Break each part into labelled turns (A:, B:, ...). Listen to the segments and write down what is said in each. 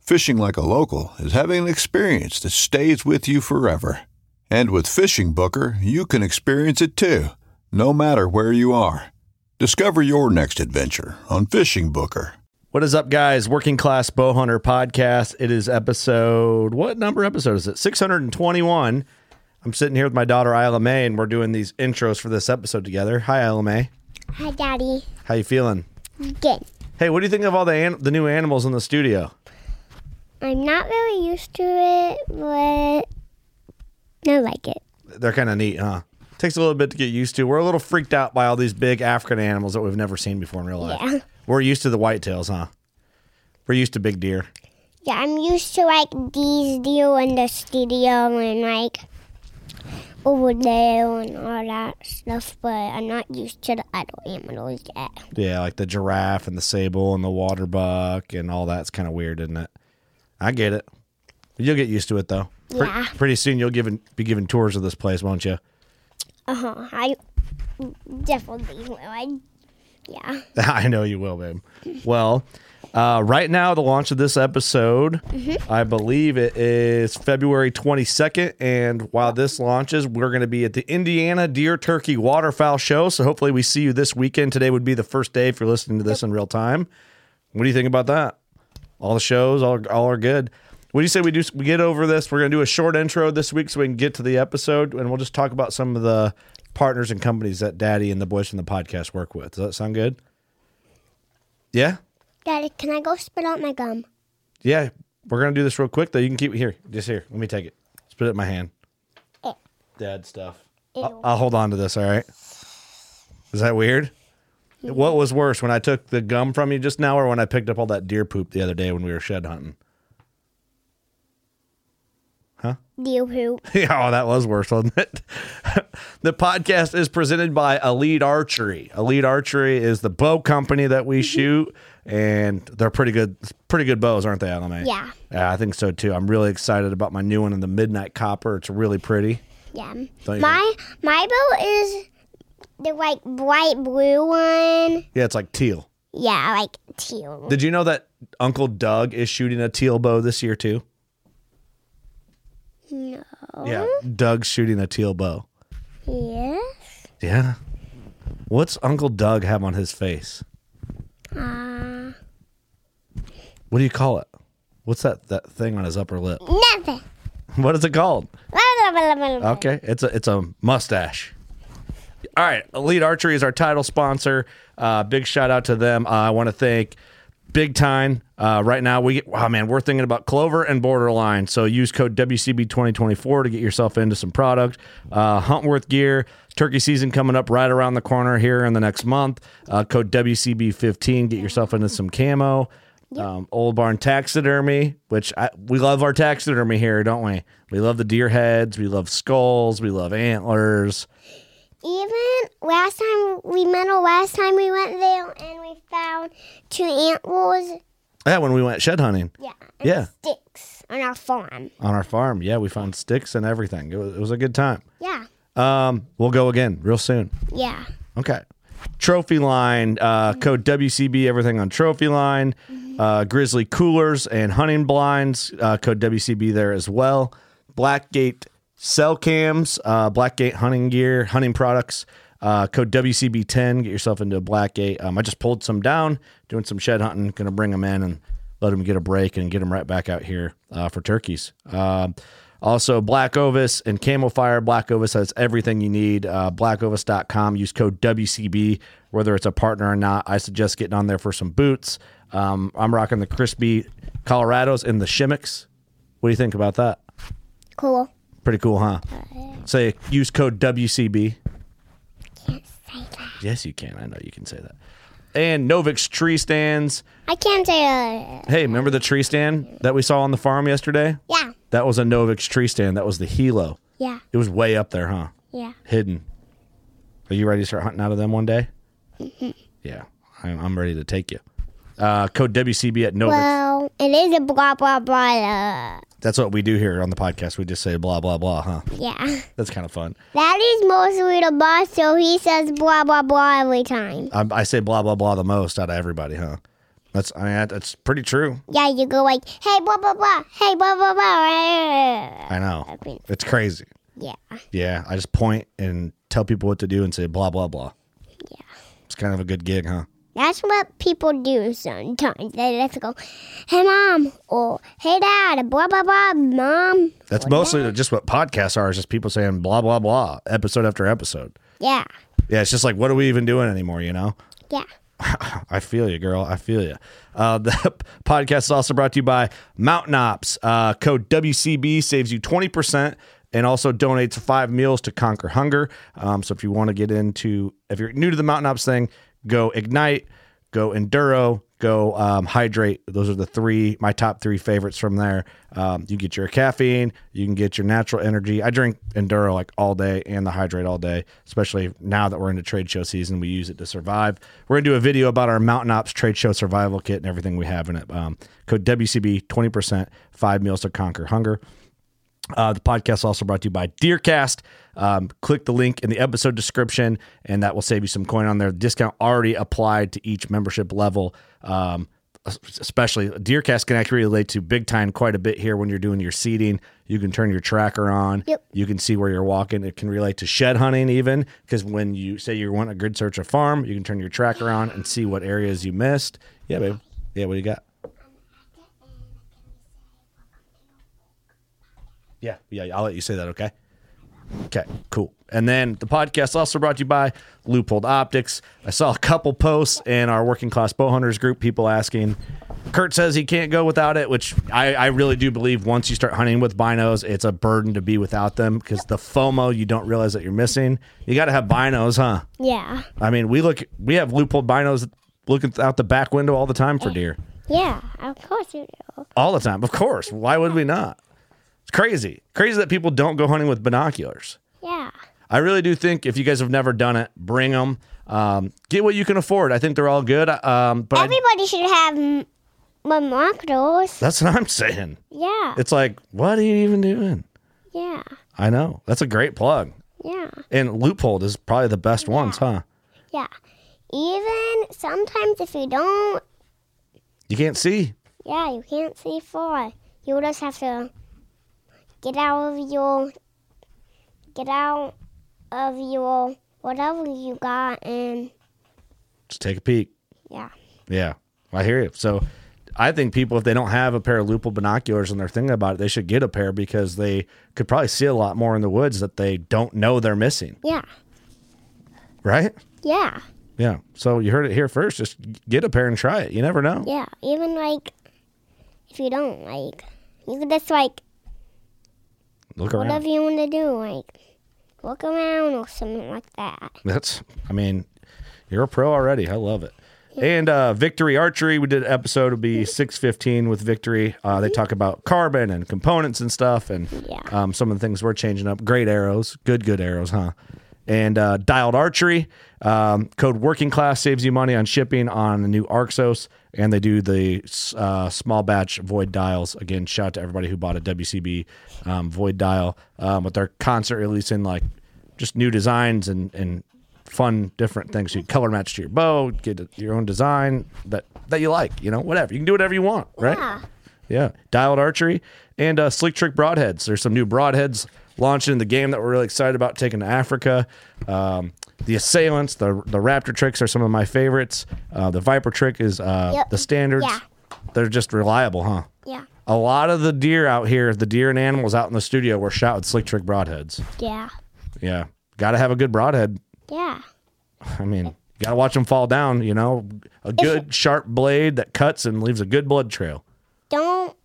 A: Fishing like a local is having an experience that stays with you forever. And with Fishing Booker, you can experience it too, no matter where you are. Discover your next adventure on Fishing Booker.
B: What is up, guys? Working Class Bowhunter Podcast. It is episode, what number episode is it? 621. I'm sitting here with my daughter, Isla May, and we're doing these intros for this episode together. Hi, Isla May.
C: Hi, Daddy.
B: How you feeling?
C: Good.
B: Hey, what do you think of all the an- the new animals in the studio?
C: I'm not really used to it, but I like it.
B: They're kind of neat, huh? Takes a little bit to get used to. We're a little freaked out by all these big African animals that we've never seen before in real life.
C: Yeah.
B: We're used to the whitetails, huh? We're used to big deer.
C: Yeah, I'm used to like these deal in the studio and like over there and all that stuff, but I'm not used to the other animals yet.
B: Yeah, like the giraffe and the sable and the water buck and all that's kind of weird, isn't it? I get it. You'll get used to it though. Pre-
C: Yeah.
B: pretty soon you'll give, be giving tours of this place, won't you?
C: Uh huh. I definitely will. I, yeah.
B: I know you will, babe. Well, uh, right now, the launch of this episode, I believe it is February 22nd. And while this launches, we're going to be at the Indiana Deer Turkey Waterfowl Show. So hopefully, we see you this weekend. Today would be the first day if you're listening to this in real time. What do you think about that? All the shows, all, all are good. What do you say we do? We get over this. We're going to do a short intro this week so we can get to the episode, and we'll just talk about some of the partners and companies that Daddy and the boys from the podcast work with. Does that sound good? Yeah,
C: Daddy, can I go spit out my gum?
B: yeah. We're gonna do this real quick though. You can keep it here. Just here. Let me take it. Spit it in my hand.
C: Ew.
B: Dad stuff.
C: Eh. Ew.
B: I'll, I'll hold on to this. All right. Is that weird? What was worse, when I took the gum from you just now, or when I picked up all that deer poop the other day when we were shed hunting?
C: Deal poop.
B: Yeah, oh, that was worse, wasn't it? the podcast is presented by Elite Archery. Elite Archery is the bow company that
C: Mm-hmm.
B: we shoot, and they're pretty good, pretty good bows, aren't they, Alamay?
C: Yeah.
B: Yeah, I think so too. I'm really excited about my new one in the Midnight Copper. It's really pretty.
C: Yeah.
B: Don't you
C: My my bow is the like bright blue one.
B: Yeah, it's like teal.
C: Yeah, like teal.
B: Did you know that Uncle Doug is shooting a teal bow this year too?
C: No.
B: Yeah, Doug's shooting a teal bow.
C: Yes.
B: Yeah. What's Uncle Doug have on his face?
C: Uh,
B: What do you call it? What's that that thing on his upper lip?
C: nothing.
B: What is it called?
C: Blah, blah, blah, blah, blah.
B: Okay, it's a it's a mustache. All right, Elite Archery is our title sponsor. Uh, big shout out to them. Uh, I want to thank Big Time. Uh, right now, we get, wow man, we're thinking about Clover and Borderline. So use code WCB twenty twenty four to get yourself into some product. Uh, Huntworth gear. Turkey season coming up right around the corner here in the next month. Uh, code WCB fifteen. Get yourself into some camo. Um, Old Barn Taxidermy, which I, we love our taxidermy here, don't we? We love the deer heads, we love skulls, we love antlers.
C: Even last time we met, or last time we went there, and we found two antlers.
B: Yeah, when we went shed hunting
C: Yeah. And
B: Yeah.
C: Sticks on our farm.
B: on our farm, yeah, we found sticks and everything. It was, it was a good time.
C: Yeah.
B: Um, we'll go again real soon.
C: Yeah.
B: Okay. Trophy line, uh, code WCB, everything on trophy line, uh, Grizzly coolers and hunting blinds, uh, code WCB there as well. Blackgate cell cams, uh, Blackgate hunting gear, hunting products, uh, code WCB10. Get yourself into a Blackgate. Um, I just pulled some down, doing some shed hunting, gonna bring them in and let them get a break and get them right back out here uh, for turkeys. Um, also, Black Ovis and Camel Fire. Black Ovis has everything you need. Uh, blackovis.com. Use code WCB, whether it's a partner or not. I suggest getting on there for some boots. Um, I'm rocking the Crispy Colorados and the Shimmicks. What do you think about that?
C: Cool.
B: Pretty cool, huh? Say use code WCB.
C: Can't say that.
B: Yes, you can. I know you can say that. And Novix tree stands.
C: I can't say uh, that.
B: Hey, remember the tree stand that we saw on the farm yesterday?
C: Yeah.
B: That was a Novix tree stand. That was the Hilo.
C: Yeah.
B: It was way up there, huh?
C: Yeah.
B: Hidden. Are you ready to start hunting out of them one day? yeah, I'm, I'm ready to take you. Uh, code WCB at Novix.
C: Well, it is a blah blah blah. uh,
B: That's what we do here on the podcast. We just say blah blah blah, huh?
C: Yeah.
B: That's kind of fun.
C: That is mostly the boss, so he says blah blah blah every time.
B: I, I say blah blah blah the most out of everybody, huh? That's I mean that, that's pretty true.
C: Yeah, you go like, hey blah blah blah, hey blah blah blah.
B: I know it's crazy.
C: Yeah.
B: Yeah, I just point and tell people what to do and say blah blah blah. Yeah, it's kind of a good gig, huh?
C: That's what people do sometimes. They just go, hey mom, or hey dad, blah blah blah, mom.
B: That's mostly just what podcasts are. It's just people saying blah blah blah episode after episode.
C: Yeah.
B: Yeah, it's just like what are we even doing anymore? You know.
C: Yeah.
B: I feel you, girl. I feel you. Uh, the podcast is also brought to you by Mountain Ops. Uh, code WCB saves you 20% and also donates five meals to Conquer Hunger. Um, so if you want to get into, if you're new to the Mountain Ops thing, go Ignite, go Enduro, go um, Hydrate. Those are the three, my top three favorites from there. Um, you get your caffeine, you can get your natural energy. I drink Enduro like all day and the Hydrate all day, especially now that we're into trade show season. We use it to survive. We're going to do a video about our Mountain Ops trade show survival kit and everything we have in it. Um, code WCB 20%, five meals to conquer hunger. Uh, the podcast is also brought to you by Deercast. Um, click the link in the episode description, and that will save you some coin on there. Discount already applied to each membership level. Um, es- especially Deercast can actually relate to big time quite a bit here when you're doing your seeding. You can turn your tracker on.
C: Yep.
B: You can see where you're walking. It can relate to shed hunting even because when you say you want a grid search a farm, you can turn your tracker on and see what areas you missed. Yeah, babe. Yeah, what do you got? Yeah, yeah, I'll let you say that, okay? Okay, cool. And then the podcast also brought to you by Loophole Optics. I saw a couple posts in our working class bow hunters group, people asking. Kurt says he can't go without it, which I, I really do believe once you start hunting with binos, it's a burden to be without them because the FOMO you don't realize that you're missing. You got to have binos, huh?
C: Yeah.
B: I mean, we look, we have loophole binos looking out the back window all the time for deer.
C: Yeah. Of course you do.
B: All the time, of course. Why would we not? It's crazy. Crazy that people don't go hunting with binoculars.
C: Yeah.
B: I really do think if you guys have never done it, bring them. Um, get what you can afford. I think they're all good. Um, but I-
C: Everybody should have m- binoculars.
B: that's what I'm saying.
C: Yeah.
B: It's like, what are you even doing?
C: Yeah.
B: I know. That's a great plug.
C: Yeah.
B: And loophole is probably the best ones, huh?
C: Yeah. Even sometimes if you don't,
B: You can't see.
C: yeah, you can't see far. You just have to get out of your, get out of your whatever you got, and
B: Just take a peek.
C: yeah,
B: Yeah, I hear you. So I think people, if they don't have a pair of loophole binoculars and they're thinking about it, they should get a pair because they could probably see a lot more in the woods that they don't know they're missing,
C: yeah,
B: right?
C: yeah,
B: Yeah. So you heard it here first. Just get a pair and try it. You never know.
C: yeah. Even like if you don't like, you can just like
B: Look around.
C: whatever you want to do, like look around or something like that.
B: That's, I mean, you're a pro already. I love it. And uh, Victory Archery, we did an episode, it'll be 615 with Victory. Uh, they talk about carbon and components and stuff and
C: Yeah.
B: um, some of the things we're changing up. Great arrows, good, good arrows, huh? And uh, Dialed Archery, um, code working class saves you money on shipping on the new Arxos. And they do the uh, small batch void dials. Again, shout out to everybody who bought a WCB um, void dial um, with their concert releasing like just new designs and and fun different things. You color match to your bow, get your own design that that you like. You know, whatever you can do whatever you want, right?
C: Yeah.
B: Yeah, dialed archery and uh, slick trick broadheads. There's some new broadheads launching in the game that we're really excited about taking to Africa. Um, the assailants, the the raptor tricks are some of my favorites. Uh, the viper trick is uh,
C: Yep.
B: the standards.
C: Yeah.
B: They're just reliable, huh?
C: Yeah.
B: A lot of the deer out here, the deer and animals out in the studio were shot with slick trick broadheads.
C: Yeah.
B: Yeah, got to have a good broadhead.
C: Yeah.
B: I mean, you got to watch them fall down. You know, a good sharp blade that cuts and leaves a good blood trail.
C: Don't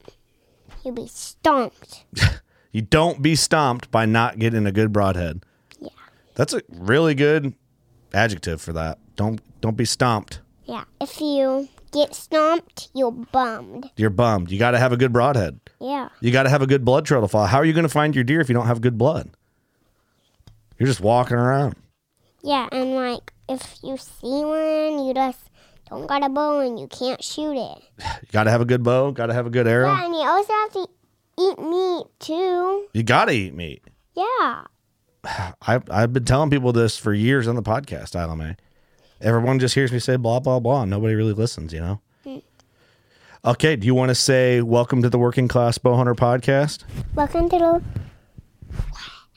C: you be stomped.
B: You don't be stomped by not getting a good broadhead.
C: Yeah.
B: That's a really good adjective for that. Don't don't be stomped.
C: Yeah. If you get stomped, you're bummed.
B: You're bummed. You got to have a good broadhead.
C: Yeah.
B: You got to have a good blood trail to follow. How are you going to find your deer if you don't have good blood? You're just walking around.
C: Yeah, and like if you see one, you just don't got a bow and you can't shoot it.
B: You got to have a good bow. Got to have a good arrow.
C: Yeah, and you also have to eat meat too.
B: You got to eat meat.
C: Yeah.
B: I, I've been telling people this for years on the podcast, I don't know. Everyone just hears me say blah, blah, blah. And nobody really listens, you know? Okay. Do you want to say welcome to the Working Class Bowhunter podcast?
C: Welcome to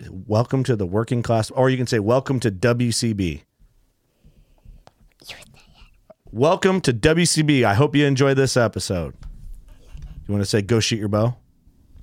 C: the
B: Welcome to the Working Class, or you can say welcome to WCB. Welcome to WCB. I hope you enjoy this episode. You want to say go shoot your bow?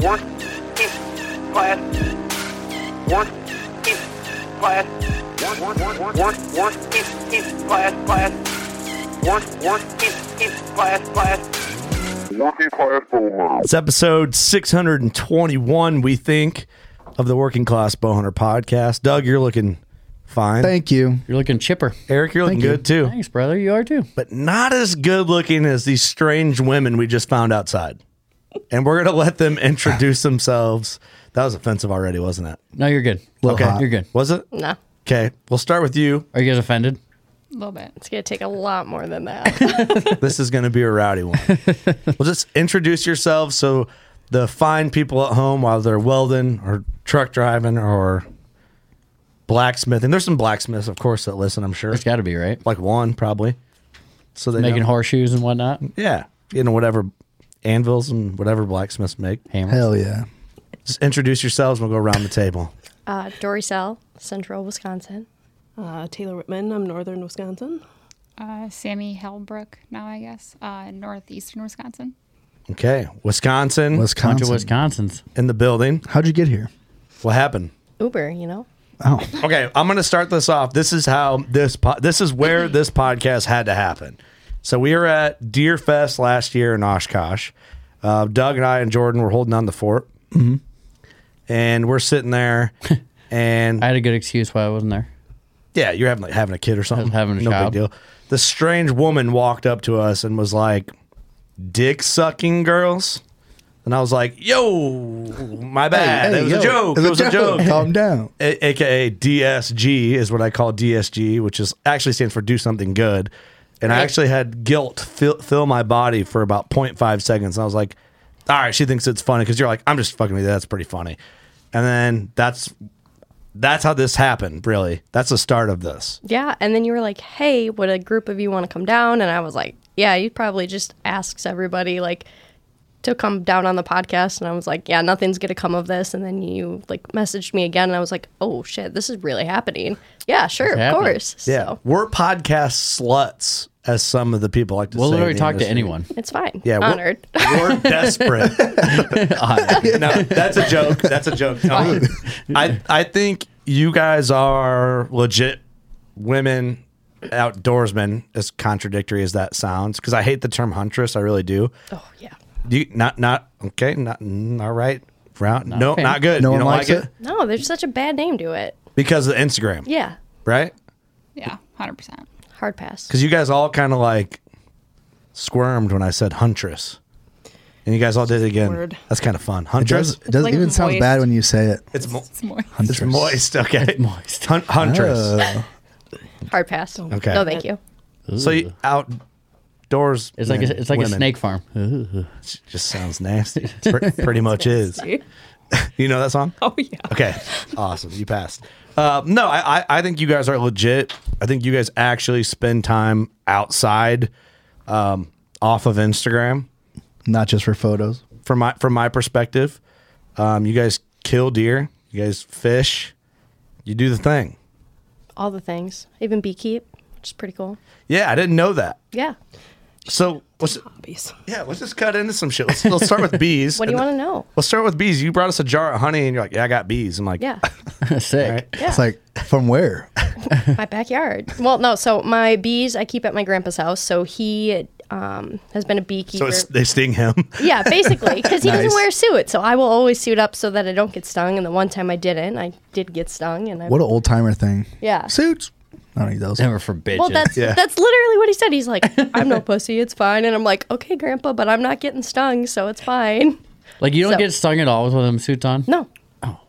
D: Working class. Working class. Working class. Class. Working class. Class.
B: It's episode 621, we think, of the Working Class Bowhunter podcast. Doug, you're looking fine.
E: Thank you.
F: You're looking chipper.
B: Eric, you're looking
E: Thank you.
B: good too.
F: Thanks, brother. You are too.
B: but not as good looking as these strange women we just found outside. And we're going to let them introduce themselves. That was offensive already, wasn't it?
F: No, you're good.
B: Okay.
F: You're good.
B: Was it?
G: No,
B: Okay. We'll start with you.
F: Are you guys offended?
G: a little bit. It's gonna take a lot more than that.
B: This is going to be a rowdy one. well, just introduce yourselves so the fine people at home, while they're welding or truck driving or blacksmithing, there's some blacksmiths, of course, that listen, I'm sure.
F: It's got to be right.
B: Like one, probably. So they
F: Making
B: know.
F: horseshoes and whatnot.
B: Yeah. You know, whatever anvils and whatever blacksmiths make.
F: Hammers.
E: Hell yeah.
B: Just introduce yourselves. We'll go around the table.
G: uh, Dory Sell, Central Wisconsin.
H: Uh, Taylor Whitman. I'm Northern Wisconsin.
I: Uh, Sammy Hellbrook now, I guess, uh, northeastern Wisconsin.
B: Okay, Wisconsin
F: Bunch
E: Wisconsin.
F: of Wisconsin's.
B: in the building.
E: How'd you get here?
B: What happened?
G: Uber, you know.
E: Oh,
B: Okay, I'm going to start this off. This is how this po- this is where this podcast had to happen. So we were at Deer Fest last year in Oshkosh. Uh, Doug and I and Jordan were holding down the fort, and we're sitting there. And
F: I had a good excuse why I wasn't there.
B: Yeah, you're having like having a kid or something.
F: having a
B: no
F: child.
B: big deal. The strange woman walked up to us and was like, "Dick sucking girls," and I was like, "Yo, my bad. it was a
E: yo,
B: joke.
E: it's
B: It was a joke."
E: Calm down.
B: A- AKA DSG is what I call DSG, which is actually stands for do something good. And I actually had guilt fill, fill my body for about 0.5 seconds. And I was like, all right, she thinks it's funny because you're like, I'm just fucking with you. That's pretty funny. And then that's that's how this happened, really. That's the start of this.
G: Yeah, and then you were like, "Hey, would a group of you want to come down?" And I was like, "Yeah." You probably just asks everybody like, to come down on the podcast, and I was like, yeah, nothing's gonna come of this. And then you like messaged me again, and I was like, oh shit, this is really happening. Yeah, sure, of course.
B: Yeah, we're podcast sluts, as some of the people like to
F: We'll
B: say. in
F: literally
B: the
F: talk to
B: industry.
F: anyone.
G: It's fine.
B: Yeah, we're-
G: honored.
B: We're desperate. no, that's a joke. That's a joke. Tom. I I think you guys are legit women outdoorsmen, as contradictory as that sounds, because I hate the term huntress. I really do.
G: Oh yeah.
B: Do you not not okay? Not mm, all right. Round. no,
F: okay.
B: not good.
A: No
B: you
A: one
B: don't
A: likes
B: like it?
A: it?
G: No, there's such a bad name to it.
B: because of Instagram,
G: Yeah,
B: right?
H: Yeah, hundred percent.
G: hard pass.
B: Because you guys all kind of like squirmed when I said huntress, and you guys all did it again.
J: Word.
B: That's kind of fun.
A: It
B: Huntress.
A: does, it does
J: like
A: even sounds
J: moist.
A: bad when you say it.
B: It's mo-
H: It's moist.
B: It's moist. Okay. moist. Hun- huntress.
F: Ah,
A: Oh.
G: Hard pass.
B: Okay.
G: No, thank you.
B: So you, outdoors.
F: It's like
B: men,
F: a, it's like
B: women.
F: a snake farm.
B: It just sounds nasty. It pre- pretty much is. You know that song?
J: Oh yeah.
B: Okay. Awesome. You passed. Uh, no, I, I, I think you guys are legit. I think you guys actually spend time outside, um, off of Instagram.
A: Not just for photos.
B: From my from my perspective, um, you guys kill deer. You guys fish. You do the thing.
G: All the things, even beekeep, which is pretty cool.
B: Yeah, I didn't know that.
G: Yeah.
B: So let's
J: Hobbies.
B: yeah, let's just cut into some shit. Let's, let's start with bees.
G: What do you
B: and
G: want to know?
B: Let's start with bees. You brought us a jar of honey, and you're like, "Yeah, I got bees." I'm like,
G: Yeah.
F: Sick.
B: right.
G: Yeah.
A: It's like from where?
G: my backyard. Well, no. So my bees I keep at my grandpa's house. So he um, has been a
B: So
G: beekeeper.
B: it's, they sting him.
G: yeah, basically, because he
A: Nice.
G: doesn't wear a suit, so I will always suit up so that I don't get stung. And the one time I didn't, I did get stung, and I
A: What an old timer thing.
G: yeah.
A: Suits. I don't need those.
F: Never for bitches.
G: Well, that's
B: Yeah.
G: that's literally what he said. He's like, "I'm no pussy. It's fine." And I'm like, "Okay, grandpa, but I'm not getting stung, so it's fine."
F: like you don't
G: so-
F: get stung at all with one of them suits on.
G: No.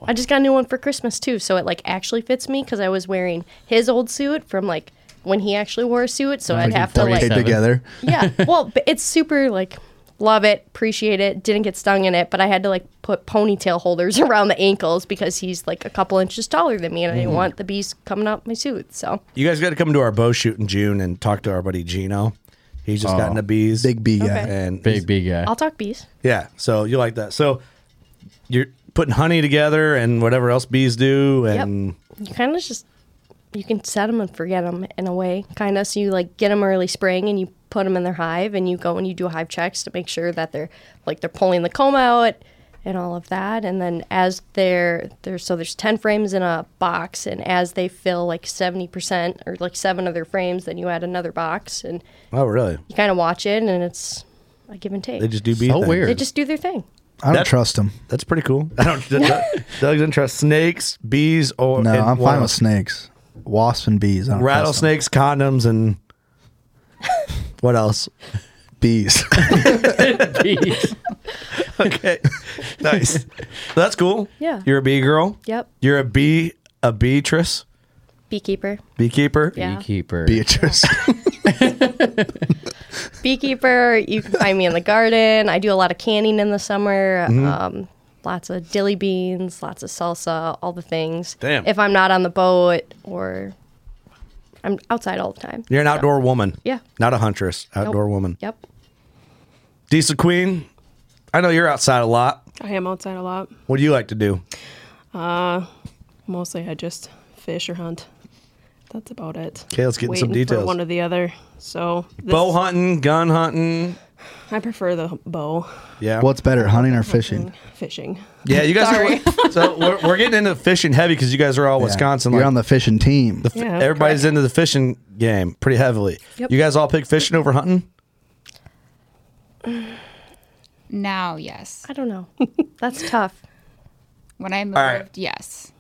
G: I just got a new one for Christmas too, so it like actually fits me because I was wearing his old suit from like when he actually wore a suit, so I'd
F: like
G: have to like
A: Taped together.
G: yeah. Well, b- it's super like love it, appreciate it. Didn't get stung in it, but I had to like put ponytail holders around the ankles because he's like a couple inches taller than me, and I didn't want the bees coming up my suit. So
B: you guys got to come to our bow shoot in June and talk to our buddy Gino. He's just gotten the bees.
A: Big B guy.
G: Okay.
B: and
F: Oh. Big big guy.
G: I'll talk bees.
B: Yeah, so you like that. So you're putting honey together and whatever else bees do, and
G: You kind of just you can set them and forget them in a way, kind of. So you like get them early spring and you put them in their hive, and you go and you do hive checks to make sure that they're like they're pulling the comb out and all of that. And then as they're there's so there's ten frames in a box, and as they fill like seventy percent or like seven of their frames, then you add another box, and
B: oh really?
G: you kind of watch it, and it's a give and take.
B: They just do bee.
F: so
B: things.
F: weird.
G: they just do their thing.
A: I don't
B: That-
A: trust him.
B: That's pretty cool. I don't. Doug doesn't trust snakes, bees, or
A: No,
B: and
A: I'm
B: what
A: fine with
B: else?
A: snakes. Wasps and bees. I don't trust 'em.
B: rattlesnakes, condoms, and what else?
A: Bees.
F: Bees.
B: Okay, nice. That's cool.
G: Yeah.
B: you're a bee girl.
G: Yep,
B: You're a bee, a beatrice,
G: beekeeper.
B: beekeeper.
G: Yeah.
F: beekeeper.
A: Beatrice.
G: beekeeper. You can find me in the garden. I do a lot of canning in the summer.
B: Mm-hmm.
G: Um, lots of dilly beans, lots of salsa, all the things.
B: Damn.
G: If I'm not on the boat or I'm outside all the time.
B: You're an outdoor woman.
G: Yeah.
B: not a huntress. Outdoor
G: Nope.
B: woman.
G: Yep.
B: Diesel Queen. I know you're outside a lot.
J: I am outside a lot.
B: What do you like to do?
J: Mostly I just fish or hunt. That's about it.
B: 'Kay, let's get in some
J: Waiting for
B: details.
J: one or the other. So this-
B: Bow hunting, gun hunting.
J: I prefer the bow.
B: Yeah.
A: What's better, hunting or fishing?
J: Fishing.
B: Yeah, you guys are. So we're, we're getting into fishing heavy because you guys are all Wisconsin.
A: Yeah. You're
B: like,
A: on the fishing team.
B: the f-
J: Yeah,
B: everybody's into the fishing game pretty heavily.
J: Yep.
B: You guys all pick fishing over hunting.
H: Now, yes.
G: I don't know. That's tough.
H: When I moved,
B: right.
H: yes.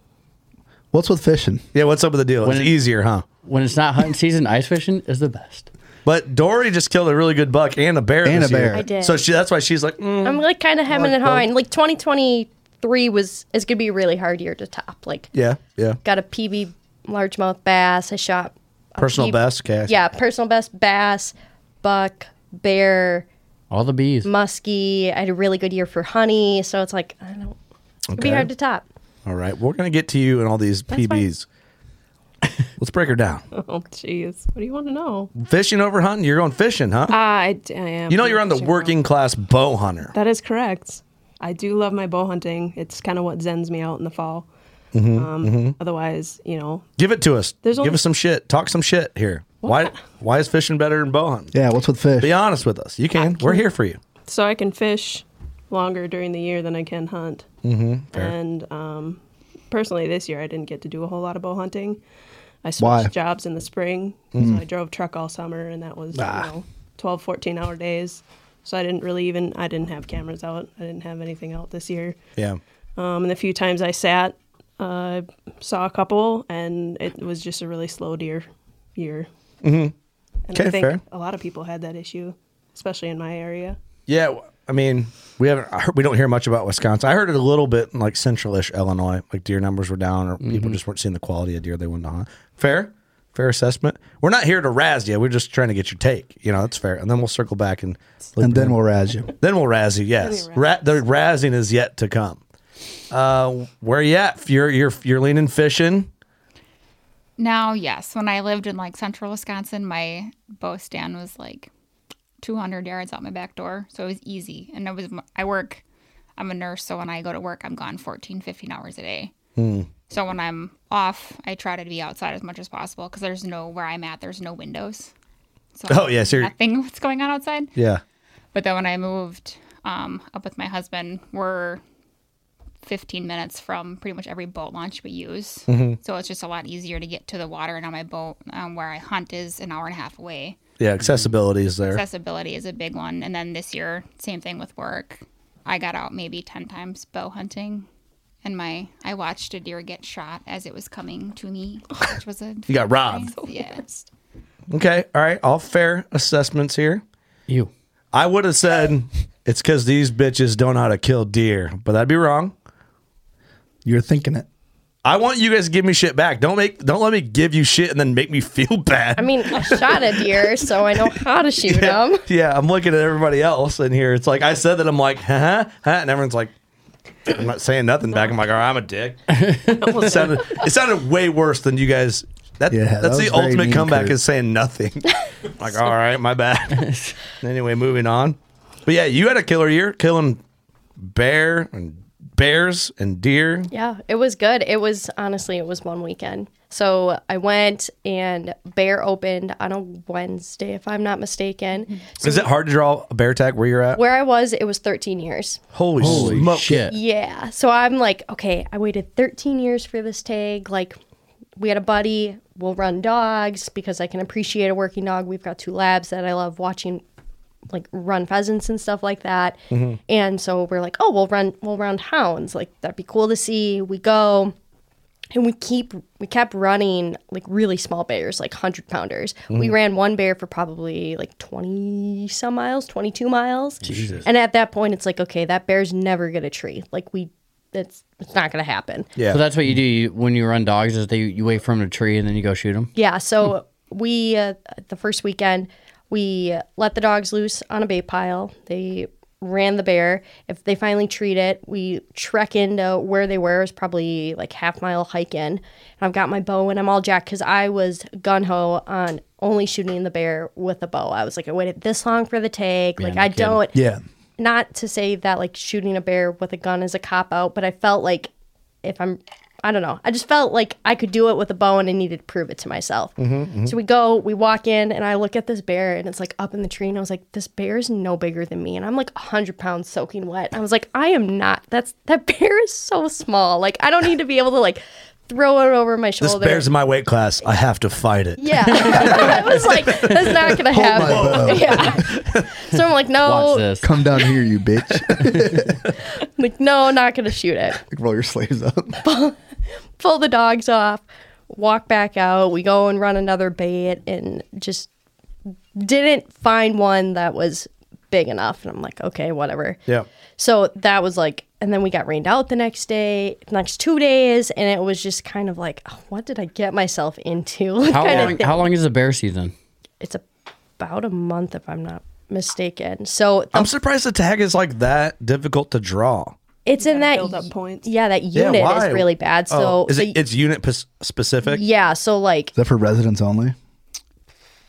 A: What's with fishing?
B: Yeah, what's up with the deal?
F: When
B: it's
F: it-
B: easier, huh?
F: when it's not hunting season, ice fishing is the best.
B: But Dory just killed a really good buck and a bear.
A: And
B: this
A: a bear.
B: year.
A: I
G: did.
B: So she, that's why she's like, mm,
G: I'm like kind of hemming
B: like
G: and
B: both.
G: hawing. Like 2023 was is gonna be a really hard year to top. Like
B: yeah, yeah.
G: got a PB largemouth bass. I shot a
B: Personal
G: PB
B: best, okay.
G: Yeah, personal best bass, buck, bear.
F: All the bees.
G: musky. I had a really good year for honey, so it's like I don't. It'd be
B: Okay.
G: hard to top.
B: All right, we're gonna get to you and all these
G: That's fine.
B: PBs. Let's break her down.
G: Oh, jeez. What do you want to know?
B: Fishing over hunting? You're going fishing, huh?
G: Uh, I, d- I am.
B: you know you're on the
G: fishing.
B: working class bow hunter.
G: That is correct. I do love my bow hunting. It's kind of what zens me out in the fall.
B: Mhm,
G: um,
B: mhm.
G: Otherwise, you know,
B: Give it to us.
G: There's
B: Give
G: only-
B: us some shit. Talk some shit here. Why? Why is fishing better than bow hunting? Yeah. What's with fish? Be honest with us. You can. We're here for you.
G: so I can fish longer during the year than I can hunt.
B: Mm-hmm.
G: And um, personally, this year I didn't get to do a whole lot of bow hunting. I switched
B: Why?
G: jobs in the spring,
B: Mm.
G: so I drove truck all summer, and that was
B: Ah.
G: you know, 12, 14 hour days. So I didn't really even I didn't have cameras out. I didn't have anything out this year.
B: Yeah.
G: Um, and the few times I sat, uh, saw a couple, and it was just a really slow deer year.
B: Mm-hmm.
G: And I
B: Okay.
G: think
B: Fair.
G: a lot of people had that issue, especially in my area.
B: Yeah. w- I mean, we haven't. I heard- We don't hear much about Wisconsin. I heard it a little bit in like central-ish Illinois. Like deer numbers were down, or
G: Mm-hmm.
B: people just weren't seeing the quality of deer they wanted to hunt. Fair. Fair assessment. We're not here to razz you. We're just trying to get your take. You know, that's fair. And then we'll circle back and
A: And then we'll razz you.
B: Then we'll razz you. Yes, Ra- the razzing is yet to come. Uh, where you at? You're you're you're leaning fishing.
H: Now, yes, when I lived in like central Wisconsin, my bow stand was like 200 yards out my back door, so it was easy. And it was I work, I'm a nurse, so when I go to work, I'm gone 14, 15 hours a day.
K: Hmm.
H: So when I'm off, I try to be outside as much as possible because there's no where I'm at, there's no windows. So
B: Oh, yeah, so you're-
H: nothing what's going on outside.
B: Yeah.
H: But then when I moved um, up with my husband, we're 15 minutes from pretty much every boat launch we use.
B: Mhm.
H: So it's just a lot easier to get to the water. And on my boat, um, where I hunt, is an hour and a half away.
B: Yeah, accessibility is there.
H: Accessibility is a big one. And then this year, same thing with work. I got out maybe 10 times bow hunting. And my, I watched a deer get shot as it was coming to me, which was a
B: You got robbed.
H: yes.
B: Okay. All right. All fair assessments here. You. I would have said it's because these bitches don't know how to kill deer, but that'd be wrong.
A: You're thinking it.
B: I want you guys to give me shit back. Don't make. Don't let me give you shit and then make me feel bad.
C: I mean, I shot a deer, so I know how to shoot
B: yeah,
C: them.
B: yeah, I'm looking at everybody else in here. It's like I said that I'm like, huh, huh, and everyone's like, I'm not saying nothing back. I'm like, all right, I'm a dick. it, sounded, it sounded way worse than you guys. That,
A: Yeah, that
B: that's
A: was
B: the
A: very
B: ultimate
A: mean,
B: comeback
A: Kurt.
B: is saying nothing. like, all right, my bad. anyway, moving on. But yeah, you had a killer year, killing bear and bears and deer.
C: Yeah, it was good. It was honestly, it was one weekend. So I went and bear opened on a Wednesday, if I'm not mistaken. So
B: is it hard to draw a bear tag where you're at?
C: Where I was, it was 13 years.
B: Holy,
F: Holy
B: smoke.
F: shit.
C: Yeah. So I'm like, okay, I waited 13 years for this tag. Like, we had a buddy. We'll run dogs because I can appreciate a working dog. We've got two labs that I love watching, like run pheasants and stuff like that.
K: Mhm.
C: And so we're like, oh, we'll run, we'll round hounds. Like that'd be cool to see. We go, and we keep, we kept running like really small bears, like hundred pounders. We
K: Mhm.
C: ran one bear for probably like twenty some miles, twenty two miles.
K: Jesus.
C: And at that point, it's like, okay, that bear's never gonna tree. Like we, that's it's not gonna happen.
F: So that's what you do you, when you run dogs is they you wait for them to tree and then you go shoot them.
C: Yeah, so we uh, the first weekend we let the dogs loose on a bait pile. They ran the bear. If they finally treat it, we trek into where they were. It was probably like half mile hike in. And I've got my bow and I'm all jacked because I was gun ho on only shooting the bear with a bow. I was like, I waited this long for the tag.
K: Yeah,
C: like
K: no
C: I
K: kidding.
C: don't
K: Yeah.
C: not to say that like shooting a bear with a gun is a cop out, but I felt like if I'm I don't know. I just felt like I could do it with a bow and I needed to prove it to myself.
K: Mhm, mhm.
C: So we go, we walk in, and I look at this bear and it's like up in the tree. And I was like, this bear is no bigger than me. And I'm like 100 pounds soaking wet. I was like, I am not. That's That bear is so small. Like, I don't need to be able to like throw it over my
B: This
C: shoulder.
B: bear's in my weight class. I have to fight it.
C: yeah. I was like, that's not going to happen. yeah. So I'm like, no,
A: Come down here, you bitch.
C: like no not gonna shoot it
A: Roll your sleeves up.
C: pull the dogs off walk back out we go and run another bait and just didn't find one that was big enough and i'm like okay whatever
B: Yeah.
C: so that was like and then we got rained out the next day next two days and it was just kind of like oh, what did i get myself into Like,
F: How
C: kind of
F: long,
C: thing.
F: how long is the bear season?
C: it's about a month if i'm not mistaken so
B: I'm surprised the tag is like that difficult to draw.
C: it's in that build up points. Yeah, that unit is really bad. So
B: Oh, is it, it's unit pes- specific?
C: yeah, so like
G: Is that for residents only?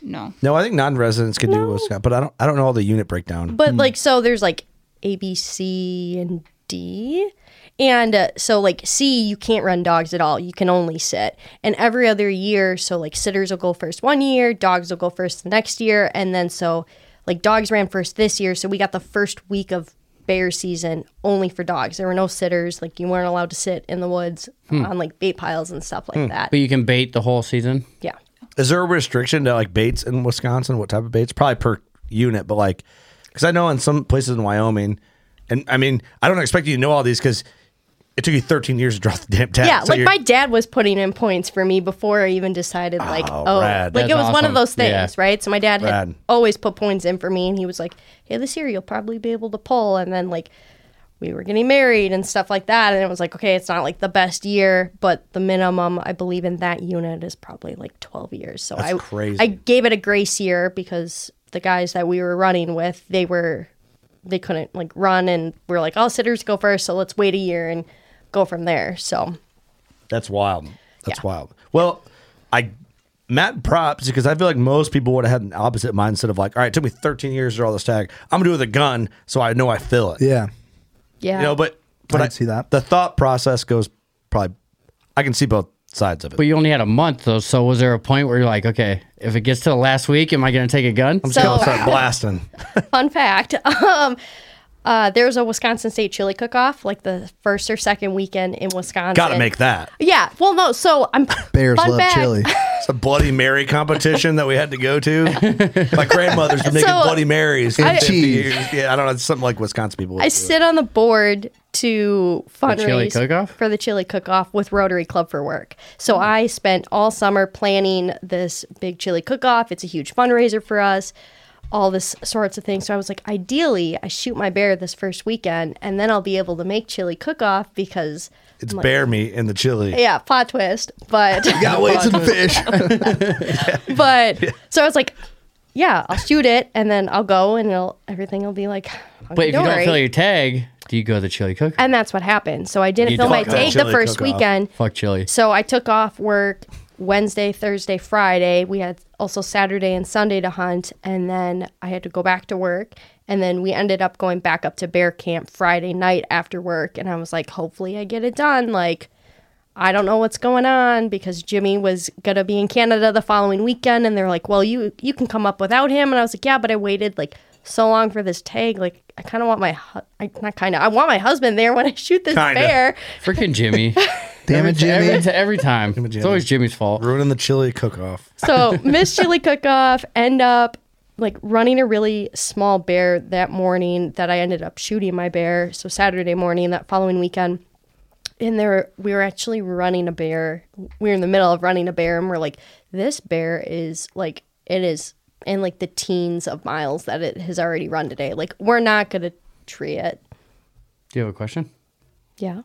H: no,
B: No, I think non-residents could do Wisconsin, but I don't. I don't know all the unit breakdown.
F: Hmm.
C: but like so there's like A, B, C, and D, and uh, so like C you can't run dogs at all. You can only sit. And every other year, so like sitters will go first one year, dogs will go first the next year, and then so like dogs ran first this year. So we got the first week of bear season only for dogs. There were no sitters. Like you weren't allowed to sit in the woods
F: Hmm.
C: on like bait piles and stuff like
F: Hmm.
C: that.
F: But you can bait the whole season.
C: yeah.
B: Is there a restriction to like baits in Wisconsin? What type of baits? Probably per unit, but like, because I know in some places in Wyoming, and I mean, I don't expect you to know all these because it took you 13 years to draw the damn tag.
C: yeah,
B: So
C: like
B: you're-
C: my dad was putting in points for me before I even decided, like,
B: Oh,
C: oh,
B: rad.
C: like
B: That's
C: it was one
B: awesome.
C: of those things,
B: Yeah.
C: right? So my dad had
B: Rad.
C: always put points in for me, and he was like, "Hey, this year you'll probably be able to pull." And then like we were getting married and stuff like that, and it was like, okay, it's not like the best year, but the minimum I believe in that unit is probably like twelve years. So
B: That's
C: I
B: crazy.
C: I gave it a grace year because the guys that we were running with, they were they couldn't like run, and we are like, "All sitters go first, so let's wait a year and go from there." So.
B: That's wild. That's wild. Well, I Matt props because I feel like most people would have had an opposite mindset of like, all right, it took me 13 years to draw this tag. I'm gonna do it with a gun, so I know I feel it.
G: Yeah.
C: Yeah.
B: You know, but but I, see that the thought process goes probably. I can see both sides of it.
F: But you only had a month though, so was there a point where you're like, okay, if it gets to the last week, am I going to take a gun? I'm
C: just So- gonna start
B: blasting.
C: Fun fact. Um, uh, there was a Wisconsin State chili cook-off, like the first or second weekend in Wisconsin.
B: Got to make that.
C: Yeah. Well, no. So I'm
B: Bears
C: fun fact,
B: it's a Bloody Mary competition that we had to go to. My grandmother's been making
C: So,
B: Bloody Marys for
C: I-
B: 50
C: Cheese.
B: years. Yeah, I don't know. It's something like Wisconsin people. would
C: I
B: do.
C: sit on the board to
B: The chili
C: fundraise
B: cook-off?
C: for the chili cook-off with Rotary Club for Work. So I spent all summer planning this big chili cook-off. It's a huge fundraiser for us. All this sorts of things. So I was like, ideally, I shoot my bear this first weekend, and then I'll be able to make chili cook-off because
B: It's
C: I'm like-
B: bear meat in the chili.
C: Yeah, plot twist. But
B: fish.
C: but so I was like, yeah, I'll shoot it and then I'll go and it'll everything will be like.
F: But if you don't
C: hunky-dory.
F: fill your tag, do you go to the chili cook?
C: and that's what happened. So I didn't
F: You
C: fill my
F: don't go.
C: tag the
F: Chili
C: first
F: cook-off.
C: weekend.
F: Fuck chili.
C: So I took off work Wednesday, Thursday, Friday. We had also Saturday and Sunday to hunt, and then I had to go back to work. And then we ended up going back up to bear camp Friday night after work, and I was like, hopefully I get it done. Like, I don't know what's going on because Jimmy was gonna be in Canada the following weekend, and they're like, well, you you can come up without him, and I was like, yeah, but I waited like so long for this tag. Like, I kind of want my hu- I, not kind of I want my husband there when I shoot this bear.
F: Freaking Jimmy. Damn it, Jimmy. Every, every time. It's always Jimmy's fault.
B: Ruining the chili cook off.
C: So Miss Chili Cook Off end up like running a really small bear that morning that I ended up shooting my bear. So Saturday morning that following weekend. And there we were actually running a bear. We were in the middle of running a bear and we're like, this bear is like it is in like the teens of miles that it has already run today. Like we're not gonna tree it.
F: Do you have a question?
C: Yeah.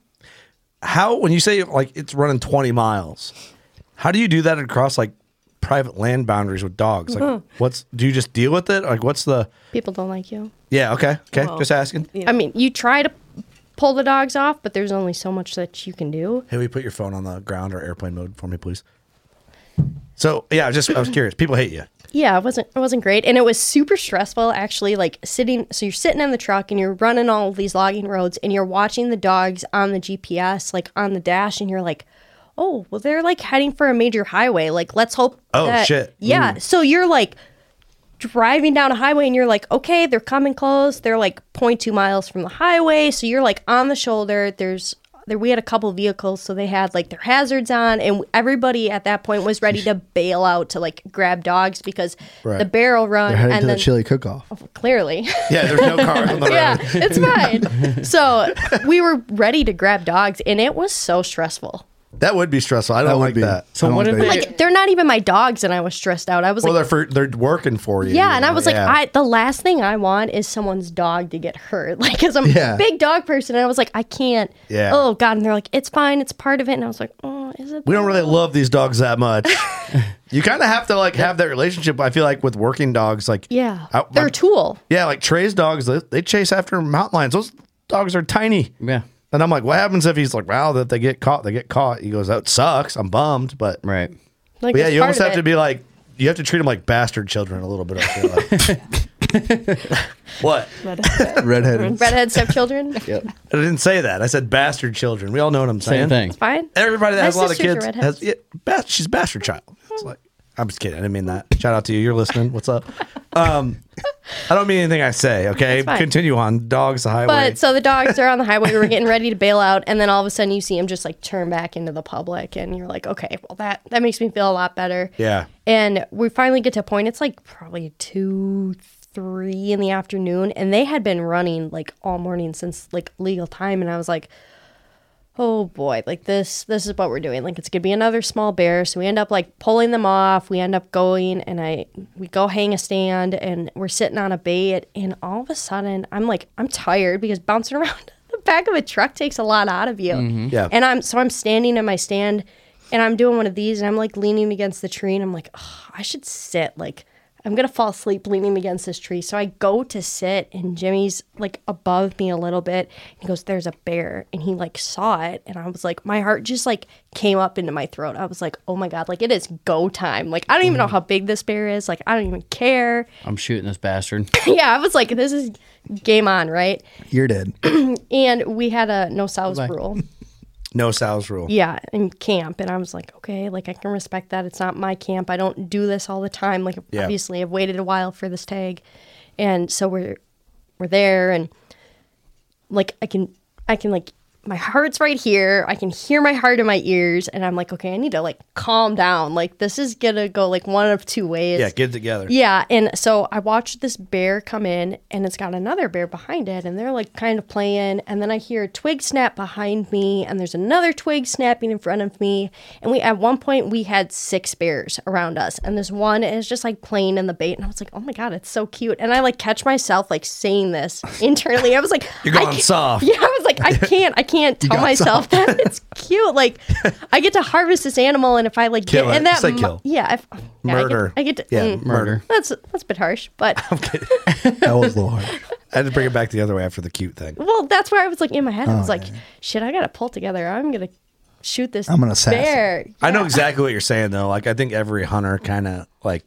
B: How, when you say like it's running 20 miles, how do you do that across like private land boundaries with dogs?
C: Mm.
B: Like, what's, do you just deal with it? Like, what's the,
C: People don't like you.
B: yeah, okay, okay,
C: Well,
B: just asking.
C: I mean, you try to pull the dogs off, but there's only so much that you can do.
B: Hey, will you put your phone on the ground or airplane mode for me, please? So, yeah, I was just, I was curious. People hate you.
C: Yeah, it wasn't it wasn't great, and it was super stressful. Actually, like sitting, so you're sitting in the truck and you're running all of these logging roads, and you're watching the dogs on the GPS, like on the dash, and you're like, oh, well, they're like heading for a major highway. Like, let's hope.
B: Oh,
C: that-
B: shit.
C: Yeah,
B: Ooh.
C: so you're like driving down a highway, and you're like, okay, they're coming close. They're like 0.2 miles from the highway, so you're like on the shoulder. There's there we had a couple vehicles, so they had like their hazards on, and everybody at that point was ready to bail out to like grab dogs because
G: Right.
C: the barrel run
G: They're heading
C: and
G: to
C: then
G: the chili cook off.
C: clearly
B: Yeah, there's no car on the
C: yeah
B: road.
C: it's fine so we were ready to grab dogs and it was so stressful
B: That would be stressful. I don't like that.
F: So what if they,
C: like they're not even my dogs and i was stressed out i was
B: well,
C: like
B: they're for, they're working for you.
C: yeah, and I was like,
B: yeah.
C: I the last thing I want is someone's dog to get hurt, like because I'm
B: Yeah.
C: a big dog person. And I was like, I can't.
B: Yeah.
C: Oh God, and they're like, it's fine, it's part of it. And I was like, oh, is it?
B: we don't really love these dogs that much. you kind of have to like have that relationship. I feel like with working dogs, like
C: Yeah,
B: I-
C: they're
B: my-
C: a tool.
B: yeah, like Trey's dogs, they, they chase after mountain lions. Those dogs are tiny.
F: Yeah,
B: And I'm like, what happens if he's like, wow, that they get caught, they get caught. He goes, that sucks. I'm bummed, but
F: right.
G: Like,
B: yeah,
G: it's
B: you
G: part
B: almost
G: of
B: have to
G: it.
B: be like, you have to treat them like bastard children a little bit. I feel like. what?
G: Redhead.
F: Mm-hmm.
B: Redheaded.
G: Redhead stepchildren.
B: Yep. I didn't say that. I said bastard children. We all know what I'm saying.
F: Same thing. It's
G: fine.
B: Everybody that
G: My
B: has a lot of
G: sister's a
B: kids
G: redhead.
B: has yeah, ba- she's a bastard child. It's like I'm just kidding. I didn't mean that. Shout out to you. You're listening. What's up? Um, I don't mean anything I say. Okay,
G: That's fine.
B: continue on. Dogs the highway.
G: But so the dogs are on the highway. We're getting ready to bail out, and then all of a sudden you see them just like turn back into the public, and you're like, okay, well that that makes me feel a lot better.
B: yeah.
G: And we finally get to a point. It's like probably two, three in the afternoon, and they had been running like all morning since like legal time, and I was like, oh boy, like this this is what we're doing. Like it's gonna be another small bear. So we end up like pulling them off. We end up going, and I we go hang a stand, and we're sitting on a bait, and all of a sudden I'm like I'm tired because bouncing around the back of a truck takes a lot out of you.
B: Mhm. Yeah.
G: And I'm so I'm standing in my stand and I'm doing one of these and I'm like leaning against the tree and I'm like, oh, I should sit. Like I'm gonna fall asleep leaning against this tree. So I go to sit and Jimmy's like above me a little bit. He goes, There's a bear. And he like saw it and I was like, my heart just like came up into my throat. I was like, oh my God, like it is go time. Like I don't even know
A: Mm.
G: how big this bear is. Like I don't even care.
F: I'm shooting this bastard.
G: yeah, I was like, this is game on, right?
B: You're dead.
G: and we had a no sows
B: Like-
G: rule.
B: No Sal's rule.
G: Yeah, and camp. And I was like, okay, like I can respect that. It's not my camp. I don't do this all the time. Like
B: Yeah.
G: obviously I've waited a while for this tag. And so we're we're there and like I can I can like my heart's right here. I can hear my heart in my ears and I'm like, okay, I need to like calm down. Like this is gonna go like one of two ways.
B: Yeah. Get it together.
G: Yeah, and so I watched this bear come in, and it's got another bear behind it, and they're like kind of playing. And then I hear a twig snap behind me, and there's another twig snapping in front of me. And we, at one point, we had six bears around us, and this one is just like playing in the bait. And I was like, oh my god, it's so cute. And I like catch myself like saying this internally. I was like,
B: You're
G: I
B: going
G: can't-
B: soft.
G: Yeah, I was like, I can't, I can't
B: You
G: tell
B: got soft.
G: myself that it's cute. Like, I get to harvest this animal, and if I like
B: Kill
G: get
B: it.
G: in that,
B: Say
G: mi-
B: kill.
G: yeah, if, yeah, I get-
B: Murder.
G: I get, to,
B: Yeah,
G: mm.
B: murder.
G: That's that's a bit harsh, but
B: That was a little hard. I had to bring it back the other way after the cute thing.
G: well, that's where I was like in my head. I
B: Oh,
G: was like, shit, I gotta pull together. I'm gonna shoot this.
B: I'm an assassin.
G: bear.
B: I know exactly what you're saying though. Like I think every hunter kind of like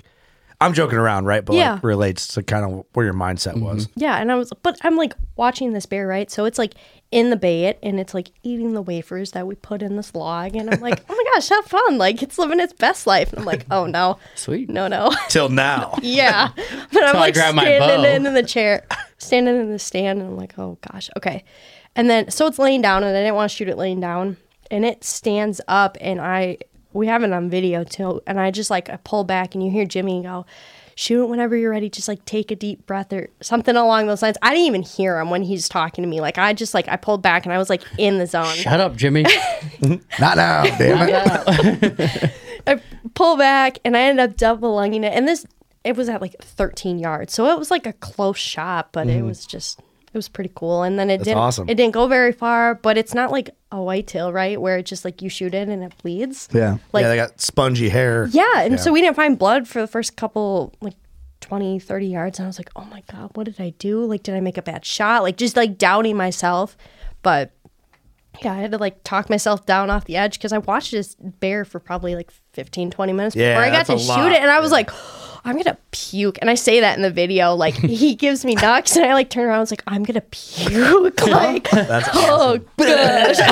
B: I'm joking around, right? But
G: Yeah.
B: like relates to kind of where your mindset was.
G: Yeah, and I was, but I'm like watching this bear, right? So it's like in the bait, and it's like eating the wafers that we put in this log, and I'm like, oh my gosh, have fun! Like it's living its best life. And I'm like, oh no,
F: sweet,
G: no, no.
B: Till now.
G: yeah. But I'm
F: I
G: like
F: grab my
G: standing
F: bow.
G: in, in the chair, standing in the stand, and I'm like, oh gosh, okay. And then so it's laying down, and I didn't want to shoot it laying down, and it stands up, and I we have it on video too, and I just like I pull back, and you hear Jimmy go. Shoot it whenever you're ready. Just like take a deep breath or something along those lines. I didn't even hear him when he's talking to me. Like I just like I pulled back and I was like in the zone.
F: Shut up, Jimmy.
L: Not now, damn it.
G: I pull back and I ended up double lunging it. And this, it was at like 13 yards. So it was like a close shot, but it
B: Mhm.
G: was just, it was pretty cool. And then it
B: That's
G: didn't,
B: awesome.
G: it didn't go very far, but it's not like a whitetail, right? Where it's just like you shoot it and it bleeds. Like,
B: yeah, they got spongy hair.
G: yeah. And so we didn't find blood for the first couple, like 20, 30 yards. And I was like, oh my God, what did I do? Like, did I make a bad shot? Like, just like doubting myself. But yeah, I had to like talk myself down off the edge because I watched this bear for probably like 15, 20 minutes
B: Yeah,
G: before I got
B: that's a
G: to shoot
B: lot.
G: it. And I was like, I'm going to puke. And I say that in the video. Like, he gives me knocks and I like turn around. I was like, I'm going to puke. like,
B: That's
G: oh, gosh.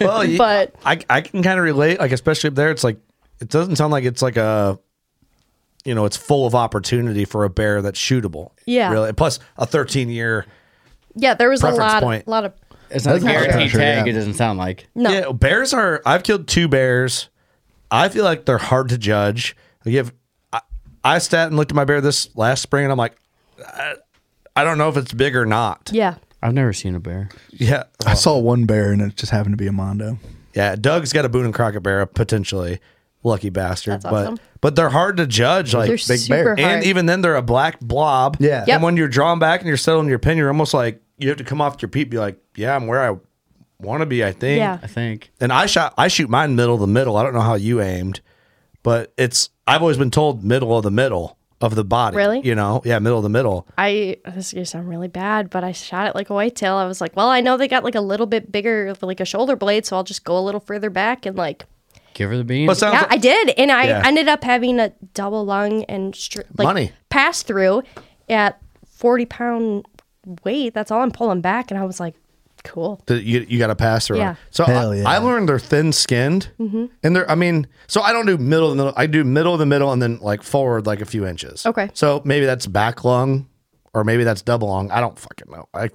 B: well, you-
G: But-
B: I I can kind of relate. Like especially up there, it's like it doesn't sound like it's like a you know it's full of opportunity for a bear that's shootable.
G: Yeah.
B: really. Plus a 13 year.
G: Yeah, there was
B: Preference
G: a lot,
B: point.
G: a lot of.
F: It's not a
B: That's not
F: guaranteed
B: pressure,
F: tag.
B: yeah.
F: It doesn't sound like.
G: No.
B: Yeah, bears are. I've killed two bears. I feel like they're hard to judge. Like if I, I sat and looked at my bear this last spring, and I'm like, I, I don't know if it's big or not.
G: Yeah.
F: I've never seen a bear.
B: Yeah,
L: I saw one bear and it just happened to be a Mondo.
B: yeah. Doug's got a Boone and Crockett bear, potentially lucky bastard.
L: That's awesome.
B: But but they're hard to judge. Like
L: They're Big bear. super
B: and
L: hard.
B: even then they're a black blob. Yeah,
L: Yep.
B: and when you're drawn back and you're settling your pin, you're almost like you have to come off your feet, be like, yeah, I'm where I want to be. I think.
F: Yeah. I think.
B: And I shot. I shoot mine middle of the middle. I don't know how you aimed, but it's. I've always been told middle of the middle. of the body.
G: Really?
B: You know, yeah, middle of the middle.
G: I this is gonna sound really bad, but I shot it like a whitetail. I was like, well, I know they got like a little bit bigger, like a shoulder blade, so I'll just go a little further back and like.
F: Give her the beans.
G: yeah, I did, and I
F: Yeah.
G: ended up having a double lung and str- like
F: Money.
G: pass through at forty pound weight. That's all I'm pulling back, and I was like, cool.
B: that you, you got to pass through.
G: Yeah.
B: So I, I learned they're thin skinned,
G: Mhm.
B: and they're. I mean, so I don't do middle of the middle. I do middle of the middle, and then like forward like a few inches.
G: Okay.
B: So maybe that's back lung, or maybe that's double lung. I don't fucking know. I.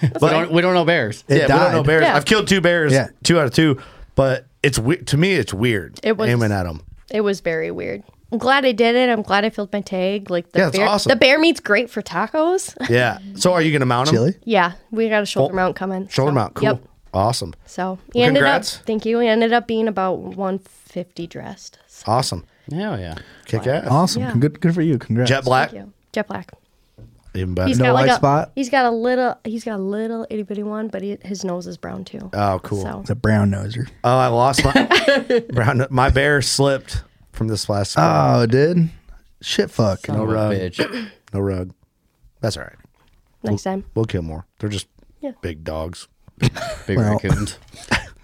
F: we, don't, we don't know bears.
B: yeah, we don't know bears.
F: Yeah.
B: I've killed two bears,
F: Yeah.
B: two out of two, but it's we- to me it's weird.
G: It was-
B: aiming at them.
G: It was very weird. I'm glad I did it. I'm glad I filled my tag. Like the
B: Yeah, it's
G: bear,
B: awesome.
G: the bear meat's great for tacos.
B: Yeah. So are you gonna mount them? Chili?
G: yeah, we got a shoulder
B: Well,
G: mount coming.
B: Shoulder
G: so-
B: mount. Cool.
G: Yep.
B: Awesome.
G: So he
B: Well,
G: ended
B: congrats.
G: up. Thank you. He ended up being about 150 dressed.
B: Awesome.
F: Hell yeah.
B: Kick ass.
L: Awesome.
G: Yeah.
L: Good, good for you. Congrats.
B: Jet black.
G: Thank you. Jet black.
B: Even better.
G: He's
L: No white
G: a,
L: spot?
G: He's got a little. He's got a little itty bitty one, but he, his nose is brown too.
B: Oh, cool.
G: So
L: It's a brown noser.
B: Oh, I lost my brown. My bear slipped from this last.
L: Oh, dude. Shit fuck.
B: no rug. No rug. That's all right.
G: next
B: we'll,
G: time.
B: we'll kill more. They're just
G: Yeah.
B: big dogs.
F: Big
L: Well.
F: raccoons.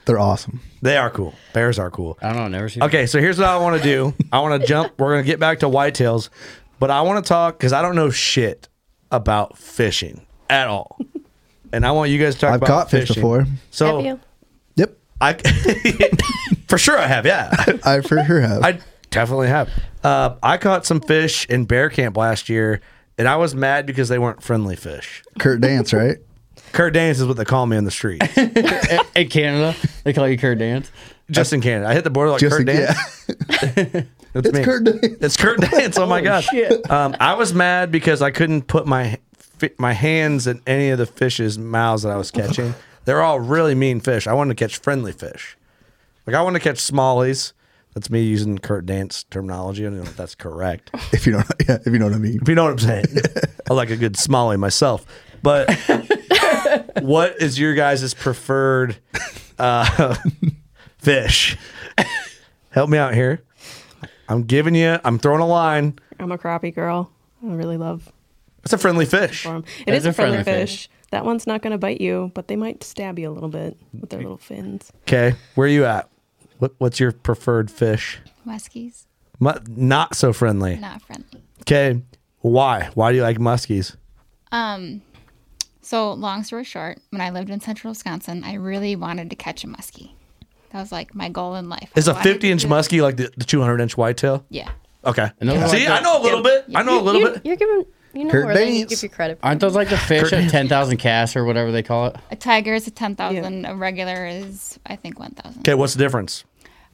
L: They're awesome.
B: They are cool. Bears are cool.
F: I don't know. I've Never seen.
B: Okay, so here's what I want to do. I want to jump. We're gonna get back to whitetails, but I want to talk because I don't know shit about fishing at all, and I want you guys to talk
L: I've
B: about
L: caught fish
B: fishing.
L: before.
B: So
G: Have you?
B: I, for sure, I have. Yeah,
L: I for sure have.
B: I definitely have. Uh, I caught some fish in bear camp last year, and I was mad because they weren't friendly fish.
L: Kurt Dance, right?
B: Kurt Dance is what they call me on the street,
F: in, in Canada, they call you Kurt Dance.
B: just in Canada. I hit the border like
L: Just
B: Kurt
L: in-
B: Dance. That's
L: It's
B: me.
L: Kurt Dance.
B: It's Kurt Dance. Oh my
F: Oh,
B: god!
F: shit.
B: Um, I was mad because I couldn't put my fi- my hands in any of the fish's mouths that I was catching. They're all really mean fish. I wanted to catch friendly fish. Like I want to catch smallies. That's me using Kurt Dance terminology. I don't know if that's correct.
L: If you don't, yeah, if you know what I mean.
B: If you know what I'm saying. I like a good smallie myself. But what is your guys' preferred uh, fish? Help me out here. I'm giving you. I'm throwing a line.
M: I'm a crappie girl. I really love
B: It's a friendly fish.
M: them. It is a friendly, fish. That one's not going to bite you, but they might stab you a little bit with
B: Mm-hmm.
M: their little fins.
B: Okay, where are you at? What, what's your preferred fish?
H: Muskies,
B: Mu- not so friendly.
H: not friendly.
B: Okay, why? Why do you like muskies?
H: Um, so long story short, when I lived in central Wisconsin, I really wanted to catch a muskie. That was like my goal in life.
B: Is
H: I
B: a
H: wanted
B: 50 inch
H: to-
B: muskie like the, the 200 inch whitetail?
H: Yeah.
B: Okay.
F: those are
B: See,
F: like
B: I
F: the-
B: know a little bit. I know a little
G: you,
B: bit.
G: You're giving. You know
B: Kurt
G: where they
B: Dance.
G: give you credit.
F: Aren't those like the fish at ten thousand casts or whatever they call it?
H: A tiger is a ten thousand. A regular is I think one thousand.
B: Okay, what's the difference?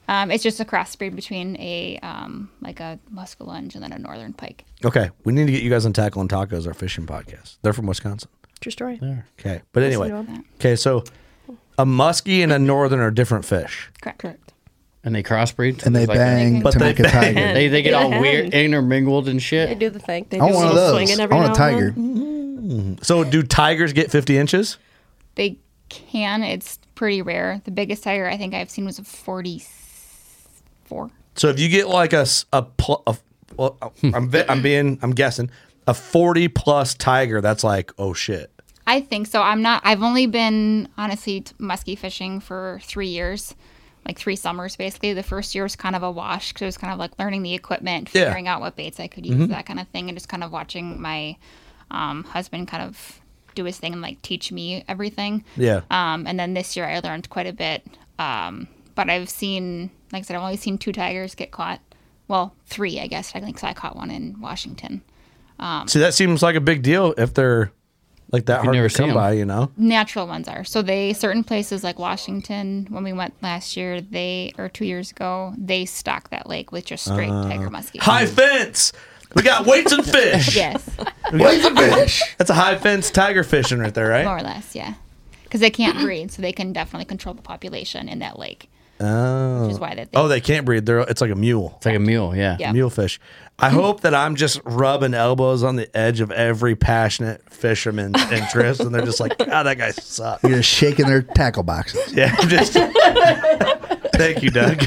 H: Um, it's just a crossbreed between a um like a muskellunge and then a northern pike.
B: Okay, we need to get you guys on Tackle and Tacos, our fishing podcast. They're from Wisconsin.
G: True story.
B: Okay, but
H: Listen
B: anyway.
H: to all that.
B: Okay, so a muskie and a northern are different fish.
H: Correct. Correct.
F: And they crossbreed, so
L: And they
F: there's, like,
L: bang
B: But
L: to
B: they
L: make a
B: bang.
L: tiger.
F: They they get all
G: Yeah.
F: weird, intermingled and
G: They
F: shit.
G: do the thing.
L: I want one of those. I want a tiger.
B: So do tigers get 50 inches?
H: They can. It's pretty rare. The biggest tiger I think I've seen was a forty-four.
B: So if you get like a s- a pl- a- well, I'm ve- I'm being I'm guessing a 40 plus tiger, that's like oh shit.
H: I think so. I'm not. I've only been honestly t- muskie fishing for three years, like three summers basically. The first year was kind of a wash because it was kind of like learning the equipment,
B: Yeah.
H: figuring out what baits I could use,
B: Mhm.
H: that kind of thing, and just kind of watching my um, husband kind of do his thing and like teach me everything.
B: Yeah.
H: Um, and then this year I learned quite a bit. Um, but I've seen, like I said, I've only seen two tigers get caught. Well, three, I guess. I think 'cause I caught one in Washington. Um,
B: See, that seems like a big deal if they're like that
F: you
B: hard
F: never
B: to
F: see
B: come
F: 'em.
B: by, you know.
H: natural ones are. So they certain places like Washington, when we went last year, they or two years ago, they stocked that lake with just straight
B: Uh,
H: tiger muskies.
B: High fence. We got weights and fish.
H: yes,
B: weights and fish. That's a high fence tiger fishing right there, right?
H: more or less, yeah. Because they can't breed, so they can definitely control the population in that lake.
B: Oh,
H: Which is why that they-
B: oh, they can't breed. They're it's like a mule. It's
F: like a mule, yeah.
H: Yeah.
B: Mule fish. I hope that I'm just rubbing elbows on the edge of every passionate fisherman's interest, and they're just like, God, that guy sucks.
L: You're just shaking their tackle boxes.
B: Yeah, I'm just. Thank you, Doug.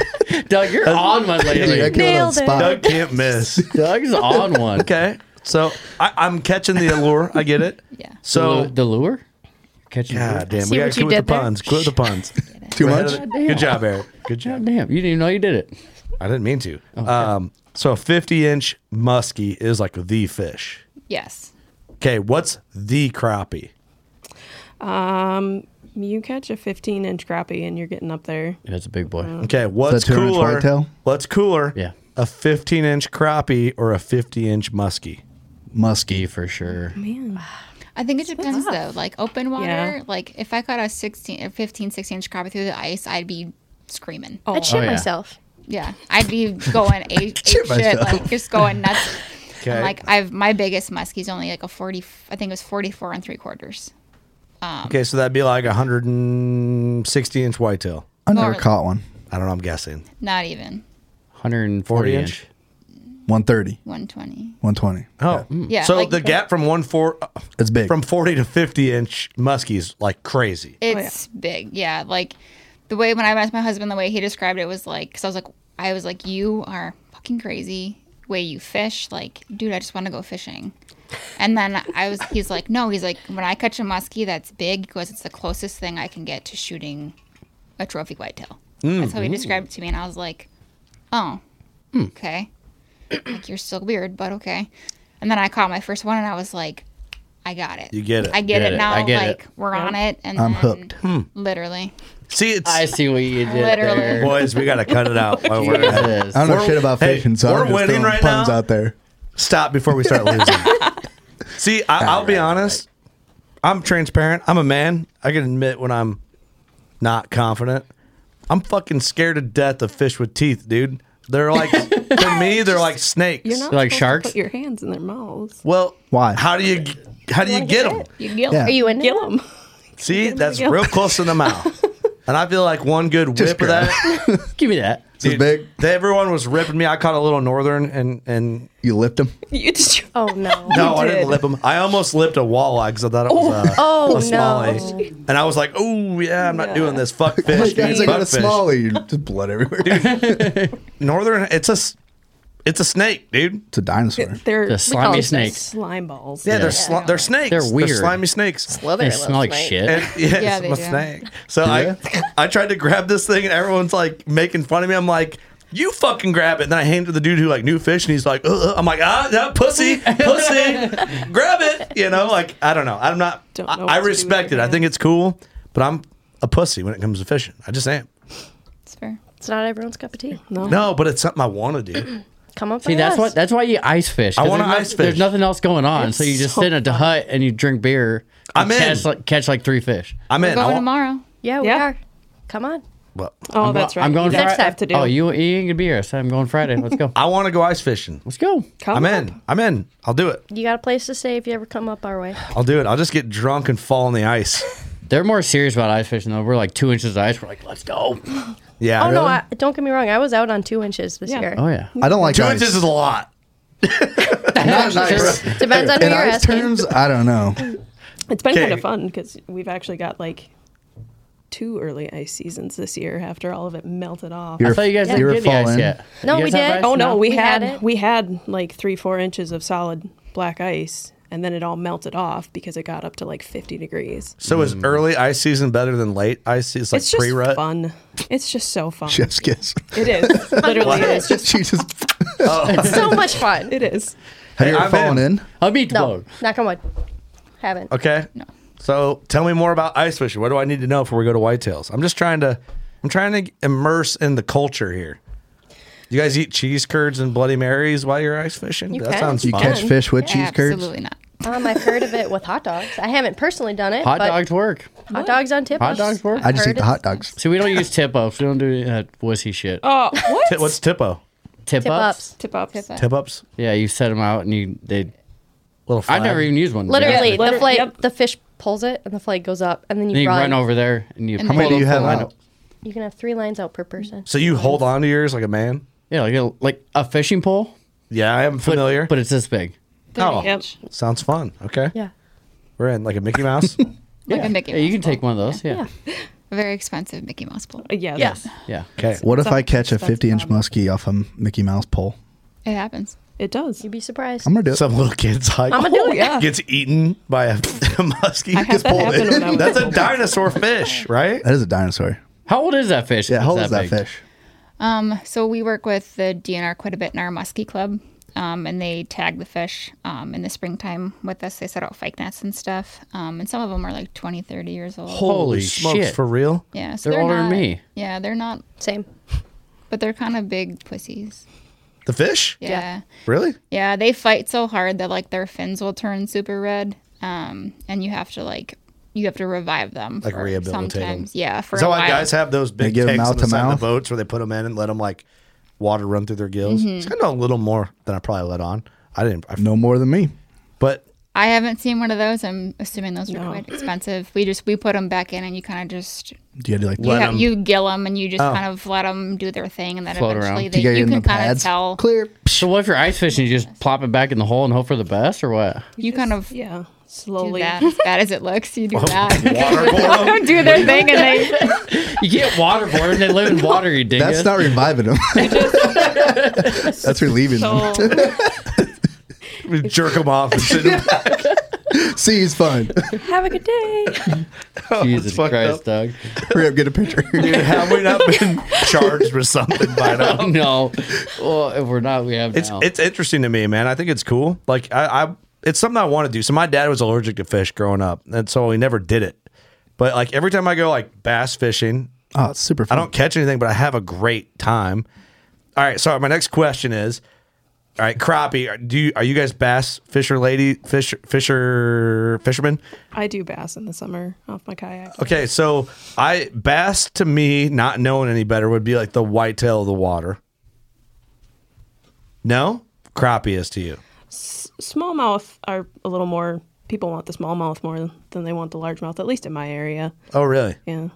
F: Doug, you're on one lately.
B: Nailed it. Doug can't miss.
F: Doug's on one.
B: Okay. So I, I'm catching the allure. I get it. Yeah. So
F: the lure? Catching
B: God
F: the
B: damn.
F: lure? See
B: We got
F: what
B: to
F: you
B: quit the
F: did there?
B: puns. Quit the puns.
F: Too
B: We're
F: much?
B: ahead of
F: God
B: the- Good
F: damn.
B: job, Eric. Good job. Damn.
F: You didn't even know you did it.
B: I didn't mean to.
F: Oh.
B: Um, so a 50 inch muskie is like the fish.
H: Yes.
B: Okay. What's the crappie?
G: Um, you catch a 15 inch crappie and you're getting up there.
F: That's a big boy.
B: Okay. What's
A: that 200
B: cooler?
A: whitetail?
B: What's cooler?
F: Yeah.
B: A 15 inch crappie or a 50 inch muskie?
F: Muskie for sure.
G: Man.
H: I think it depends though. Like open water,
G: Yeah.
H: like if I caught a 16 or 15, 16 inch crappie through the ice, I'd be screaming.
C: I'd shit
F: Oh, yeah.
C: myself.
H: Yeah, I'd be going
C: Shit
H: ape, ape shit,
C: myself.
H: like just going nuts.
B: Okay.
H: I'm like I've my biggest muskie's only like a 40. I think it was 44 and three quarters. Um,
B: Okay, so that'd be like a 160 inch whitetail.
A: I never caught one.
B: I don't know. I'm guessing
H: not even
F: 140
B: 40
F: inch.
A: 130,
H: 120.
A: 120.
B: Oh,
H: Yeah,
B: So
H: like-
B: the gap from one four,
A: it's big.
B: From 40 to 50 inch muskie is like crazy.
H: It's big. Yeah. Like the way when I asked my husband, the way he described it was like, because I was like, I was like, you are fucking crazy. Way you fish, like, dude, I just want to go fishing. And then I was, he's like, no, he's like, when I catch a muskie that's big, because it's the closest thing I can get to shooting a trophy whitetail. That's how he
B: Mm-hmm.
N: Mm.
H: described it to me, and I was like, oh,
B: Hmm.
H: okay. like you're still weird, but okay. And then I caught my first one, and I was like, I got it.
B: You get it.
H: I get,
B: Get
H: it
B: it.
H: now.
B: I get
H: like
B: it.
H: we're on it, and
B: I'm
H: then-
B: hooked. Hmm.
H: Literally.
B: See, it's, I
F: see what you did
H: Literally. there.
B: boys. We gotta cut it out. while we're at it.
A: I don't know
B: We're-
A: shit about
B: hey,
A: fishing, so
B: we're
A: I'm just
B: winning
A: throwing
B: right
A: puns
B: now.
A: out there.
B: Stop before we start losing. See, I, I'll be honest. I'm transparent. I'm a man. I can admit when I'm not confident. I'm fucking scared to death of fish with teeth, dude. They're like to me, they're like snakes.
G: You're not supposed to put your hands in their mouths.
B: Well, why? How do you how do you get them?
G: You gill,
B: Yeah.
G: Are you in gill them?
B: See, that's
G: gill.
B: real close to the mouth. And I feel like one good whip of that.
F: Give me that.
B: Dude, they- Everyone was ripping me. I caught a little northern and and
A: you lipped him.
G: You just, oh no.
B: No, I didn't lip him. I almost lipped a walleye because I thought it was a, a
G: Oh. Oh, no.
B: smallie. And I was like, oh, yeah, I'm not doing this. Fuck fish.
A: Like, guys, I
B: dude,
A: got a
B: fuck fish.
A: smallie. You're Just blood everywhere.
B: Northern, it's a, s- it's a snake, dude.
A: It's a dinosaur.
G: They're
B: The
G: we call
B: slimy
G: them
B: snakes.
G: Slime balls.
B: Yeah, they're sli- they're snakes.
F: They're weird.
B: slimy snakes.
F: Slither They smell like snake. shit.
B: And- yeah,
F: Yeah,
B: it's
F: they
B: my
F: do.
B: snake. So I, I tried to grab this thing, and everyone's like making fun of me. I'm like. You fucking grab it, and then I hand it to the dude who like knew fish, and he's like, "Uh, uh." "I'm like, ah, that pussy, pussy, grab it," you know, like I don't know, I'm not, I, I respect it, I think it's cool, but I'm a pussy when it comes to fishing, I just am.
H: It's fair.
C: It's not everyone's cup of tea.
B: No, but it's something I want to do.
C: Come up
F: See,
C: and
F: that's
C: ask.
F: what that's why you ice fish.
B: I
F: 'cause
B: wanna
F: there's no-
B: ice fish.
F: There's nothing else going on, so you just
B: so
F: sit at the hut and you drink beer.
B: I'm
F: and
B: in.
F: Catch like, catch like three fish.
B: I'm
H: We're going tomorrow.
C: Yeah, we
H: Yeah.
C: are. Come on.
B: Well,
G: Oh,
F: I'm go- I'm going
C: Next
F: Friday.
C: time.
F: to do. Oh, you, you ain't gonna be here. So I'm going Friday. Let's go.
B: I want to go ice fishing.
F: Let's go.
C: Come
B: I'm in. I'm in. I'll do it.
C: You got a place to stay if you ever come up our way.
B: I'll do it. I'll just get drunk and fall on the ice.
F: They're more serious about ice fishing though. We're like two inches of ice. We're like, let's go.
B: Yeah.
C: oh no, I, don't get me wrong. I was out on two inches this year.
F: Oh yeah.
A: I don't like
B: two
A: ice.
B: inches is a lot.
C: Depends on who
A: In
C: you're
A: ice
C: asking.
A: terms, I don't know.
G: It's been
A: Okay.
G: kind of fun because we've actually got like two early ice seasons this year after all of it melted off.
A: You're- I thought you guys didn't you're get any ice falling. yet.
C: No, we did.
G: Oh no, we, had,
C: it.
G: we had like three, four inches of solid black ice, and then it all melted off because it got up to like 50 degrees.
B: So is early ice season better than late ice season? It's like
G: it's just
B: pre rut.
G: fun. It's just so fun.
A: Chef's kiss.
G: It is literally. it is just.
A: She just-
C: It's so much fun.
G: It is.
A: Have you ever
B: I'm
A: fallen in?
F: I'll be
C: No, knock on wood. Haven't.
B: Okay. No. So tell me more about ice fishing. What do I need to know before we go to whitetails? I'm just trying to, I'm trying to immerse in the culture here. You guys eat cheese curds and Bloody Marys while you're ice fishing?
C: You
B: that
C: can.
B: sounds
A: You
B: fun.
A: catch fish with cheese curds?
H: not.
C: Um, I've heard of it with hot dogs. I haven't personally done it.
F: Hot
C: but
F: dogs work.
C: Hot dogs on tip.
F: Hot dogs work.
C: I've heard it's-
A: dogs.
F: See, we don't use tip ups. We don't do any of that wussy shit.
G: Oh, what?
B: Ti- What's tippo?
F: Tip,
C: Tip
F: ups.
C: ups.
G: Tip ups.
B: Tip ups.
F: Yeah, you set them out and you they.
B: Little.
F: I've never even used one.
C: Literally,
F: Then
C: the flag, the fish pulls it, and the flag goes up, and then you,
F: you
C: run.
F: run over there and you.
C: And How many
F: pull
C: do
F: the
C: you
F: full
C: have
F: line
C: out?
F: up.
C: You can have three lines out per person.
B: So you hold on to yours like a man?
F: Yeah, like a, like a fishing pole.
B: Yeah, I am familiar.
F: But, it's this big.
B: Oh, sounds fun. Okay.
C: Yeah.
B: We're in like a Mickey Mouse.
H: Like a Mickey
F: Yeah, you can take one of those. Yeah.
H: A very expensive Mickey Mouse pole.
G: Uh,
M: Yeah.
H: Yes.
F: Yeah.
B: Okay.
L: What if
H: Some-
L: I catch a
H: that's
L: 50 inch muskie off a Mickey Mouse pole?
H: It happens.
M: It does.
G: You'd be surprised.
L: I'm gonna do it.
B: Some little kid's like,
G: I'ma do it. Oh, Yeah.
B: Gets eaten by a, a muskie.
G: I had
B: Gets
G: that
B: pulled
G: happen
B: in.
G: when I was
B: That's a
G: little.
B: dinosaur fish, right?
L: That is a dinosaur.
F: How old is that fish?
L: Yeah, how old is
F: It's
L: that
F: big?
L: fish?
H: Um, so we work with the DNR quite a bit in our muskie club, um, and they tag the fish um, in the springtime with us. They set out fike nets and stuff, um, and some of them are like 20, 30 years old.
B: Holy smokes, for real?
H: Yeah, so they're, not, Yeah, they're not
G: same,
H: but they're kind of big pussies.
B: The fish?
H: Yeah.
B: Really?
H: Yeah, they fight so hard that like their fins will turn super red, um, and you have to like you have to revive them.
B: Like
H: for-
B: rehabilitate 'em.
H: sometimes. Yeah, for
B: Is that
H: a
B: why
H: while.
B: guys have those big
L: give 'em
B: tanks on
L: mouth
B: the
L: to
B: side of
L: mouth?
B: the boats where they put them in and let them like water run through their gills?
H: Mhm.
B: It's kind of a little more than I probably let on. I didn't. I,
L: No more than me.
B: but
H: I haven't seen one of those. I'm assuming those are quite expensive. We just we put them back in, and you kind of just
L: Do you have to like
H: you, have, you gill them, and you just
F: Oh.
H: kind of let them do their thing, and then
F: Float
H: eventually
F: around.
H: they you can kind of tell.
L: Clear.
F: So what if you're ice fishing? You just plop it back in the hole and hope for the best, or what?
H: You kind of
M: yeah slowly
H: that as bad as it looks. You
B: Oh.
H: do that.
F: Waterboard 'em.
H: do their thing, and they
F: You get waterboarded and they live in water. You dig
L: That's not reviving them. That's relieving them.
B: we jerk them off and send 'em back.
L: See, he's fine.
G: Have a good day.
F: Jesus Christ, Doug.
L: Hurry Oh, up, get a picture.
B: Dude, have we not been charged with something by
L: Oh.
B: now?
F: no. Well, if we're not, we have
B: It's
F: now.
B: it's interesting to me, man. I think it's cool. Like I, I it's something I want to do. So my dad was allergic to fish growing up, and so he never did it. But like every time I go like bass fishing,
L: Oh, it's super
B: I
L: fun.
B: don't catch anything, but I have a great time. All right, so my next question is, all right, crappie. are- Do you, are you guys bass fisher lady fisher fisher fishermen?
M: I do bass in the summer off my kayak.
B: Okay, so I bass to me, not knowing any better, would be like the whitetail of the water. No, crappie is to you.
M: S- smallmouth are a little more. People want the smallmouth more than they want the largemouth, at least in my area.
B: Oh, really?
M: Yeah.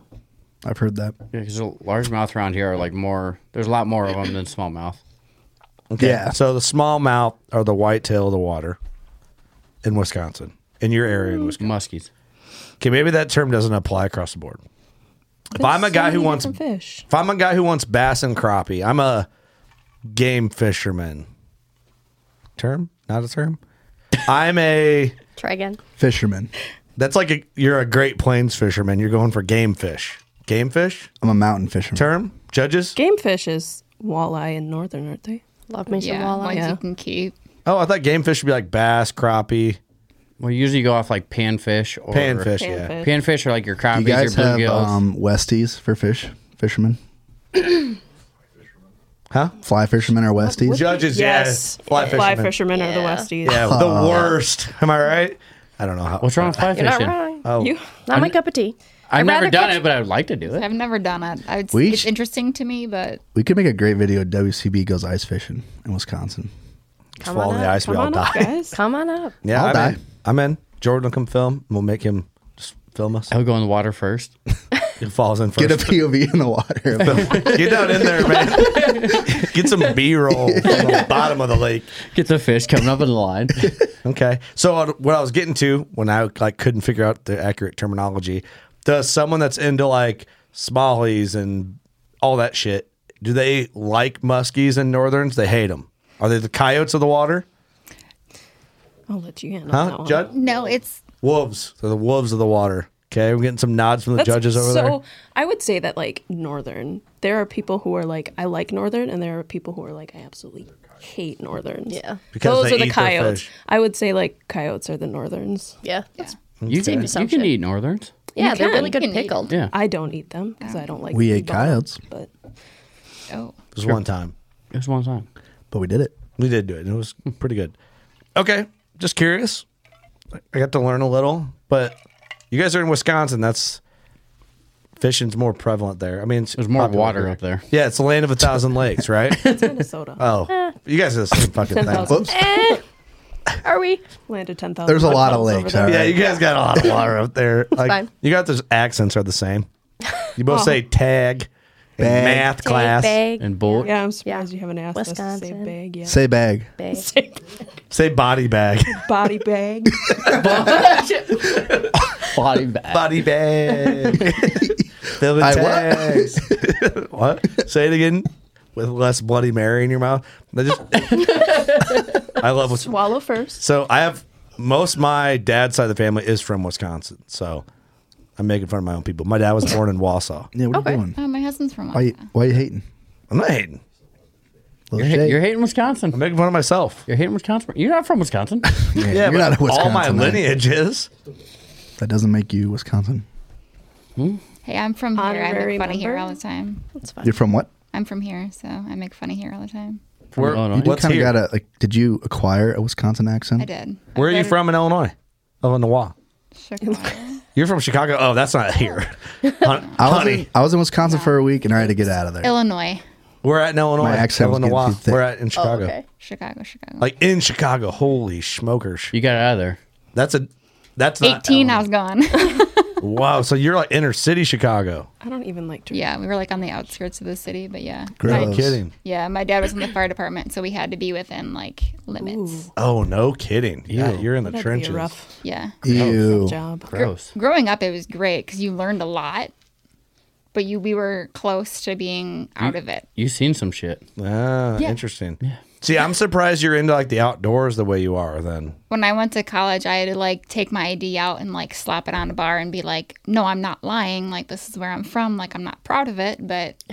L: I've heard that.
F: Yeah, because largemouth around here are like more. There's a lot more of them than smallmouth.
B: Okay.
L: Yeah.
B: So the smallmouth are the whitetail of the water in Wisconsin, in your area in Wisconsin.
F: Muskies.
B: Okay, maybe that term doesn't apply across the board. If I'm a
M: There's so
B: guy who
M: many
B: wants,
M: different fish,
B: if I'm a guy who wants bass and crappie, I'm a game fisherman. Term? Not a term. I'm a.
G: Try again.
L: Fisherman.
B: That's like a, you're a Great Plains fisherman. You're going for game fish. Game fish
L: I'm a mountain fisherman.
B: term. Judges.
M: game fish is walleye in northern, aren't they?
G: Love me
H: yeah,
G: some walleye.
H: ones
M: Yeah.
H: you can keep.
B: Oh, I thought game fish would be like bass, crappie,
F: Well, you usually go off like panfish or
B: panfish. yeah.
M: Panfish.
F: Panfish are like your
L: Do
F: crappies,
L: you
F: your
L: guys have
F: bluegills.
L: um, Westies for fish? Fishermen?
B: Huh?
L: Fly fishermen or Westies?
B: Judges.
M: Yes.
B: Yeah. Fly
M: Fly
B: fishermen.
M: fishermen are the Westies.
B: Yeah, the worst. Am I right? I don't know how.
F: What's wrong with fly
G: You're not
F: fishing?
G: wrong.
B: Oh,
M: You,
G: Not my cup of tea.
F: I've
G: I'd
F: never
G: rather
F: done
G: catch-
F: it, but I would like to do it.
H: I've never done it. I would,
L: We
H: it's
L: sh-
H: interesting to me, but
L: We could make a great video. WCB goes ice fishing in Wisconsin.
B: just fall in the ice. We
M: come
B: all
M: on
B: die.
M: up, guys.
G: Come on up.
B: Yeah,
L: I'll
B: I'm
L: die.
B: In. I'm in. Jordan will come film. We'll make him just film us.
F: I'll go in the water first.
B: He falls in
L: Get a
B: first.
L: POV in the water.
B: Get, down in there, man. Get some B-roll from the bottom of the lake.
F: Get the fish coming up in the line.
B: Okay. So uh, what I was getting to when I like couldn't figure out the accurate terminology, does someone that's into like smallies and all that shit, do they like muskies and northerns? They hate them. Are they the coyotes of the water?
M: I'll let you handle that
B: Huh,
M: one.
B: Judd?
H: no, it's
B: Wolves. They're the wolves of the water. Okay, we're getting some nods from the judges over
M: so
B: there.
M: I would say that like northern, there are people who are like I like northern, and there are people who are like I absolutely hate northerns.
G: Yeah.
B: Because
M: those
B: they
M: are the
B: eat their
M: coyotes.
B: fish.
M: I would say like coyotes are the northerns.
G: Yeah.
F: You
G: Safe
F: can, you
G: assumption.
F: can eat northerns.
G: Yeah, they're
H: can.
G: really
H: You
G: good
H: can eat
G: pickled.
F: Yeah.
M: I don't eat them because I don't like.
L: We ate
M: meatballs,
L: coyotes.
M: but
H: oh,
B: It was one time.
F: It was one time.
L: but we did it.
B: We did do it. and It was pretty good. Okay, just curious. I got to learn a little, but you guys are in Wisconsin. That's fishing's more prevalent there. I mean, it's
F: There's more
B: popular
F: water
B: there.
F: up there.
B: Yeah, it's the land of a thousand lakes, right?
M: it's Minnesota.
B: Oh, you guys are the same fucking thing.
M: 10,000.
G: Eh, are we?
M: Landed ten thousand.
L: There's a lot of lakes. all
B: Yeah,
L: right.
B: you guys got a lot of water up there. Like
G: fine.
B: you got those accents are the same. You both
M: Oh.
B: say tag, in
L: Bag.
B: math class,
G: Bag,
F: And bolt.
M: Yeah, I'm surprised you haven't asked us to
G: Wisconsin.
M: say bag yet.
L: Say bag.
G: bag.
B: say body bag,
M: Body bag.
F: Body bag.
B: body bag. Fill the
A: I
B: tags. what? Say it again with less Bloody Mary in your mouth. I just, I love what's
M: Swallow first.
B: so I have most my dad's side of the family is from Wisconsin, so I'm making fun of my own people. My dad was born in Wausau.
A: Yeah, what are you doing?
H: Oh, my husband's from.
A: Why, why you hating?
B: I'm not hating.
F: You're, ha- you're hating Wisconsin. I'm
B: making fun of myself.
F: You're hating Wisconsin. You're not from Wisconsin.
A: Yeah, you're
B: but
A: not a
B: all my
A: Wisconsinite.
B: lineage is.
A: That doesn't make you Wisconsin.
H: Hey, I'm from here. I
M: Honorary
H: make fun of here
M: member?
H: all the time. That's
A: You're from what?
H: I'm from here, so I make fun of here all the time.
B: Where,
A: You do kind of got a like. Did you acquire a Wisconsin accent?
H: I did.
B: Where are you from in Illinois? Illinois. You're from Chicago. Oh, that's not here. Hon-
A: I was,
B: honey,
A: in, I was in Wisconsin for a week and I had to get out of there.
H: Illinois,
B: we're at in Illinois.
A: My accent was getting
B: Illinois.
A: too thick.
B: We're
H: Oh,
B: at in Chicago.
H: Chicago, Chicago.
B: Like in Chicago. Holy schmokers!
F: You got out of there.
B: That's a. That's not.
H: 18, I was gone.
B: Wow. So you're like inner city Chicago.
H: I don't even like to. Yeah, we were like on the outskirts of the city, but yeah.
B: Gross.
H: My-
B: Kidding.
H: Yeah, my dad was in the fire department, so we had to be within like limits.
B: Oh no, kidding. Yeah,
F: Ew.
B: you're in the
H: That'd be
B: trenches.
H: rough. Yeah.
B: Ew.
H: Job.
B: Gross.
H: Growing up, it was great because you learned a lot, but you we were close to being
B: Mm.
H: out of it.
F: You seen some shit.
B: Ah,
H: Yeah.
B: interesting. See, I'm surprised you're into like the outdoors the way you are. Then
H: When I went to college, I had to like take my ID out and like slap it on a bar and be like, "No, I'm not lying. Like this is where I'm from. Like I'm not proud of it, but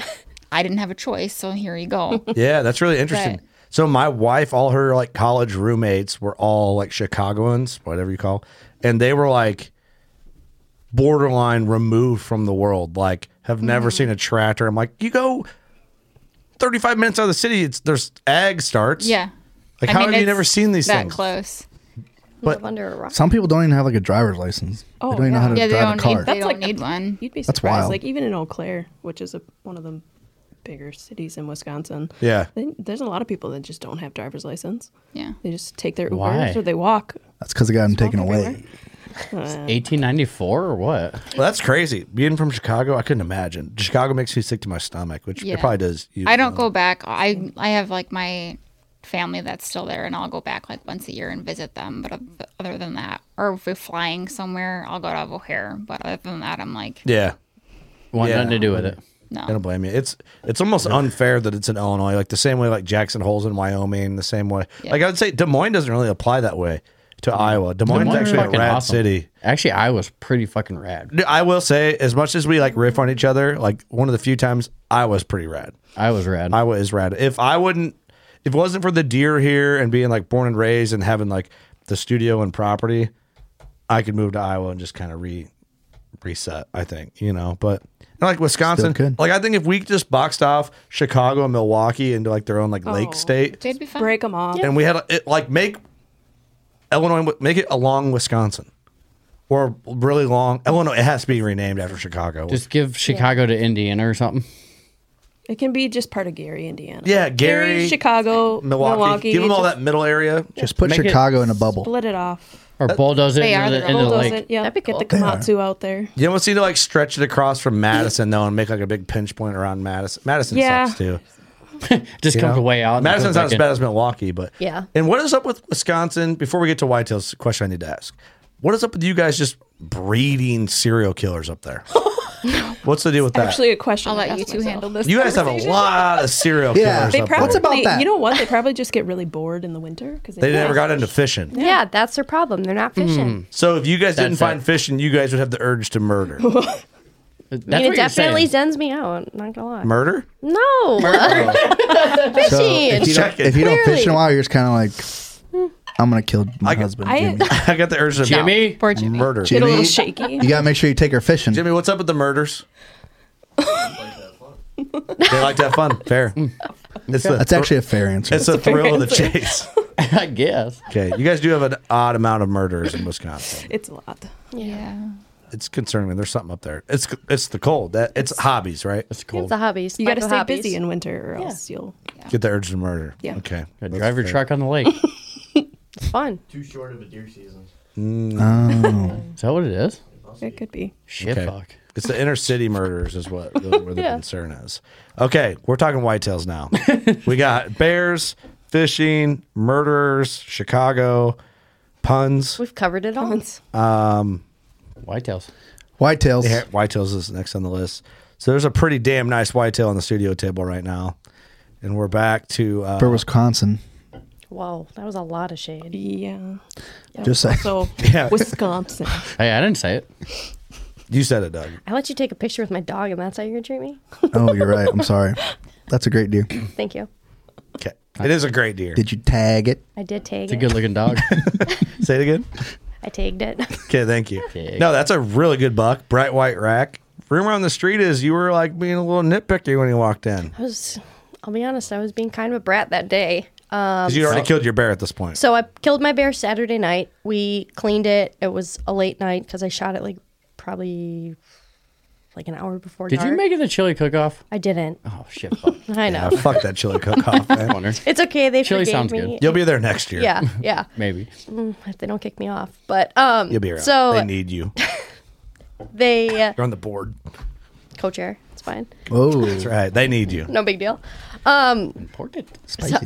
H: I didn't have a choice, so here you go."
B: yeah, that's really interesting.
H: But-
B: So my wife, all her like college roommates were all like Chicagoans, whatever you call, and they were like borderline removed from the world. Like have
H: Mm-hmm.
B: never seen a tractor. I'm like, you go 35 minutes out of the city, it's there's ag starts.
H: Yeah.
B: Like
H: I
B: how
H: mean,
B: have you
H: it's
B: never seen these
H: that
B: things?
H: close?
B: But-
H: under a rock.
A: Some people don't even have like a driver's license. they don't even know how to
H: yeah, they
A: drive
H: don't
A: a car.
H: Need, they
M: That's
H: don't
M: like-
H: need one.
M: Oh, You'd be
A: That's
M: surprised.
A: wild.
M: Like even in Eau Claire, which is a, one of the bigger cities in Wisconsin.
A: Yeah.
M: they- There's a lot of people that just don't have driver's license.
H: Yeah.
M: They just take their Ubers
F: Why?
M: or they walk.
A: That's because I got them taken away.
M: everywhere. Uh,
F: 1894 or what?
B: Well, that's crazy. Being from Chicago, I couldn't imagine. Chicago makes me sick to my stomach, which
H: Yeah.
B: it probably does.
H: I don't go back. I I have like my family that's still there, and I'll go back like once a year and visit them. But oth- other than that, or if we're flying somewhere, I'll go to O'Hare. But other than that, I'm like,
B: Yeah.
F: Want nothing to do with it.
H: No.
B: I don't blame you. It's it's almost unfair that it's in Illinois, like the same way like Jackson Hole's in Wyoming, the same way.
H: Yeah.
B: Like I would say Des Moines doesn't really apply that way to Iowa. Des Moines,
F: Des Moines
B: is
F: is
B: actually a
F: fucking
B: rad
F: awesome.
B: city.
F: Actually, Iowa's pretty fucking rad.
B: Dude, I will say, as much as we like riff on each other, like one of the few times Iowa's pretty rad.
F: Iowa's rad.
B: Iowa is rad. If I wouldn't, if it wasn't for the deer here and being like born and raised and having like the studio and property, I could move to Iowa and just kind of re reset. I think you know, but and, like Wisconsin, like I think if we just boxed off Chicago and Milwaukee into like their own like
M: Oh.
B: lake state,
H: They'd be fun.
M: Break them off.
B: and we had it like make Illinois make it along Wisconsin. Or really long Illinois. It has to be renamed after Chicago.
F: Just give Chicago to Indiana or something.
M: It can be just part of Gary, Indiana.
B: Yeah, Gary,
M: Chicago,
B: Milwaukee.
M: Milwaukee.
B: Give them all
M: just
B: that middle area.
A: Just put
B: Make it-
A: Chicago in a bubble.
M: Split it off.
F: Or bulldoze it
M: They
F: into
M: are
F: the,
M: the
F: into the
M: bulldoze
F: lake.
M: it. Yeah, get the
B: They are.
M: Komatsu out there.
B: You almost need to like stretch it across from Madison though, and make like a big pinch point around Madison. Madison
M: Yeah.
B: sucks too.
F: Just
B: You
F: comes
B: know?
F: way out. and
B: Madison's
F: comes
B: not
F: back
B: as
F: in.
B: bad as Milwaukee, but
G: Yeah.
B: And what is up with Wisconsin? Before we get to Whitetail's question, I need to ask: What is up with you guys just breeding serial killers up there? What's the deal with that?
M: Actually, a question.
H: I'll
M: I
H: let you
M: asked
H: two
M: myself.
H: handle this.
B: you guys have a
H: conversation.
B: lot of serial killers.
A: Yeah.
M: They
B: up
M: probably,
B: there.
M: You know what? They probably just get really bored in the winter because
B: They never got into fishing.
G: Yeah. that's their problem. They're
A: Hmm,
G: not fishing.
B: So if you guys didn't
F: That's
B: find fishing, you guys would have the urge to murder.
G: I mean, it definitely sends me out. Not gonna
A: Hmm.
G: lie.
B: Murder?
G: no, fishing.
A: So if you, don't, if you don't fish in a while, you're just kind of like, I'm gonna kill my husband.
M: I-
A: Jimmy.
B: I got the urge to
F: Jimmy?
M: Poor Jimmy.
B: murder.
M: Get a little shaky.
A: You gotta make sure you take her fishing.
B: Jimmy, what's up with the murders? they like to have fun. Fair. It's the,
A: That's actually a fair answer.
B: it's the thrill of the chase.
F: I guess.
B: Okay, you guys do have an odd amount of murders in Wisconsin.
M: It's a lot.
H: Yeah.
B: It's concerning. There's something up there. It's it's the cold. That it's, hobbies, right?
F: It's cold.
G: The hobbies.
M: You got to
G: Michael
M: stay
G: hobbies.
M: busy in winter, or else you'll.
B: Get the urge to murder.
M: Yeah.
B: Okay.
F: Drive your truck on the lake. Is
G: It's fun.
O: Too short of a deer season.
F: Mm.
A: Oh.
F: that what it is?
M: It could be.
F: Shit, fuck.
B: It's the inner city murders is what really where the
M: Yeah.
B: concern is. Okay, we're talking whitetails now. we got bears, fishing, murderers, Chicago, puns.
G: We've covered it all.
B: Um,
F: Whitetails.
A: Whitetails.
B: Yeah, whitetails is next on the list. So there's a pretty damn nice whitetail on the studio table right now, and we're back to uh,
A: for Wisconsin.
F: Whoa, that was a lot of shade.
G: Yeah.
A: Just saying.
G: So
B: Yeah.
G: Wisconsin.
C: Hey, I didn't say it.
B: You said it, Doug.
F: I let you take a picture with my dog, and that's how you're gonna treat me?
A: Oh, you're right. I'm sorry. That's a great deer.
F: Thank you.
B: Okay, it is a great deer.
A: Did you tag it?
F: I did take
C: It's a
F: it.
C: good looking dog.
B: Say it again.
F: I tagged it.
A: Oh.
B: Okay, thank you. No, that's a really good buck. Bright white rack. Rumor on the street is you were like being a little nitpicky when you walked in
F: I was. I'll be honest. I was being kind of a brat that day. Um,
B: because you already
F: so-
B: killed your bear at this point.
F: So I killed my bear Saturday night. We cleaned it. It was a late night because I shot it like probably like an hour before.
C: Did you
F: dark.
C: make it the chili cook off?
F: I didn't.
C: Oh shit.
F: I know.
B: fuck that chili cook off.
F: It's okay. They
C: Chili
F: forgave
C: sounds
F: me.
C: good.
B: You'll be there next year.
F: Yeah, yeah.
C: Maybe.
F: Mm, if they don't kick me off, but um,
B: You'll be around.
F: So
B: they need you.
F: they uh,
B: You're on the board.
F: co-chair. It's fine.
B: Oh, that's right. They need you.
F: No big deal. Um,
C: Important.
F: Spicy.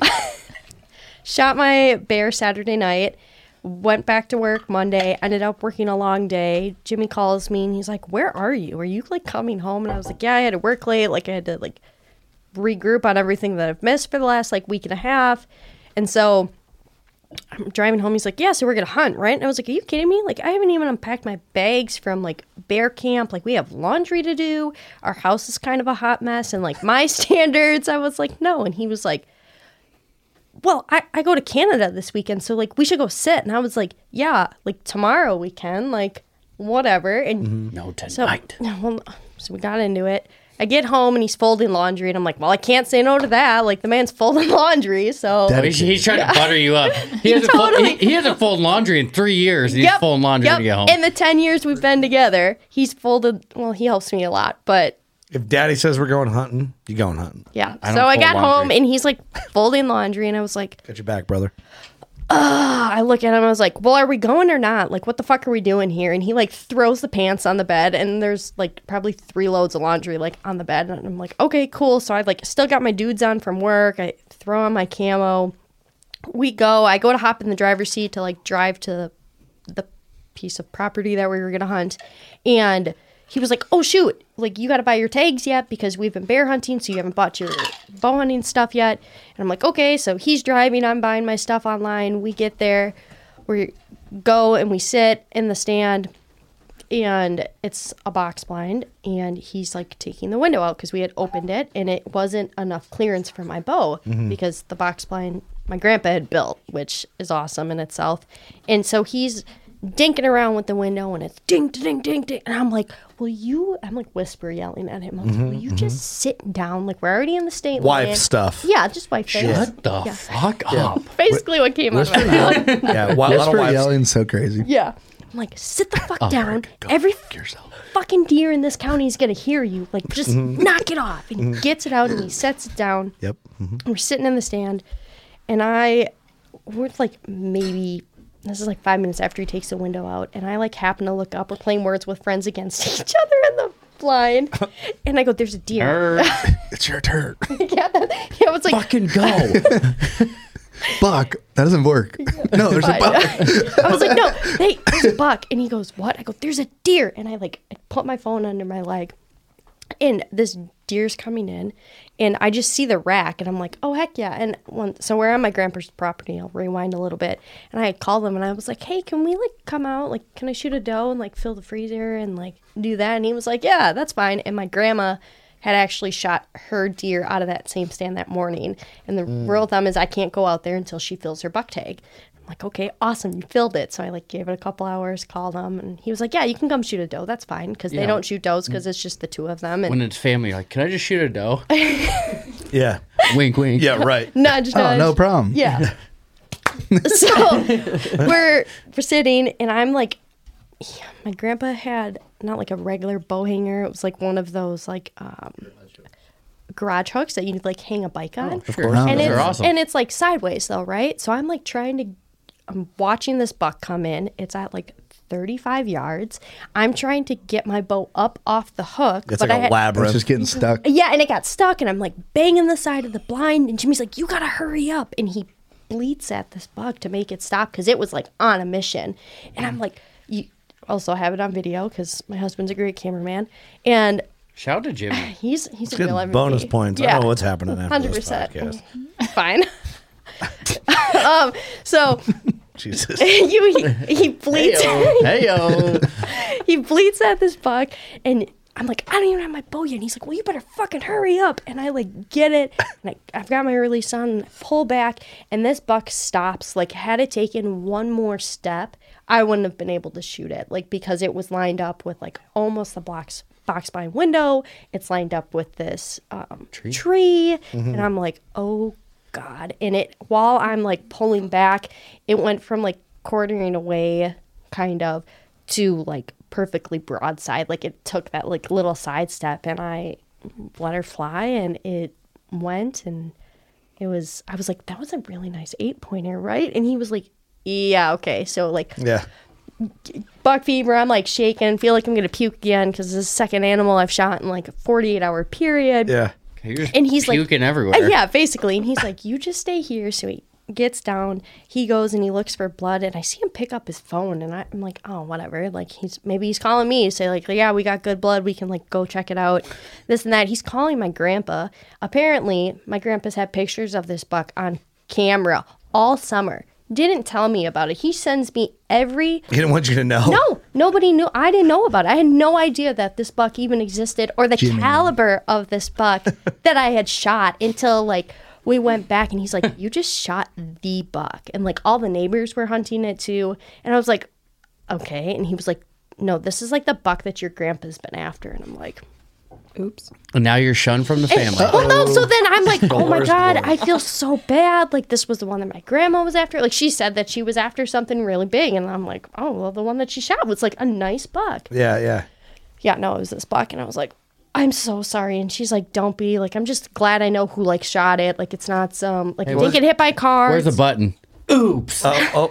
F: shot my bear Saturday night. Went back to work Monday. Ended up working a long day. Jimmy calls me and he's like, "Where are you? Are you like coming home?" And I was like, "Yeah, I had to work late. Like I had to like regroup on everything that I've missed for the last like week and a half." And so I'm driving home. He's like, "Yeah, so we're gonna hunt, right?" And I was like, "Are you kidding me? Like, I haven't even unpacked my bags from like bear camp. Like, we have laundry to do. Our house is kind of a hot mess, and like my standards." I was like, "No," and he was like, "Well, I I go to Canada this weekend, so like we should go sit." And I was like, "Yeah, like tomorrow we can, like whatever." And
C: Mm-hmm. No,
F: so,
C: tonight.
F: well, so we got into it. I get home and he's folding laundry, and I'm like, "Well, I can't say no to that. Like, the man's folding laundry, so."
C: Oh, he's, he's trying
F: Yeah.
C: to butter you up. He hasn't, fold
F: Totally.
C: he, he hasn't folded laundry in three years. and He's
F: Yep,
C: folding laundry
F: yep.
C: to get home.
F: In the 10 years we've been together, he's folded, well, he helps me a lot, but
B: If Daddy says we're going hunting, you going hunting.
F: yeah.
B: I don't
F: so I
B: fold
F: got home
B: laundry.
F: and he's like folding laundry, and I was like,
B: Got your back, brother.
F: Ugh, I look at him. I was like, "Well, are we going or not? Like, what the fuck are we doing here?" And he like throws the pants on the bed, and there's like probably three loads of laundry like on the bed, and I'm like, "Okay, cool." So I like still got my dudes on from work. I throw on my camo. We go. I go to hop in the driver's seat to like drive to the piece of property that we were gonna hunt, and he was like, "Oh shoot! Like you got to buy your tags yet because we've been bear hunting, so you haven't bought your bow hunting stuff yet." And I'm like, "Okay." So he's driving. I'm buying my stuff online. We get there, we go and we sit in the stand, and it's a box blind, and he's like taking the window out because we had opened it and it wasn't enough clearance for my bow
P: Mhm.
F: because the box blind my grandpa had built, which is awesome in itself, and so he's dinking around with the window and it's ding ding ding ding and I'm like, Will you I'm like whisper yelling at him. I'm like,
B: Mhm,
F: Will you
B: mhm.
F: just sit down? Like we're already in the state
B: Wife
F: land."
B: stuff.
F: Yeah, just wife things.
C: Shut the
F: Yeah.
C: fuck up.
F: Basically what came out of my mouth.
A: yeah,
B: why-
A: whisper
B: otherwise-
A: yelling so crazy.
F: Yeah. I'm like, sit the fuck
A: Oh,
F: down. Every fucking deer in this county is gonna hear you. Like just
A: Mhm.
F: knock it off. And he
A: Mhm.
F: Mm. gets it out and he sets it down.
B: Yep.
F: We're sitting in the stand, and I, we're like maybe this is like five minutes after he takes the window out, and I like happen to look up. We're playing words with friends against each other in the blind, and I go, "There's a deer."
A: it's your turn.
F: yeah, that- yeah, I was like,
C: "Fucking go!"
A: Buck. That doesn't work. No, there's a buck.
F: I was like, no, hey, there's a buck. And he goes, what? I go, there's a deer. And I like, I put my phone under my leg. And this deer's coming in. And I just see the rack. And I'm like, oh, heck yeah. And one, so we're on my grandpa's property. I'll rewind a little bit. And I called them and I was like, hey, can we like come out? Like, can I shoot a doe and like fill the freezer and like do that? And he was like, yeah, that's fine. And my grandma, had actually shot her deer out of that same stand that morning. And the
P: Mm.
F: rule of thumb is I can't go out there until she fills her buck tag. I'm like, okay, awesome, you filled it. So I like gave it a couple hours, called him, and he was like, yeah, you can come shoot a doe. That's fine because
C: Yeah. Mm.
F: they don't shoot does because it's just the two of them.
C: When
F: And
C: it's family, you're like, can I just shoot a doe?
B: yeah.
C: Wink, wink.
B: Yeah, right.
F: nudge, nudge.
A: Oh,
F: Yeah. so we're we're sitting, and I'm like, yeah, my grandpa had not like a regular bow hanger. It was like one of those like um, garage hooks that you like hang a bike on.
C: Oh, of course.
F: and
C: Those
F: it's
C: are awesome.
F: and it's like sideways though, right? So I'm like trying to. I'm watching this buck come in. It's at like 35 yards. I'm trying to get my bow up off the hook.
A: It's
F: but I had-
A: It's just getting stuck.
F: yeah, and it got stuck, and I'm like banging the side of the blind, and Jimmy's like, "You gotta hurry up!" And he bleats at this bug to make it stop because it was like on a mission, and I'm like, "You." also have it on video because my husband's a great cameraman, and
C: Shout out to Jimmy.
F: he's he's a
B: Good
F: real MVP.
B: bonus points. I don't know what's happening after this
F: 100%. Fine. um, so
B: Jesus.
F: you he, he bleats.
C: Heyo.
F: he bleats at this buck and I'm like, I don't even have my bow yet. And he's like, Well, you better fucking hurry up. And I like get it. And I, I've got my release on and I pull back. And this buck stops. Like, had it taken one more step, I wouldn't have been able to shoot it. Like, because it was lined up with like almost the box box behind window. It's lined up with this um, tree.
Q: Mhm.
F: And I'm like, oh God. And it while I'm like pulling back, it went from like quartering away kind of to like perfectly broadside. Like it took that like little sidestep and I let her fly and it went and it was I was like, that was a really nice eight pointer, right? And he was like, Yeah, okay. So like
B: Yeah.
F: buck fever. I'm like shaking, feel like I'm gonna puke again because this is the second animal I've shot in like a 48 hour period.
B: Yeah.
C: You're just
F: And he's like
C: puking everywhere.
F: Uh, Yeah, basically. And he's like, "You just stay here." So he gets down. He goes and he looks for blood. And I see him pick up his phone, and I, I'm like, "Oh, whatever." Like he's maybe he's calling me to say like, "Yeah, we got good blood. We can like go check it out." This and that. He's calling my grandpa. Apparently, my grandpa's had pictures of this buck on camera all summer. Didn't tell me about it. He sends me every
B: He didn't want you to know.
F: no, nobody knew. I didn't know about it. I had no idea that this buck even existed or the
B: Jimmy.
F: caliber of this buck that I had shot until like we went back and he's like, You just shot the buck. And like all the neighbors were hunting it too. And I was like, Okay. And he was like, No, this is like the buck that your grandpa's been after. And I'm like, Oops.
C: And now you're shunned from the
F: And-
C: family.
F: well, no. So then I'm like,
C: The
F: oh my
C: worst
F: god,
C: one.
F: I feel so bad. Like this was the one that my grandma was after. Like she said that she was after something really big, and I'm like, oh well, the one that she shot was like a nice buck.
B: Yeah, yeah.
F: Yeah, no, it was this buck, and I was like, I'm so sorry. And she's like, don't be. Like I'm just glad I know who like shot it. Like it's not some like
B: Hey,
F: it
B: where's-
F: didn't get hit by a car.
C: Where's the button? Uh, Oops.
B: Oh, oh,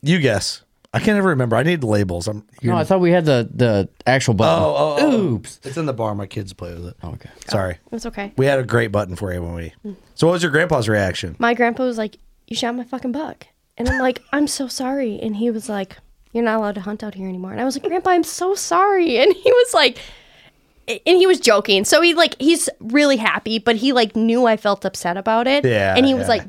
B: you guess. I can't ever remember. I need labels. I'm.
C: No, I thought we had the the actual button.
B: Oh, oh, oh.
C: Oops.
B: It's in the bar. My kids play with it.
C: Oh, okay.
B: Sorry.
F: Oh, It's okay.
B: We had a great button for you when we. So, what was your grandpa's reaction?
F: my grandpa was like, You shot my fucking buck. And I'm like, I'm so sorry. And he was like, You're not allowed to hunt out here anymore. And I was like, Grandpa, I'm so sorry. And he was like, and he was joking. So he like he's really happy, but he like knew I felt upset about and about it.
C: Yeah,
F: And he was
C: yeah.
F: like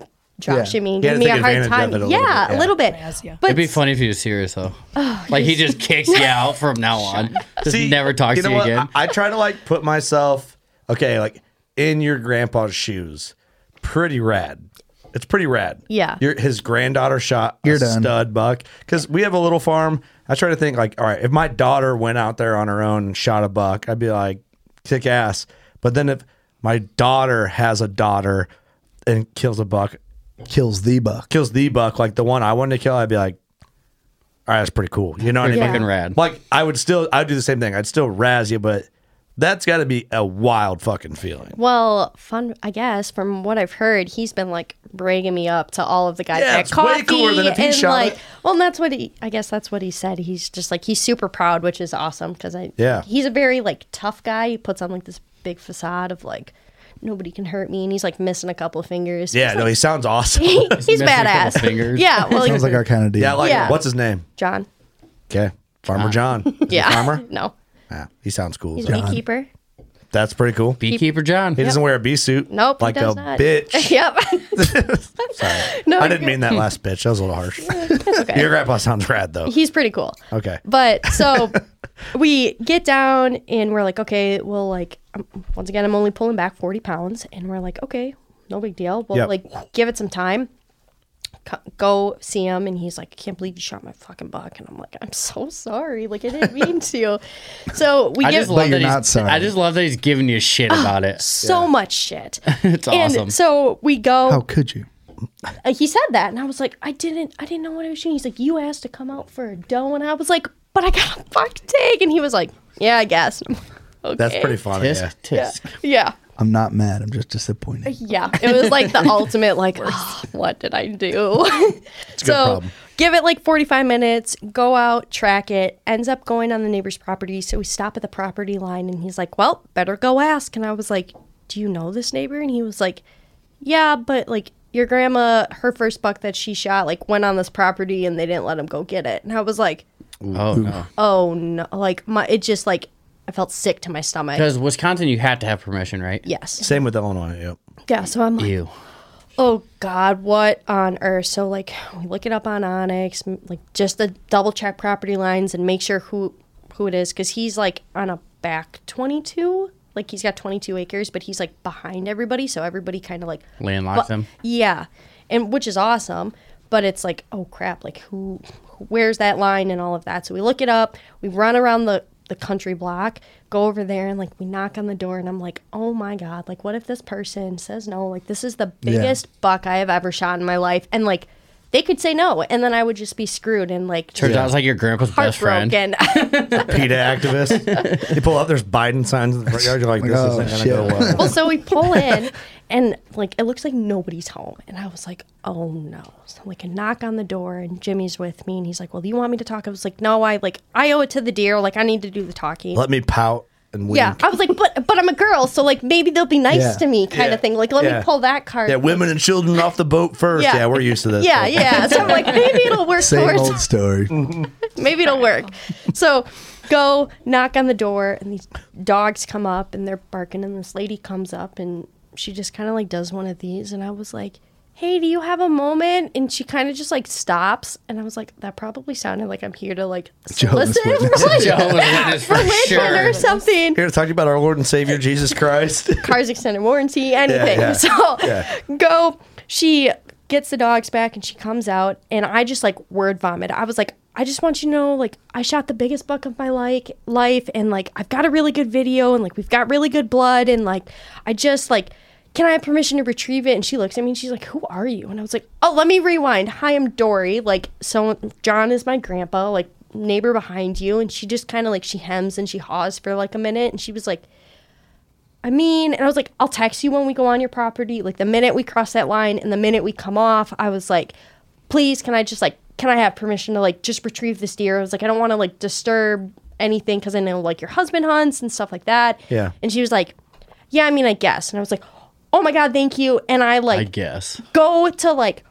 C: Yeah.
F: joshing me and
C: You had to
F: giving me a
C: take
F: hard
C: advantage
F: time.
C: of it a
F: yeah,
C: little bit,
F: a
C: yeah.
F: little bit.
C: It'd be funny if he was serious though.
F: Oh,
C: like he just kicks you out from now on. Just never talks
B: You know
C: to you
B: what?
C: again.
B: I, I try to like put myself okay, like in your grandpa's shoes. Pretty rad. It's pretty rad.
F: Yeah.
B: Your, his granddaughter shot a stud buck because we have a little farm. I try to think like, all right, if my daughter went out there on her own and shot a buck, I'd be like, kick ass. But then if my daughter has a daughter and kills a buck,
G: kills the buck,
B: kills the buck, like the one I wanted to kill, I'd be like, all right, that's pretty cool. You know what
C: Pretty
B: I mean?
C: fucking rad.
B: Like I would still, I'd do the same thing. I'd still razz you, but that's got to be a wild fucking feeling.
F: Well, fun, I guess, from what I've heard, he's been like breaking me up to all of the guys
B: Yeah,
F: at
B: it's way
F: coffee.
B: cooler than if he
F: and
B: shot
F: like,
B: it.
F: well, and that's what he, I guess that's what he said. He's just like, he's super proud, which is awesome because I,
B: Yeah.
F: he's a very like tough guy. He puts on like this big facade of like, nobody can hurt me. And he's like missing a couple fingers.
B: Yeah,
F: He's,
B: no,
F: like,
B: he sounds awesome.
F: He's He's missing a couple badass. fingers. Yeah, well, Sounds like
G: our kind of dude.
B: Yeah, like
F: Yeah.
B: what's his name?
F: John.
B: Okay, Farmer John. Is he
F: Yeah.
B: farmer.
F: No.
B: Yeah, he sounds cool.
F: He's
B: though.
F: a beekeeper.
B: That's pretty cool.
C: Beekeeper John.
B: He doesn't wear a bee suit.
F: Nope. he
B: like a
F: does not.
B: bitch.
F: yep. No,
B: I
F: you're
B: didn't
F: good.
B: mean that last bitch. That was a little harsh.
F: That's okay.
B: Your grandpa sounds rad though.
F: He's pretty cool.
B: okay.
F: But so we get down and we're like, okay, well, like, um, once again, I'm only pulling back 40 pounds. And we're like, okay, no big deal. We'll
Q: Yep.
F: like give it some time. Co- Go see him. And he's like, I can't believe you shot my fucking buck. And I'm like, I'm so sorry. Like, I didn't mean to. So we
C: I
F: get
C: just love that he's, I just love that he's giving you shit about it.
F: Ah, so much shit.
C: it's
F: and
C: awesome.
F: so we go.
G: How could you?
F: Uh, he said that, and I was like, I didn't, I didn't know what I was shooting. He's like, you asked to come out for a doe, and I was like, but I got a fuck take, and he was like, yeah, I guess. I'm like,
G: That's
F: "Okay."
G: pretty
C: Oh,
G: funny, Tisk, yeah. tisk.
F: Yeah.
G: I'm not mad. I'm just disappointed.
F: yeah, yeah. It was like the ultimate, like, "Oh, what did I do?
G: It's a good
F: so
G: problem.
F: give it like 45 minutes, go out, track it, ends up going on the neighbor's property. So we stop at the property line, and he's like, well, better go ask. And I was like, do you know this neighbor? And he was like, yeah, but like your grandma, her first buck that she shot, like went on this property and they didn't let him go get it. And I was like, Oh no.
G: Oh no! Like my, it just like I felt sick to my stomach.
F: Because Wisconsin, you had to have permission, right?
G: Yes.
B: Same with Illinois. Yep.
G: Yeah, so I'm like,
F: Ew.
G: oh God, what on earth? So like, we look it up on Onyx, m- like just to double check property lines and make sure who who it is, because he's like on a back 22, like he's got 22 acres, but he's like behind everybody, so everybody kind of like
F: Landlocks
G: bu-
F: him.
G: Yeah, and which is awesome, but it's like, oh crap, like who, who- where's that line and all of that? So we look it up, we run around the the country block, go over there and like we knock on the door and I'm like, oh my god, like what if this person says no? Like this is the
O: Yeah.
G: biggest buck I have ever shot in my life, and like they could say no, and then I would just be screwed and like
F: Turns out it's like your grandpa's best friend.
G: heartbroken.
B: PETA activist. you pull up, there's Biden signs in the front yard. You're like,
A: Like,
B: this
A: oh,
B: isn't going to go well.
G: well, so we pull in, and like it looks like nobody's home, and I was like, oh no. So like a knock on the door, and Jimmy's with me, and he's like, well, do you want me to talk? I was like, no, I like I owe it to the deer. Like I need to do the talking.
B: Let me pout and wink.
G: Yeah, I was like, but but I'm a girl, so like maybe they'll be nice
B: Yeah.
G: to me, kind
B: Yeah.
G: of thing. Like let
B: Yeah.
G: me pull that card.
B: Yeah, women and children off the boat first. Yeah,
G: Yeah.
B: we're used to this.
G: Yeah, yeah. So I'm like, maybe it'll work
A: Same
G: towards
A: old story.
G: maybe it'll work. So go knock on the door, and these dogs come up and they're barking, and this lady comes up and she just kind of like does one of these, and I was like, "Hey, do you have a moment?" And she kind of just like stops, and I was like, "That probably sounded like I'm here to like
B: Jehovah's
G: solicit
B: Witness.
G: like,
B: Jehovah's Witness for
G: religion
B: sure.
G: or something."
B: Here to talk to you about our Lord and Savior Jesus Christ.
G: Car's extended warranty, anything.
B: yeah.
G: So
B: Yeah.
G: go. She gets the dogs back and she comes out, and I just like word vomit. I was like, I just want you to know, like, I shot the biggest buck of my like life, and like, I've got a really good video, "Oh, and like, we've got really good blood, and like, I just like. Can I have permission to retrieve it? And she looks at me and she's like, Who are you? And I was like, Oh, let me rewind. Hi, I'm Dory. Like, so John is my grandpa, like, neighbor behind you. And she just kind of like, she hems and she haws for like a minute. And she was like, I mean, and I was like, I'll text you when we go on your property. Like the minute we cross that line and the minute we come off, I was like, please, can I just like, can I have permission to like just retrieve this deer? I was like, I don't want to like disturb anything because I know like your husband hunts and stuff like that.
F: Yeah.
G: And she was like, yeah, I mean, I guess. And I was like, oh my God, thank you. And I like,
F: I guess.
G: go to like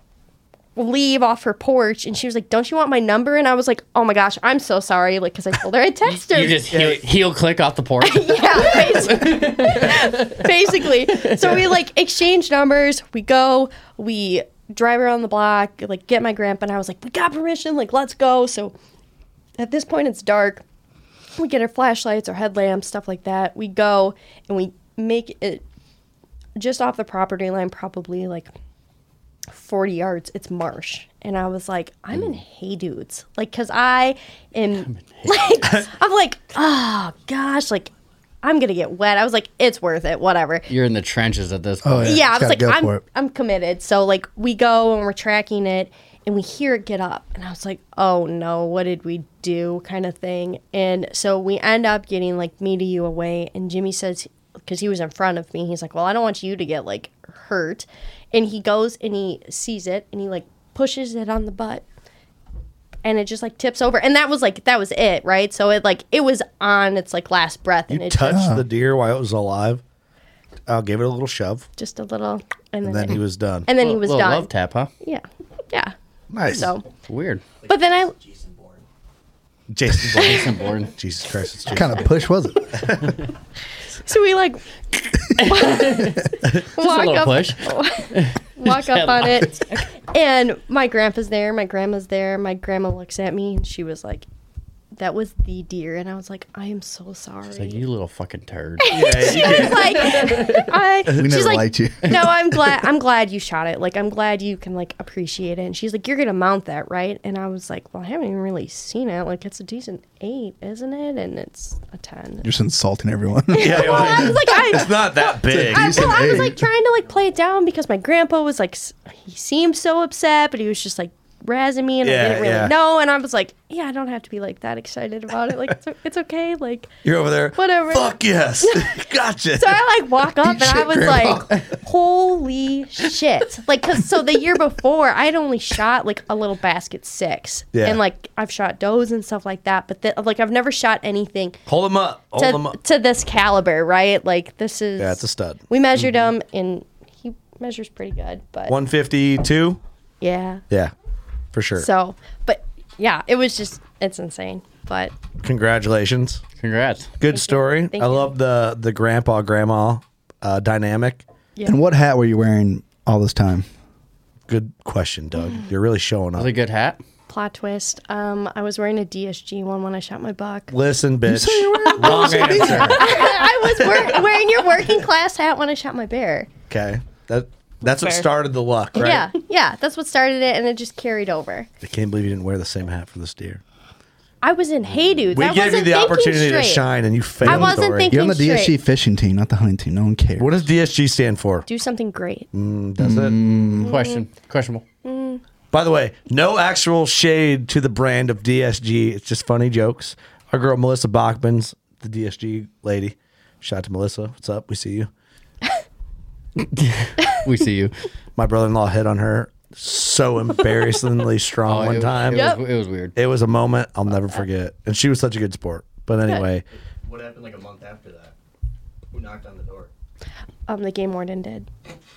G: leave off her porch and she was like don't you want my number and i was like oh my gosh i'm so sorry like because i told her i texted her
F: You just heel, heel click off the porch.
G: yeah, basically. basically. So we like exchange numbers. We go. We drive around the block. Like get my grandpa and I was like, we got permission. Like let's go. So at this point, it's dark. We get our flashlights, our headlamps, stuff like that. We go and we make it just off the property line, probably like 40 yards. It's marsh. And I was like, I'm in Hey Dudes. Like, cause I am like, I'm like, oh gosh, like, I'm gonna get wet. I was like, it's worth it, whatever.
F: You're in the trenches at this point.
G: yeah, I was like, I'm, I'm committed. So like, we go and we're tracking it, and we hear it get up, and I was like, oh no, what did we do, kind of thing. And so we end up getting like me to you away, and Jimmy says, because he was in front of me, he's like, well, I don't want you to get like hurt, and he goes and he sees it, and he like pushes it on the butt. And it just like tips over, and that was like that was it, right? So it like it was on its like last breath, and
B: You
G: it
B: touched
G: just,
B: the deer while it was alive. I gave it a little shove,
G: just a little, and then,
B: and then
G: it-
B: he was done.
G: and then he was
F: little
G: done.
F: love tap, huh?
G: Yeah, yeah.
B: Nice.
G: So,
F: Weird.
G: but then I
B: Jason Bourne.
F: Jason Bourne.
B: Jesus Christ. It's
A: What kind of push was it?
G: so we like walk
F: little
G: up,
F: push.
G: walk
F: Yeah,
G: up on
F: lots.
G: it, and my grandpa's there, my grandma's there, my grandma looks at me, and she was like, "That was the deer," and I was like, "I am so sorry."
F: It's like you little fucking turd.
G: she was like, I,
F: We
G: she's
F: never
G: like,
F: liked you.
G: no, I'm glad. I'm glad you shot it. Like, I'm glad you can like appreciate it. And she's like, you're gonna mount that, right? And I was like, well, I haven't even really seen it. Like, it's a decent eight, isn't it? And it's a ten.
A: You're just insulting everyone.
B: yeah,
G: Well, I was like, I,
B: it's not that big.
G: I, well, I was like trying to like play it down because my grandpa was like, s- he seemed so upset, but he was just like razzing me, and
B: Yeah,
G: I didn't really
B: yeah.
G: know. And I was like, yeah, I don't have to be like that excited about it. Like, it's, o- it's okay. Like,
B: You're over there.
G: whatever.
B: Fuck yes. gotcha.
G: So I like walk up and I
B: shit,
G: was
B: Grandma.
G: like, holy shit. Like, cause so the year before I'd only shot like a little basket six.
B: Yeah.
G: And like I've shot does and stuff like that. But the, like I've never shot anything
B: Hold him up. Hold him
G: to,
B: up.
G: to this caliber, right? Like this is,
B: Yeah, it's a stud.
G: we measured him and he measures pretty good, but
B: 152.
G: yeah.
B: Yeah, for sure.
G: So, but yeah, it was just it's insane. But
B: Congratulations.
F: Congrats.
B: Good story.
G: Thank
B: I
G: you.
B: love the the grandpa grandma uh, dynamic.
G: Yeah.
A: And what hat were you wearing all this time?
B: Good question, Doug. You're really showing up.
F: a good hat.
G: plot twist, um, I was wearing a DSG one when I shot my buck.
B: Listen, bitch.
G: Wrong
B: answer.
G: I was wear- wearing your working class hat when I shot my bear.
B: Okay. That that's what
G: Fair.
B: started the luck, right?
G: Yeah, yeah, that's what started it, and it just carried over.
B: I can't believe you didn't wear the same hat for this deer.
G: I was in Hey Dudes.
B: We
G: I
B: gave you
G: wasn't
B: the
G: thinking
B: opportunity to
G: straight.
B: shine and you failed.
G: I wasn't
B: Dory.
G: thinking
A: You're on the DSG
G: straight.
A: fishing team, not the hunting team. No one cares.
B: What does DSG stand for?
G: Do something great.
B: Mm, does it?
F: Question. Questionable.
G: Mm.
B: By the way, no actual shade to the brand of DSG. It's just funny jokes. Our girl Melissa Bachman's the DSG lady. Shout out to Melissa. What's up? We see you.
F: we see you.
B: My brother in law hit on her so embarrassingly strong
F: Oh,
B: one
F: it was-
B: time.
F: it was- Yep. it was weird.
B: It was a moment I'll never forget. And she was such a good sport. But anyway,
O: What happened like a month after that? Who knocked on the door?
G: Um, the game warden did.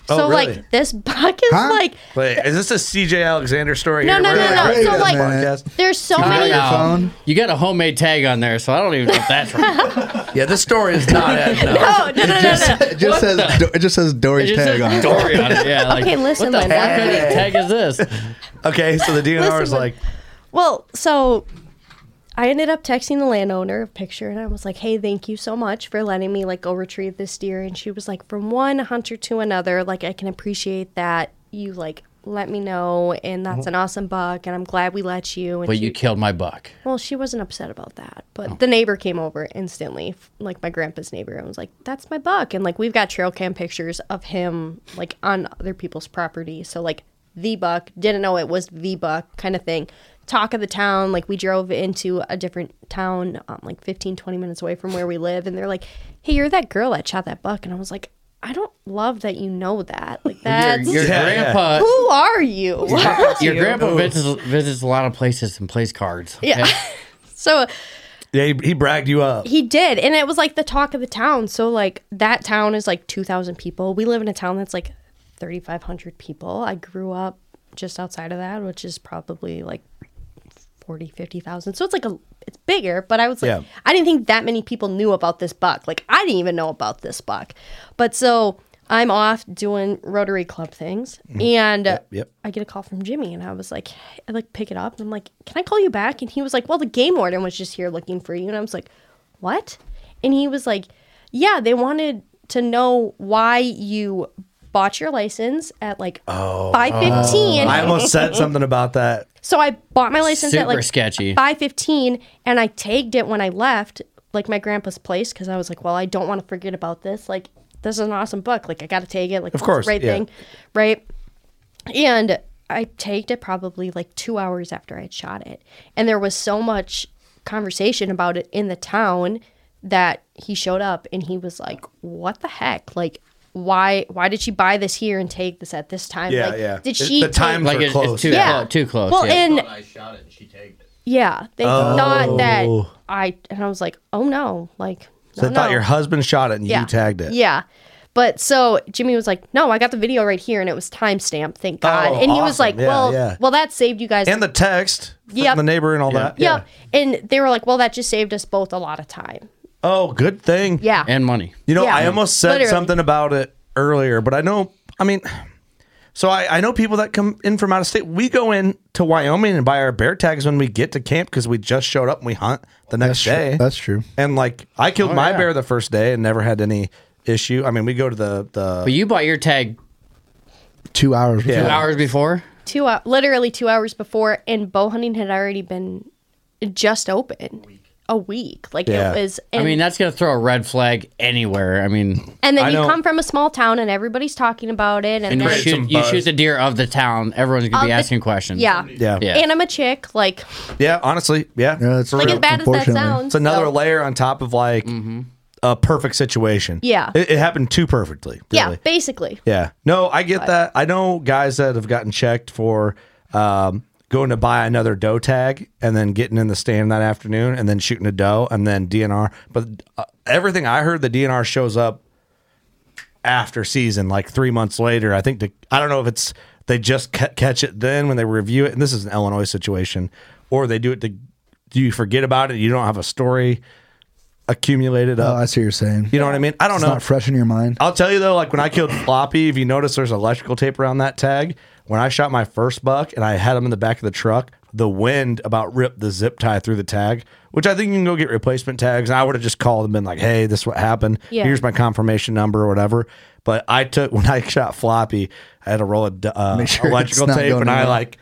B: Oh,
G: so
B: really?
G: like this buck is like
B: wait, is this a CJ Alexander story?
G: No,
B: here?
G: no,
B: We're
G: no,
B: on
G: no.
B: a
G: So,
B: podcast.
G: like, there's so
F: I
G: many.
F: don't know. You got a homemade tag on there, so I don't even know if that's right.
B: yeah, this story is not
F: it.
G: No, no, no, no, no.
A: It just says Do- it just says Dory's
F: It just
A: tag
F: says
A: on it.
F: Dory on it. Yeah. Like,
G: Okay, listen,
F: What the
G: Linda.
F: fuck kind of tag is this?
B: Okay, so the DNR is
G: Listen,
B: like,
G: Well, so I ended up texting the landowner a picture and I was like, "Hey, thank you so much for letting me like go retrieve this deer." And she was like, "From one hunter to another, like I can appreciate that you like let me know and that's an awesome buck and I'm glad we let you." And
F: But
G: she-
F: you killed my buck.
G: Well, she wasn't upset about that, but the neighbor came over instantly, f- like my grandpa's neighbor, and was like, "That's my buck," and like we've got trail cam pictures of him like on other people's property, so like the buck didn't know it was the buck kind of thing. Talk of the town, like we drove into a different town, um, like 15, 20 minutes away from where we live, and they're like, "Hey, you're that girl that shot that buck," and I was like. I don't love that you know that. Like that's
F: your Yeah. grandpa-
G: Who are you?
F: Your grandpa visits, visits a lot of places and plays cards.
G: Yeah. so
B: yeah, he, he bragged you up.
G: He did, and it was like the talk of the town. So like that town is like two thousand people. We live in a town that's like thirty five hundred people. I grew up just outside of that, which is probably like 40, 50,000. So it's like a it's bigger, but I was like
R: Yeah.
G: I didn't think that many people knew about this buck. Like I didn't even know about this buck. But so I'm off doing Rotary Club things, and
B: Mm-hmm. yep.
G: I get a call from Jimmy, and I was like, I like pick it up, and I'm like, can I call you back? And he was like, well, the game warden was just here looking for you, and I was like, what? And he was like, yeah, they wanted to know why you bought your license at like
B: Oh,
G: five fifteen.
B: I almost said something about that.
G: So I bought my license at
B: Super
G: like
B: sketchy.
G: five fifteen, and I tagged it when I left, like my grandpa's place, because I was like, well, I don't want to forget about this. Like, this is an awesome book. Like, I got to tag it. Like,
B: Of
G: it's the
B: course,
G: right
B: yeah.
G: thing, right? And I tagged it probably like two hours after I had shot it, and there was so much conversation about it in the town that he showed up and he was like, "What the heck? Like." Why? Why did she buy this here and take this at this time?
F: Yeah,
G: like,
F: yeah.
G: Did
F: It-
G: she?
F: the times Like, were it- it's close, too yeah. clo- too close,
G: Well,
F: yeah.
G: and
F: Thought I
G: shot it. And she tagged it. Yeah, they thought that
B: Oh.
G: I and I was like, oh no, like
B: So they
G: no,
B: thought
G: no.
B: your husband shot it and
G: yeah.
B: you tagged it.
G: Yeah. But so Jimmy was like, "No, I got the video right here, and it was timestamped. Thank God."
B: Oh,
G: and he was
B: awesome.
G: like,
B: Yeah,
G: "Well,
B: yeah.
G: well, that saved you guys."
B: And the text from
G: Yep.
B: the neighbor and all that.
G: yeah. And they were like, "Well, that just saved us both a lot of time."
B: Oh, good thing.
G: Yeah.
F: And money.
B: You know,
G: Yeah.
B: I almost said
G: Literally.
B: something about it earlier, but I know, I mean, so I, I know people that come in from out of state. We go in to Wyoming and buy our bear tags when we get to camp because we just showed up and we hunt the next
A: That's true.
B: day.
A: That's true.
B: And like, I killed
F: Oh,
B: my
F: yeah.
B: bear the first day and never had any issue. I mean, we go to the, the
F: But you bought your tag
A: Two hours.
F: two
A: before.
F: hours before.
G: Two, hou- literally two hours before, and bow hunting had already been just open a week. Like it was.
F: I
G: and-
F: mean, that's gonna throw a red flag anywhere. I mean,
G: and then
F: I
G: you
F: know-
G: come from a small town, and everybody's talking about it, and,
F: and you
G: then-
F: shoot, you shoot the deer of the town. Everyone's gonna be
G: Of the-
F: asking questions.
G: Yeah.
B: Yeah. Yeah.
G: And I'm a chick. Like,
B: Yeah, honestly, yeah. yeah
A: that's
G: Like, as bad as that Unfortunately. sounds,
B: it's another
G: so-
B: layer on top of like
F: Mm-hmm.
B: a perfect situation.
G: Yeah.
B: it, it happened too perfectly.
G: yeah,
B: really.
G: basically.
B: yeah. No, I get
G: But-
B: that. I know guys that have gotten checked for um, going to buy another doe tag and then getting in the stand that afternoon and then shooting a doe and then DNR. But uh, everything I heard, the DNR shows up after season, like three months later. I think the, I don't know if it's they just ca- catch it then when they review it, and this is an Illinois situation, or they do it to do you forget about it? You don't have a story accumulated
A: Oh,
B: up.
A: I see what you're saying.
B: You know what I mean? I don't
A: it's
B: know.
A: Not fresh in your mind.
B: I'll tell you though, like when I killed Floppy, if you notice there's electrical tape around that tag, when I shot my first buck and I had him in the back of the truck, the wind about ripped the zip tie through the tag, which I think you can go get replacement tags. And I would have just called and been like, hey, this is what happened.
R: Yeah.
B: Here's my confirmation number or whatever. But I took, when I shot Floppy, I had a roll of uh,
R: Make sure it's
B: electrical
R: not
B: tape
R: going
B: and I
R: anywhere.
B: like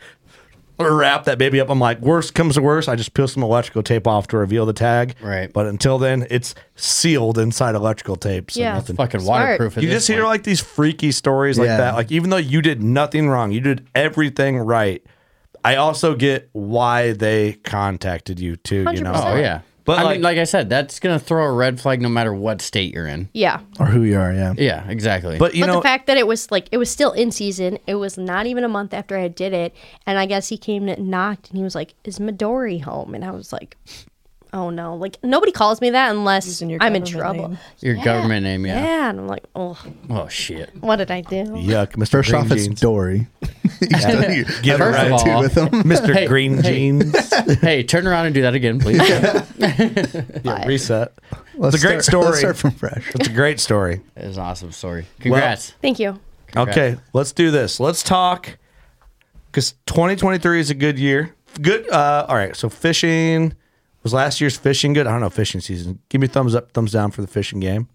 B: wrap that baby up. I'm like, worst comes to worst, I just peel some electrical tape off to reveal the tag. Right. But until then, it's sealed inside electrical tape. So
F: Yeah.
B: nothing.
F: Fucking Smart. waterproof at
B: You
F: this
B: just hear like these freaky stories like
F: Yeah.
B: that. Like even though you did nothing wrong, you did everything right. I also get why they contacted you too. You know.
F: Oh yeah.
B: But
F: But I
B: like,
F: mean, like I said, that's gonna throw a red flag no matter what state you're in.
G: Yeah.
A: Or who you are, yeah.
F: Yeah, exactly.
B: But you
G: but
F: know,
G: the fact that it was like it was still in season, it was not even a month after I did it, and I guess he came and knocked, and he was like, "Is Midori home?" And I was like, "Oh no!" Like nobody calls me that unless I'm in trouble.
F: your
G: Yeah.
F: government name,
G: Yeah.
F: yeah.
G: and I'm like, "Oh,
F: Oh shit.
G: what did I do?"
B: Yuck, Mr.
A: First
B: Green
A: off,
B: Jeans.
A: it's Dory.
F: Yeah.
B: Get
F: First
B: right
F: of
B: to
F: all-
B: with him. Mr.
F: Hey,
B: Green
F: hey.
B: Jeans.
F: hey, turn around and do that again, please.
B: Yeah, reset.
F: Let's
B: it's a great
F: start-
B: story.
F: let's start
A: from fresh.
B: It's a great story.
F: It is an awesome story.
B: Well-
F: Congrats.
G: Thank you.
F: Congrats.
B: Okay, let's do this. Let's talk because 2023 is a good year. Good. Uh, all right. So fishing was last year's fishing good. I don't know fishing season. Give me thumbs up, thumbs down for the fishing game.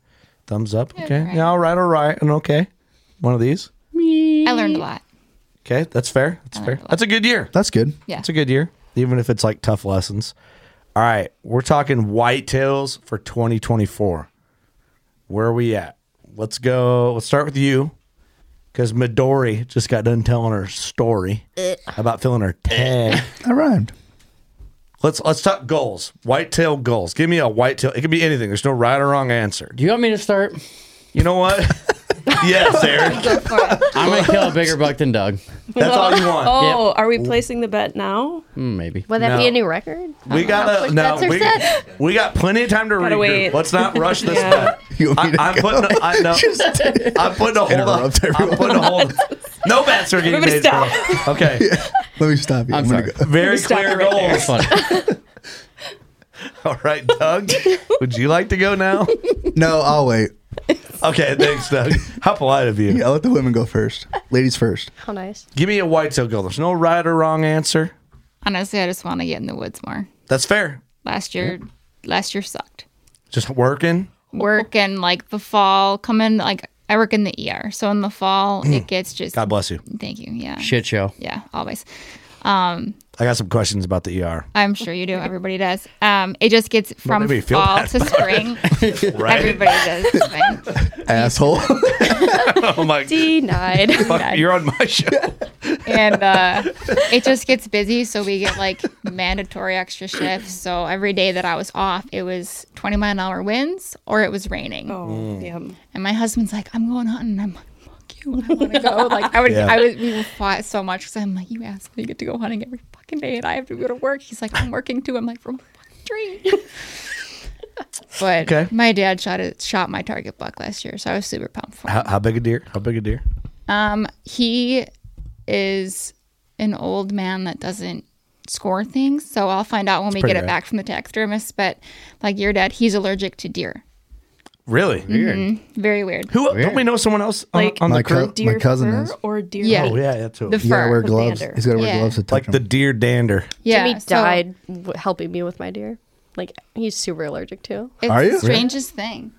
B: Thumbs up. Okay. Yeah. All right. All right. And okay. One of these.
H: I learned a lot.
B: Okay. That's fair. That's fair. That's a good year.
A: That's good.
H: Yeah.
B: It's a good year, even if it's like tough lessons. All right. We're talking whitetails for 2024. Where are we at? Let's go. Let's start with you because Midori just got done telling her story about filling her tag.
A: I rhymed.
B: Let's let's talk goals. Whitetail goals. Give me a whitetail. It could be anything. There's no right or wrong answer.
F: Do you want me to start?
B: You know what? yes, Eric.
F: I'm gonna kill a bigger buck than Doug.
B: That's all you want.
M: Oh,
F: Yep.
M: are we placing the bet now?
F: Mm, maybe.
G: Would that
B: No.
G: be a new record?
B: We got a no.
G: that's her
B: We,
G: set.
B: we got plenty of time to
G: Gotta
B: regroup.
G: wait.
B: Let's not rush this.
G: Yeah.
B: back. I, I'm putting. A, I know. I'm putting a hold on. I'm putting a hold. No bets are getting
A: Everybody
B: made.
A: stop.
B: Okay.
A: Let me stop you. I'm, gonna go.
B: Very
A: Stop
B: clear
A: it right there.
B: goals. All right, Doug. Would you like to go now?
A: No, I'll wait.
B: Okay, thanks, Doug. How polite of you.
A: Yeah, let the women go first. Ladies first.
G: How nice.
B: Give me a whitetail goal. There's no right or wrong answer.
H: Honestly, I just want to get in the woods more.
B: That's fair.
H: Last year, last year sucked.
B: Just working.
H: Work and like the fall, come in like I work in the ER, so in the fall it gets just.
B: Mm. God bless you.
H: Thank you. Yeah.
B: Shit show.
H: Yeah, always. Um,
B: I got some questions about the ER.
H: I'm sure you do. Everybody does. Um, it just gets from
B: made me feel
H: fall
B: bad
H: to spring.
B: Right?
H: Everybody does. It's fine.
A: Asshole.
B: oh my.
H: Denied.
B: Fuck, you're on my show.
H: and uh, it just gets busy. So we get like mandatory extra shifts. So every day that I was off, it was 20 mile an hour winds or it was raining. Oh,
M: Mm. yeah.
H: And my husband's like, I'm going hunting. I'm like, fuck you. I want to go. Like, I would,
M: Yeah.
H: I would, we would fought so much because I'm like, you asshole, you get to go hunting every fucking day and I have to go to work. He's like, I'm working too. I'm like, from dream. but
B: Okay.
H: my dad shot it, shot my target buck last year. So I was super pumped for him.
B: How, how big a deer? How big a deer?
H: Um, he is an old man that doesn't score things, so I'll find out when we
B: pretty
H: get it
B: rare.
H: back from the taxidermist. But like your dad, he's allergic to deer.
B: Really?
H: Mhm. Very weird.
B: Who don't we know someone else on,
H: Like,
B: on
A: My
B: the crew?
A: cou- my cousin is.
M: or deer?
H: Yeah.
B: Oh yeah, that's
H: The
A: You gotta
H: fur.
A: wear
H: The
A: gloves.
H: dander.
A: He's gotta wear
H: Yeah.
A: gloves to touch
B: like the deer dander.
H: Yeah,
G: Jimmy
H: so-
G: died w- helping me with my deer. Like he's super allergic to.
H: It's
B: Are you?
H: the strangest thing.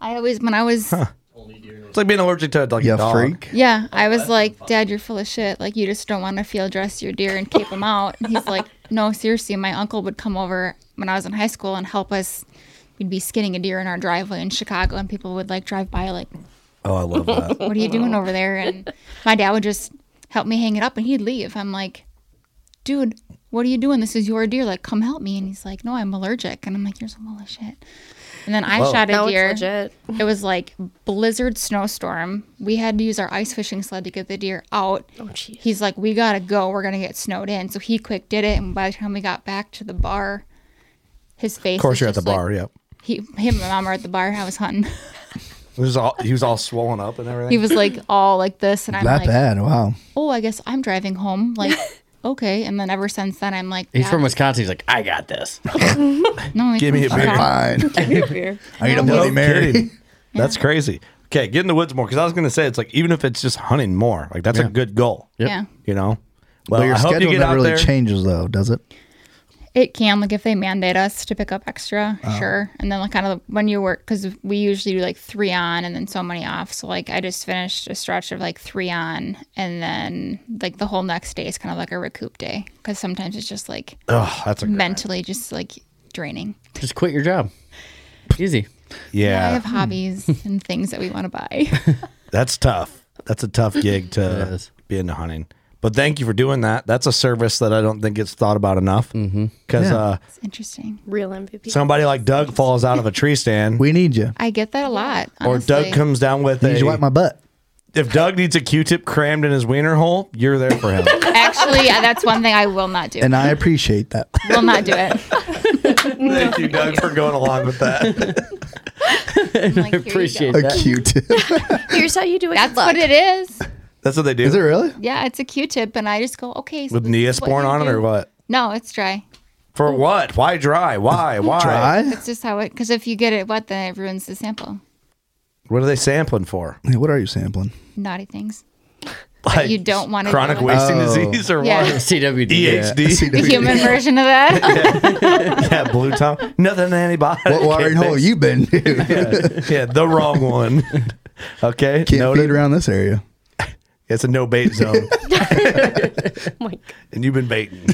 H: I always when I was
B: It's like being allergic to like "Oh,
A: You
B: a dog.
A: freak.
H: yeah, I was like, Dad, you're full of shit. Like you just don't want to field dress your deer and cape him out. And he's like, No, seriously, my uncle would come over when I was in high school and help us. We'd be skinning a deer in our driveway in Chicago, and people would like drive by like,
B: Oh, I love that.
H: what are you doing over there? And my dad would just help me hang it up and he'd leave. I'm like, dude, what are you doing? This is your deer. Like, come help me. And he's like, no, I'm allergic. And I'm like, you're so full of shit. And then I
G: Whoa.
H: shot a
G: Now it's
H: deer. Oh,
G: legit.
H: It was like blizzard snowstorm. We had to use our ice fishing sled to get the deer out. Oh, jeez. He's like, we gotta go. We're gonna get snowed in. So he quick did it. And by the time we got back to the bar, his face.
B: Of course,
H: was
B: you're at the
H: just like-
B: bar. yep.
H: He, him and my mom were at the bar. I was hunting.
B: It was all he was all swollen up and everything.
H: He was like all like this, and I'm
A: Not
H: like,
A: bad. Wow.
H: oh, I guess I'm driving home. Like, okay. And then ever since then, I'm like,
F: He's from Wisconsin. He's like, I got this.
H: no,
B: Give me a beer.
H: Give me a beer.
B: I
H: need
B: need
H: a
A: Bloody Mary.
B: That's crazy. Okay, get in the woods more because I was going to say it's like even if it's just hunting more, like that's a good goal.
H: Yep. Yeah.
B: You know.
A: Well,
B: Well,
A: your
B: I hope
A: schedule
B: you get
A: never
B: out
A: really
B: there.
A: changes though, does it?
H: It can like if they mandate us to pick up extra,
A: Oh.
H: sure. And then like kind of when you work because we usually do like three on and then so many off. So like I just finished a stretch of like three on and then like the whole next day is kind of like a recoup day because sometimes it's just like
B: Oh, that's a
H: mentally just like draining.
F: Just quit your job. Easy.
H: I
B: yeah.
H: have hobbies and things that we want to buy.
B: That's tough. That's a tough gig to be into hunting. But thank you for doing that. That's a service that I don't think gets thought about enough. Because uh,
H: it's interesting.
S: Real MVP.
B: somebody like Doug falls out of a tree stand, we
A: need you.
H: I get that a lot.
B: Or Doug
H: honestly.
B: comes down with
A: Need
B: a.
A: you wipe my butt.
B: If Doug needs a Q-tip crammed in his wiener hole, you're there for him.
H: Actually, that's one thing I will not do.
A: And I appreciate that.
H: will not do it.
B: Thank you, Doug, for going along with that.
H: I
B: appreciate
A: A Q-tip.
H: Here's how you do it. That's what it is.
B: That's what they do.
A: Is it really?
H: Yeah, it's a Q-tip, and I just go, okay. So
B: With
H: this is what
B: Neosporin
H: you
B: on it
H: do.
B: or what?
H: No, it's dry.
B: For what? Why dry? Why? Why?
H: That's just how it. Because if you get it wet, then it ruins the sample.
B: What are they sampling for?
A: what are you sampling?
H: Naughty things. That you don't want to
B: chronic
H: do.
B: wasting
A: Oh.
B: disease or
H: Yeah.
B: what? E
F: CWD.
B: EHD.
H: The
A: E.
H: human version of that.
B: yeah, blue tongue. Nothing antibiotic.
A: What watering hole you been
B: yeah, yeah, the wrong one. Okay.
A: Can't
B: noted.
A: feed around this area.
B: It's a no bait zone.
G: Oh
B: and you've been baiting.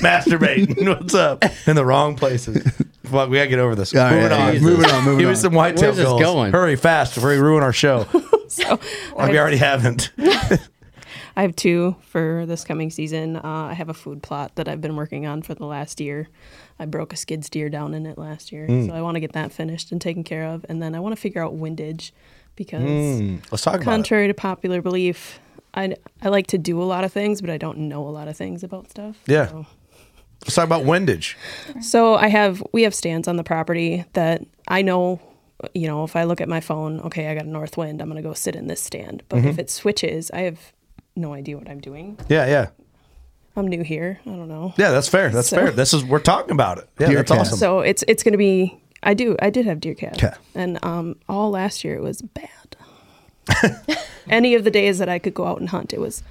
B: Masturbating. What's up? In the wrong places. Well, we gotta get over this.
A: All right,
B: moving,
A: yeah,
B: on.
A: Jesus. moving on, moving
B: Give me
A: on.
B: some whitetail
A: Where's this
B: goals.
A: going?
B: Hurry fast before we ruin our show.
G: so
B: Like we already haven't.
G: I have two for this coming season. Uh, I have a food plot that I've been working on for the last year. I broke a skid steer down in it last year,
B: Mm.
G: so I want to get that finished and taken care of. And then I want to figure out windage because,
B: Mm, let's talk about it.
G: contrary to popular belief, I, I like to do a lot of things, but I don't know a lot of things about stuff.
B: Yeah. Let's talk about windage.
G: So I have we have stands on the property that I know, you know, if I look at my phone, okay, I got a north wind, I'm gonna go sit in this stand. But if
B: Mhm.
G: it switches, I have no idea what I'm doing.
B: Yeah, yeah.
G: I'm new here. I don't know.
B: Yeah, that's fair. That's
G: So-
B: fair. This is we're talking about it. Yeah, that's awesome.
G: So it's it's gonna be. I do. I did have deer calves,
B: Okay.
G: and um, all last year it was bad. Any of the days that I could go out and hunt, it was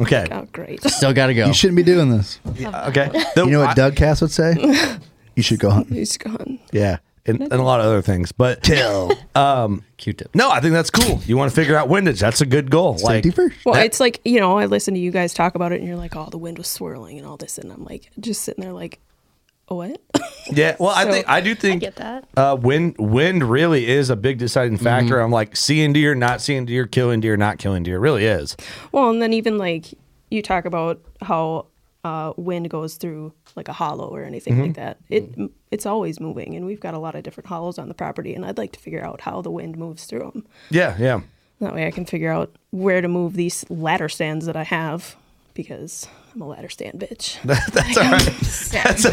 B: okay.
G: oh great.
F: Still got to go.
A: You shouldn't be doing this.
B: okay.
A: you know what Doug Cass would say? you should go hunting.
G: He's gone.
B: Yeah, and, and a lot of other things, but
A: Kill.
B: um,
F: Q-tip.
B: No, I think that's cool. You want to figure out windage? That's a good goal.
A: Safety first.
G: Well, it's like you know, I listen to you guys talk about it, and you're like, "Oh, the wind was swirling and all this," and I'm like, just sitting there, like, "Oh, "What?"
B: Yeah. Well, I
G: So-
B: think I do think
G: get that.
B: Uh, wind wind really is a big
A: Mm-hmm.
B: deciding factor. I'm like seeing deer, not seeing deer, killing deer, not killing deer. It really is.
G: Well, and then even like you talk about how uh, wind goes through like a hollow or anything
B: Mhm.
G: like that. It it's always moving, and we've got a lot of different hollows on the property, and I'd like to figure out how the wind moves through them.
B: Yeah. Yeah.
G: That way, I can figure out where to move these ladder stands that I have because I'm a ladder stand bitch.
B: That's all right.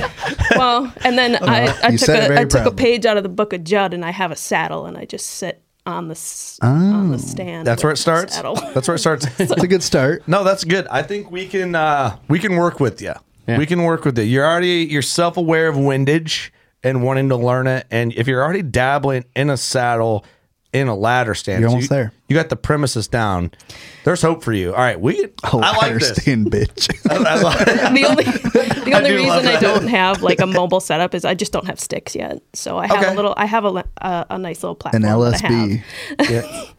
G: well, and then
B: Uh-huh.
G: I,
A: Uh,
G: I
A: you
G: took
A: said it
G: a,
A: very
G: I took a
A: proudly.
G: page out of the book of Judd, and I have a saddle, and I just sit on the s on the stand.
B: Oh, That's where it
G: with the
B: starts.
G: saddle.
B: That's where it starts. It's
A: a good start.
B: No, that's good. I think we can uh, we can work with you. We can work with it. You're already you're self aware of windage and wanting to learn it. And if you're already dabbling in a saddle in a ladder stance,
A: You're almost
B: you,
A: there.
B: You got the premises down. There's hope for you. All right, we. Oh, I like this.
A: Understand, bitch.
G: the only the
B: I
G: only
B: do love
G: reason I
B: that.
G: don't have like a mobile setup is I just don't have sticks yet. So I have a little I have a, le- a, a nice little
A: An
G: platform that I have,
A: LSB.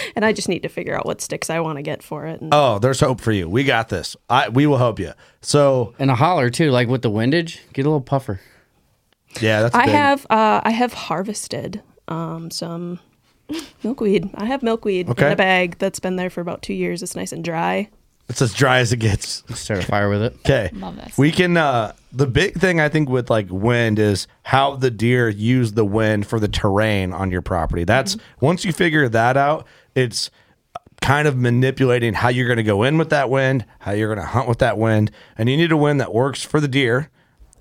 G: and I just need to figure out what sticks I want to get for it. And
B: Oh, there's hope for you. We got this. I we will help you. So
F: and a holler too, like with the windage, get a little puffer.
B: Yeah, that's.
G: I have uh, I have harvested um, some milkweed. I have milkweed in
B: Okay.
G: a bag that's been there for about two years. It's nice and dry.
B: It's as dry as it gets.
F: Start a fire with it.
B: Okay.
G: Love this.
B: We can uh the big thing I think with like wind is how the deer use the wind for the terrain on your property. That's
G: Mm-hmm.
B: once you figure that out, it's kind of manipulating how you're going to go in with that wind, how you're going to hunt with that wind, and you need a wind that works for the deer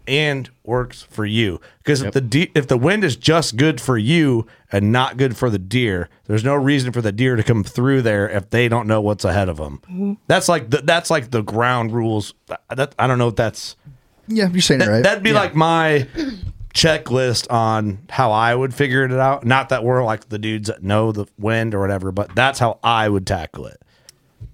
B: and works for you. Because if the de- if the wind is just good for you and not good for the deer, there's no reason for the deer to come through there if they don't know what's ahead of them.
A: Mhm.
B: That's like the, that's like the ground rules. That, that- I don't know if that's
A: Yeah, you're saying it right.
B: that'd be like my checklist on how I would figure it out. Not that we're like the dudes that know the wind or whatever, but that's how I would tackle it.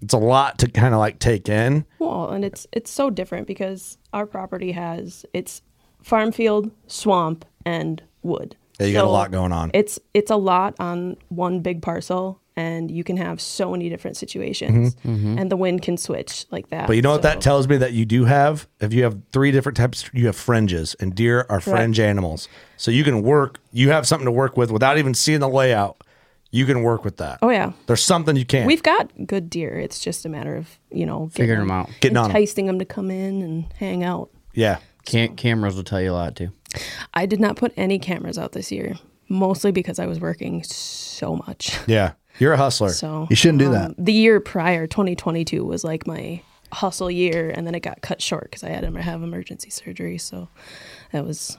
B: It's a lot to kind of like take in.
M: Well, and it's it's so different because our property has it's farm field, swamp, and wood.
B: Yeah, you got a lot going on.
M: It's it's a lot on one big parcel, and you can have so many different situations,
B: Mhm, mhm.
M: and the wind can switch like that.
B: But you know what
M: so-
B: that tells me that you do have? If you have three different types, you have fringes, and deer are fringe animals. So you can work, you have something to work with without even seeing the layout. You can work with that.
M: Oh yeah,
B: There's something you can.
M: we've got good deer. It's just a matter of you know
F: Figuring 'em out.
B: Getting on 'em.
M: enticing them to come in and hang out.
B: Yeah.
F: Can't, cameras will tell you a lot too.
M: I did not put any cameras out this year, mostly because I was working so much.
B: yeah. You're a hustler.
M: So
A: You shouldn't do
M: um,
A: that.
M: The year prior, 2022, was like my hustle year, and then it got cut short because I had to have emergency surgery. So that was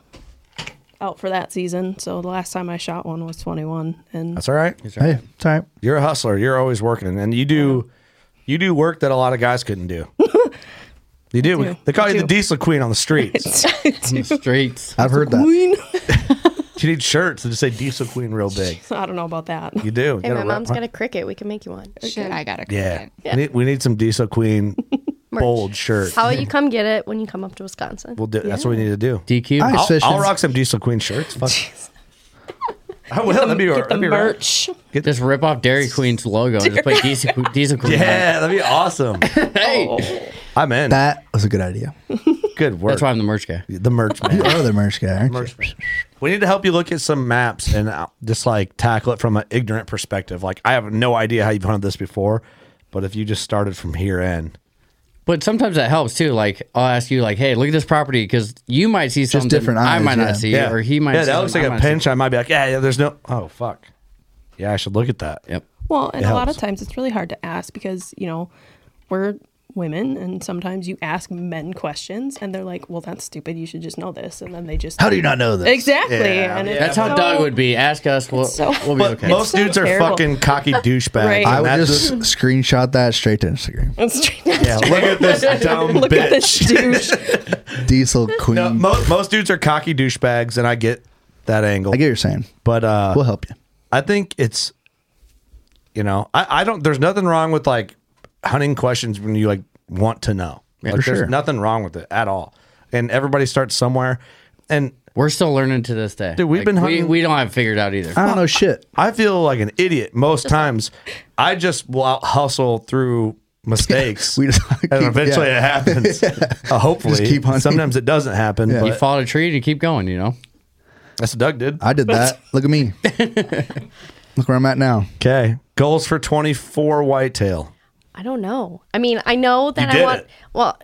M: out for that season. So the last time I shot one was 21, and
B: That's all right.
A: Hey, it's all right.
B: You're a hustler. You're always working, and you do you do work that a lot of guys couldn't do. You do.
M: do.
B: They
M: I
B: call you the
M: do.
B: diesel queen on the streets.
M: on
F: the streets.
A: I've heard that.
B: you need shirts that just say diesel queen real big.
M: I don't know about that.
B: You do.
G: Hey,
B: You
G: my
B: gotta
G: mom's
B: rep-
G: got a cricket. We can make you one.
H: Oh, Shit, I got a
B: Yeah.
G: Yeah.
B: We, need, we need some diesel queen
G: Merch.
B: bold shirts.
G: How will you come get it when you come up to Wisconsin?
B: We'll do. That's what we need to do. DQ.
A: I
B: I'll,
A: sessions.
B: I'll rock some diesel queen shirts. Fuck. I will. That'd be, that'd be rad.
F: Get this rip off Dairy Queen's logo. and Just play Diesel, Diesel Queen.
B: Yeah, Oh. that'd be awesome.
F: hey,
B: I'm in.
A: That was a good idea.
B: Good work.
F: that's why I'm the merch guy.
B: The merch man.
A: You are the merch guy, aren't you?
B: We need to help you look at some maps and uh, just like tackle it from an ignorant perspective. Like I have no idea how you've hunted this before, but if you just started from here in,
F: But sometimes that helps too. Like I'll ask you, like, "Hey, look at this property," because you might see something
A: different
F: I
A: eyes,
F: might
A: yeah.
F: not see,
B: yeah,
F: or he might.
B: yeah,
F: see
B: that looks
F: something I
B: like a
F: might not see.
B: pinch. I might be like, yeah, yeah. There's no. Oh fuck. Yeah, I should look at that.
F: Yep.
M: Well, and
B: It
M: a lot of
B: helps.
M: times it's really hard to ask because, you know, we're women and sometimes you ask men questions and they're like, well, that's stupid. You should just know this. And then they just.
A: How do you not know this?
M: Exactly.
F: Yeah,
M: and it's
F: that's how
M: so-
F: Doug would be. Ask us. We'll,
M: Oh. so-
F: we'll be
M: But
F: okay.
B: Most
M: so
B: dudes are
M: terrible.
B: fucking cocky douchebags.
M: Right.
B: and
A: I would
B: that's
A: just screenshot that straight to Instagram.
M: It's true.
B: Yeah, look at this dumb
M: Look at this
B: bitch.
M: douche.
A: Diesel Queen.
B: No, most, most dudes are cocky douchebags, and I get that angle.
A: I get what you're saying.
B: but uh,
A: We'll help you.
B: I think it's, you know, I, I don't. There's nothing wrong with like hunting questions when you like want to know.
F: Yeah,
B: like,
F: for
B: there's
F: sure.
B: nothing wrong with it at all. And everybody starts somewhere. And
F: We're still learning to this day.
B: Dude, we've
F: Like,
B: been
F: we-
B: hunting-
F: We, don't have it figured out either.
A: I don't know shit.
B: I feel like an idiot most times. I just will out hustle through mistakes,
A: We just
B: and eventually
A: yeah.
B: it happens. Uh, hopefully,
A: Just keep hunting.
B: Sometimes it doesn't happen.
A: Yeah.
F: You
B: But
F: fall a tree and you keep going. You know.
B: that's what Doug did.
A: I did that. Uh, Look at me. Look where I'm at now.
B: Okay. Goals for 24 whitetail.
G: I don't know. I mean, I know that
B: did
G: I want.
B: it.
G: Well,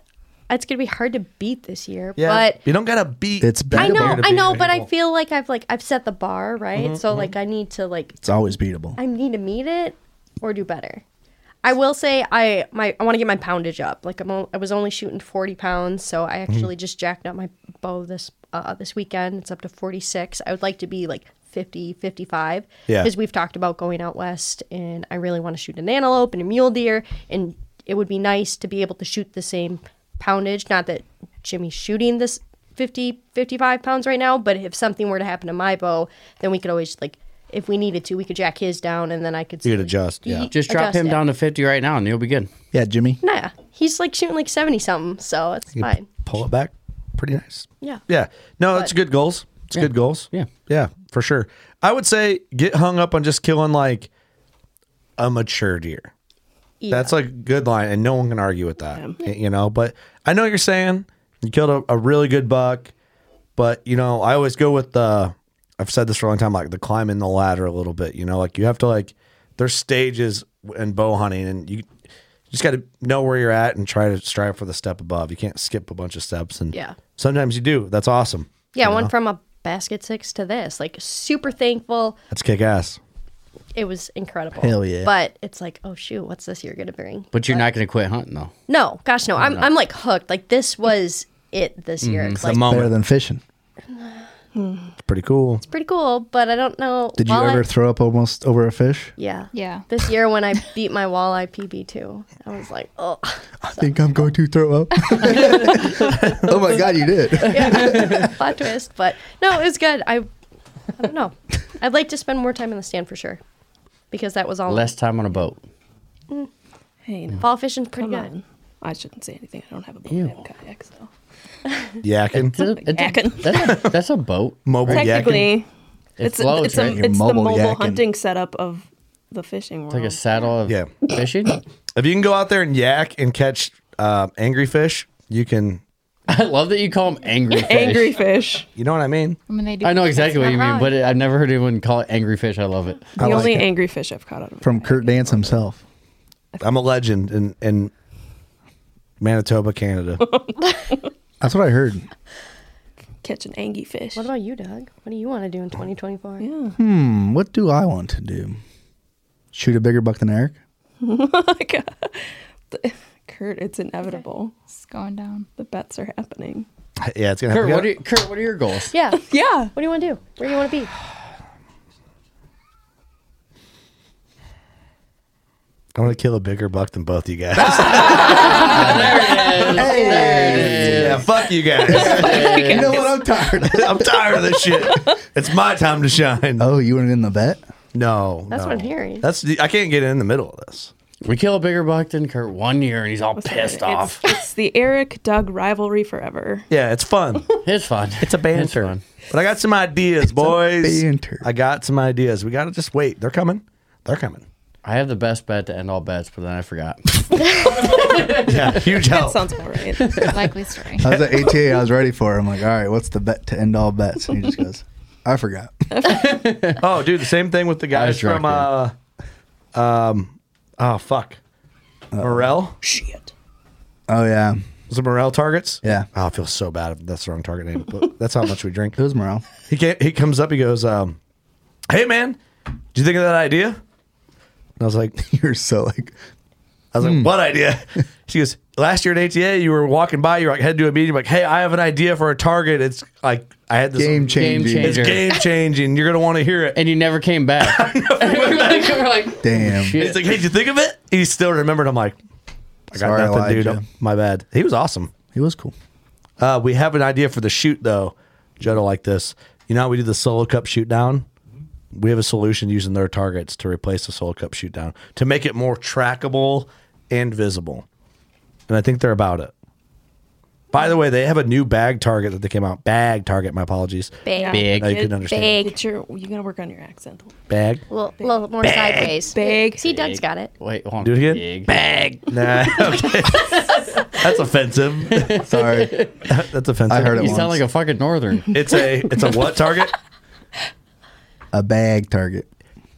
G: it's gonna be hard to beat this year, but
B: you don't got to beat.
A: It's
G: I
A: beatable.
G: know, I know, but I feel like I've like I've set the bar right, so like I need to like
A: It's always beatable.
G: I need to meet it or do better. I will say I my I want to get my poundage up. Like I'm o- I was only shooting 40 pounds, so I actually just jacked up my bow this uh, this weekend. It's up to 46. I would like to be like 50, 55
R: Yeah.
G: because we've talked about going out west and I really want to shoot an antelope and a mule deer and it would be nice to be able to shoot the same poundage. Not that Jimmy's shooting this 50 55 pounds right now, but if something were to happen to my bow, then we could always like if we needed to, we could jack his down and then I could
B: You could adjust. Yeah.
F: Just drop
G: Adjust
F: him
G: it.
F: down to 50 right now and you'll be good.
A: Yeah, Jimmy.
G: Nah, he's like shooting like 70 something, so it's
B: You
G: fine.
B: Pull it back. Pretty nice.
G: Yeah.
B: Yeah. No, that's good goals. It's good goals. Yeah. Yeah, for sure. I would say get hung up on just killing like a mature deer.
G: Yeah.
B: That's like a good line, and no one can argue with that. You know, but I know what you're saying. You killed a, a really good buck, but you know, I always go with the I've said this for a long time, like the climbing the ladder a little bit, you know, like you have to like there's stages in bow hunting and you just gotta know where you're at and try to strive for the step above. You can't skip a bunch of steps and
G: Yeah.
B: sometimes you do. That's awesome.
G: Yeah, I
B: you
G: went
B: know?
G: from a basket six to this. Like super thankful.
B: That's kick ass.
G: It was incredible.
F: Hell yeah.
G: But it's like, oh shoot, what's this year gonna bring?
A: Oh,
F: But you're not going to quit hunting though.
G: No, gosh no. I'm
F: no.
G: I'm like hooked. Like this was it this year.
A: Mhm.
G: It's
A: It's
G: like,
A: better than fishing.
G: Hmm.
A: It's pretty cool.
G: It's pretty cool, but I don't know.
A: Did you
G: walleye-
A: ever throw up almost over a fish?
G: Yeah.
H: Yeah.
G: This year when I beat my walleye PB too, I was like, oh.
A: I think I'm going to throw up. oh my god, you did.
G: Yeah. Plot twist. But no, it was good. I, I don't know. I'd like to spend more time in the stand for sure. Because that was all.
F: Less time on a boat.
M: Hey,
G: Fall fishing's pretty
M: Come
G: good.
M: on. I shouldn't say anything. I don't have a boat. I have a kayak, so.
B: Yakin.
M: Yakin.
F: That's a, that's a boat.
B: Mobile
M: Technically,
F: It
M: it's,
F: floats,
M: it's, a-
F: right? You're
M: it's the
F: mobile
M: mobile
F: yakking.
M: hunting setup of the fishing world.
F: It's like a saddle of
B: Yeah.
F: fishing.
B: If you can go out there and yak and catch uh, angry fish, you can.
F: I love that you call them angry fish.
M: Angry fish.
B: You know what I mean?
H: I mean, they do.
F: I know exactly what you mean,
H: Right.
F: but I've never heard anyone call it angry fish. I love it.
M: the only angry fish I've caught out of.
A: From Kurt Dance himself.
B: I'm a legend in, in Manitoba, Canada.
A: That's what I heard.
M: Catch an angy fish.
G: What about you, Doug? What do you want to do in 2024?
M: Yeah.
A: Hmm, what do I want to do? Shoot a bigger buck than Eric?
M: Oh Kurt, it's inevitable.
H: It's going down.
M: The bets are happening.
B: yeah, it's gonna.
F: Kurt,
B: happen.
F: what are you, Kurt, what are your goals?
G: Yeah.
M: yeah. What
G: do you want to do? Where do you want to be?
B: I'm gonna kill a bigger buck than both you guys. there it is. Yeah, fuck you guys.
A: You know what? I'm tired.
B: I'm tired of this shit. It's my time to shine.
A: Oh, you weren't in the vet?
B: No,
G: That's
B: no.
G: what I'm hearing.
B: That's the, I can't get in the middle of this.
F: We kill a bigger buck than Kurt one year, and he's all pissed
M: It's-
F: off.
M: It's the Eric Doug rivalry forever.
B: Yeah, it's fun.
F: It's fun.
B: It's a banter.
F: It's fun.
B: But I got some ideas, boys. I got some ideas. We gotta just wait. They're coming. They're coming.
F: I have the best bet to end all bets, but then I forgot.
B: yeah, huge
M: That sounds about right.
H: Likely story.
A: I was at ATA. I was ready for it. I'm like, all right, what's the bet to end all bets? And he just goes, I forgot.
B: oh, dude, the same thing with the guys
A: drunk,
B: from uh, um, oh fuck, Morel.
M: Shit.
A: Oh yeah,
B: was it Morel targets?
A: Yeah.
B: Oh, I feel so bad if that's the wrong target name, but that's how much we drink.
A: Who's Morel?
B: He can He comes up. He goes, um, "Hey man, did you think of that idea?" And I was like,
A: "You're so like." Hmm.
B: I was like, "What idea?" She goes, "Last year at ATA, you were walking by. You were like heading to a meeting. Like, hey, I have an idea for a target. It's like I had this
A: Game changing. Game
B: It's
A: changer.
B: game changing. You're gonna want to hear it."
F: And you never came back.
A: Damn.
B: He's like, "Hey, did you think of it?" He still remembered. I'm like, "I got
A: Sorry,
B: nothing,
A: Elijah.
B: dude. My bad." He was awesome.
A: He was cool.
B: Uh, we have an idea for the shoot though. Judd will like this. You know how we do the solo cup shoot down? We have a solution using their targets to replace the solo cup shoot down to make it more trackable and visible. And I think they're about it. By the way, they have a new bag target that they came out. Bag target, my apologies. No, you
A: uh,
B: couldn't understand. Bag.
M: Get your, you gotta work on your accent.
G: Well, a little more sideways.
M: Big.
G: See, Doug's got it.
F: Wait, hold on.
B: Do it again. Bag. Nah. okay. That's offensive.
A: Sorry.
B: That's offensive.
A: I heard it
F: You sound
A: once.
F: like a fucking northern.
B: It's a it's a what target?
A: A bag target.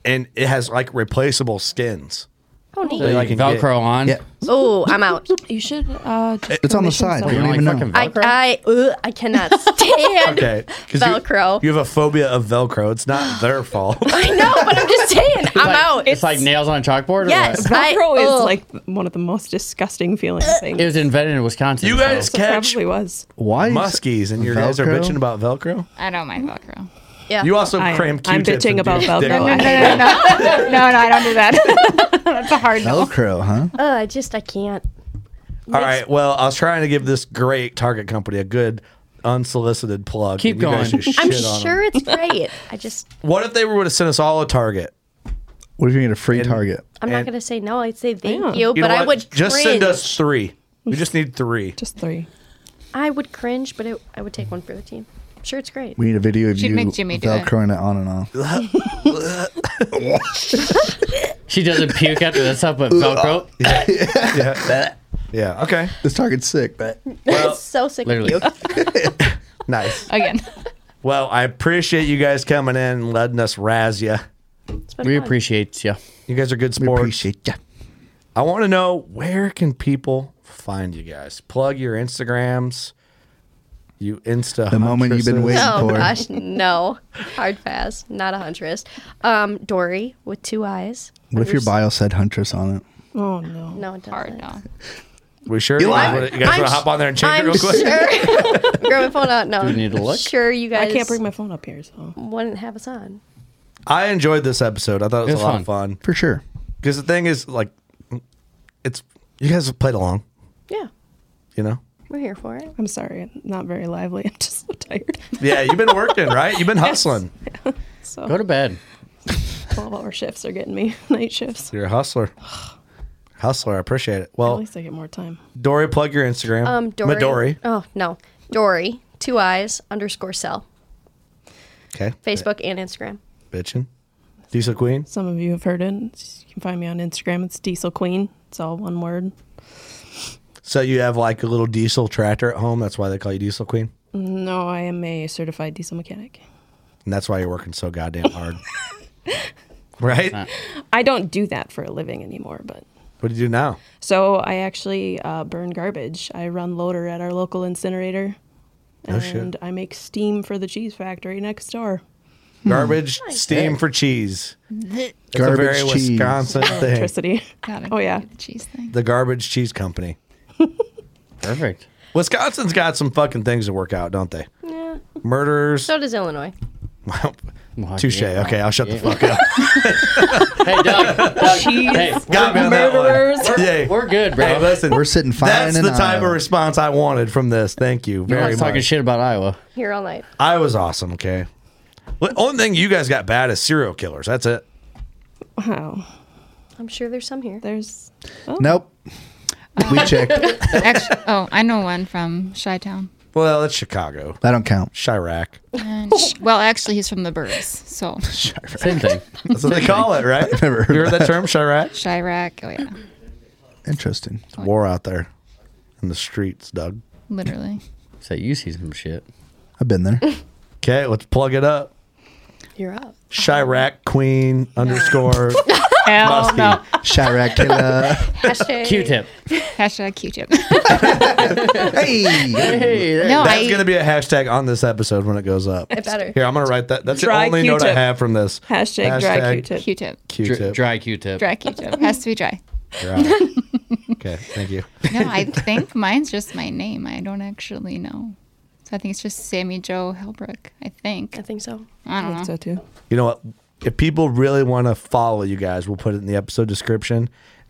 B: and it has like replaceable skins.
G: Oh, neat.
F: So you like Velcro on.
A: Yeah.
G: Oh, I'm out.
M: You should. Uh, just
A: It's on the
M: commission
A: side.
M: someone.
A: You don't
F: You
A: even
F: don't like
A: know.
F: fucking
G: I, I, ugh, I cannot stand
B: Okay. 'cause you-
G: Velcro.
B: You, have a phobia of Velcro. It's not their fault.
G: I know, but I'm just saying, I'm out.
F: It's, like nails on a chalkboard.
G: Yes.
F: Or what?
M: Velcro
G: I-
M: is
G: ugh.
H: Oh.
M: like one of the most disgusting feeling
H: Uh.
M: things.
F: It was invented in Wisconsin.
B: You guys
F: so-
M: It
B: catch
M: probably was.
A: Why is
B: muskies, and you guys are
A: Velcro?
B: bitching about Velcro.
H: I don't mind Velcro.
G: Yeah.
B: You also
M: I am.
B: cram
M: I'm
B: Q-tips.
M: bitching
B: into
M: about
B: your dick.
M: Velcro.
H: No, no, no, no, no, no! I don't do that. That's a hard no.
A: Velcro, huh?
G: Oh, I just, I can't.
B: All right. Well, I was trying to give this great target company a good unsolicited plug.
F: Keep
B: and you guys
F: going.
B: just
G: I'm
B: shit on 'em.
G: sure it's great. I just,
B: What if they were to send us all a target?
A: What if you get a free target?
G: I'm not
B: And-
G: going to say no. I'd say thank
M: Yeah.
G: you,
B: You know
G: but I
B: what?
G: would
B: just
G: cringe.
B: send us three. We just need three.
M: Just three.
G: I would cringe, but it, I would take one for the team. I'm sure it's great.
A: We need a video of
H: Should
A: you
H: make Jimmy do it.
A: velcroing it. on and off.
F: She doesn't puke after this up, but Velcro.
B: yeah. yeah. Okay.
A: This target's sick, but
B: Well,
G: so sick
F: Literally.
G: of you.
B: nice.
H: Again,
B: Well, I appreciate you guys coming in and letting us razz you.
G: It's been
F: We
G: fun.
F: appreciate you.
B: You guys are good
A: we
B: sports.
A: appreciate ya.
B: I want to know where can people find you guys? Plug your Instagrams. You Insta.
A: The moment you've been
B: huntresses.
A: waiting
G: Oh
A: for.
G: gosh, no. Hard pass. Not a huntress. Um, Dory with two eyes.
A: What if your bio said huntress on it?
M: Oh no.
G: No, it doesn't.
H: hard no.
B: We sure?
G: You
B: You
G: like-
B: guys wanna- you guys want to
G: I'm
B: hop on there and change it
G: I'm
B: real quick?
G: Sure. Grab my phone out. No.
B: Do we need to look?
G: Sure, you guys.
M: I can't bring my phone up here, so.
G: Wouldn't have us on.
B: I enjoyed this episode. I thought it was,
A: It was
B: a lot
A: fun.
B: of fun
A: for sure.
B: Because the thing is, like, it's you guys have played along.
G: Yeah.
B: You know.
G: We're here for it.
M: I'm sorry, I'm not very lively. I'm just so tired.
B: Yeah, you've been working, right? You've been
M: Yes.
B: hustling.
M: So
F: Go to bed.
M: 12 hour shifts are getting me night shifts.
B: You're a hustler. Hustler, I appreciate it. Well,
M: At least I get more time.
B: Dory, plug your Instagram.
G: Um, Dory.
B: Midori.
G: Oh, no. Dory, two eyes, underscore cell.
B: Okay.
G: Facebook and Instagram.
B: Bitchin. Diesel Queen.
M: Some of you have heard it. It's- You can find me on Instagram. It's Diesel Queen. It's all one word.
B: So you have like a little diesel tractor at home. That's why they call you Diesel Queen.
M: No, I am a certified diesel mechanic.
B: And that's why you're working so goddamn hard. right?
M: I don't do that for a living anymore, but
B: What do you do now?
M: so I actually uh, burn garbage. I run loader at our local incinerator,
B: Oh, shit.
M: and I make steam for the cheese factory next door.
A: Hmm.
B: Garbage, steam for cheese. It's a very
A: Garbage cheese.
B: Wisconsin thing.
M: Electricity. oh yeah, the
H: cheese thing.
B: The garbage cheese company. Perfect. Wisconsin's got some fucking things to work out, don't they?
G: Yeah.
B: Murders.
G: So does Illinois.
B: Touche.
F: yeah.
B: Okay, I'll shut the
F: Yeah.
B: fuck up.
F: Hey, Doug. Doug
M: E. Cheese.
F: Hey,
B: Got me on that one. Yay.
F: We're good, bro.
B: Hey, listen,
A: We're sitting fine
B: That's
A: in
B: the type
A: Iowa.
B: of response I wanted from this. Thank you
F: No
B: very
F: one's
B: much.
F: talking shit about Iowa.
G: Here all night.
B: I was awesome. Okay. The only thing you guys got bad is serial killers. That's it.
M: Wow.
G: I'm sure there's some here.
M: There's.
A: Nope. We checked.
H: Actually, oh, I know one from Chi Town.
B: Well, that's Chicago.
A: That don't count.
B: Chirac.
H: And sh- well, actually, he's from the Burbs, so
F: Same thing.
B: That's what they call it, right?
A: I've never heard
B: you heard that
A: that.
B: term, Chirac?
H: Chirac. Oh yeah,
A: Interesting.
B: It's war out there in the streets, Doug.
H: literally.
F: So you see some shit.
A: I've been there.
B: Okay, let's plug it up.
G: You're up.
B: Chirac Queen underscore
H: Hell
B: Muskie.
H: no.
A: Chirac killer.
G: Hashtag
F: Q-tip.
H: Hashtag Q-tip.
A: hey.
F: Hey, there-
H: No,
B: That's
H: I-
B: gonna be a hashtag on this episode when it goes up.
G: It better.
B: Here, I'm gonna write that. That's
M: Dry
B: the only note I
M: Q-tip.
B: have from this.
M: Hashtag dry Q-tip.
H: Q-tip.
B: Q-tip.
F: Dr- dry Q-tip.
H: Dry Q-tip. Has to be dry.
B: Dry. okay, thank you.
H: No, I think mine's just my name. I don't actually know. So I think it's just Sammy Joe Hellbrook. I think.
G: I think so.
H: I don't
M: I think
H: know.
M: so too.
B: You know what? If people really want to follow you guys, we'll put it in the episode description,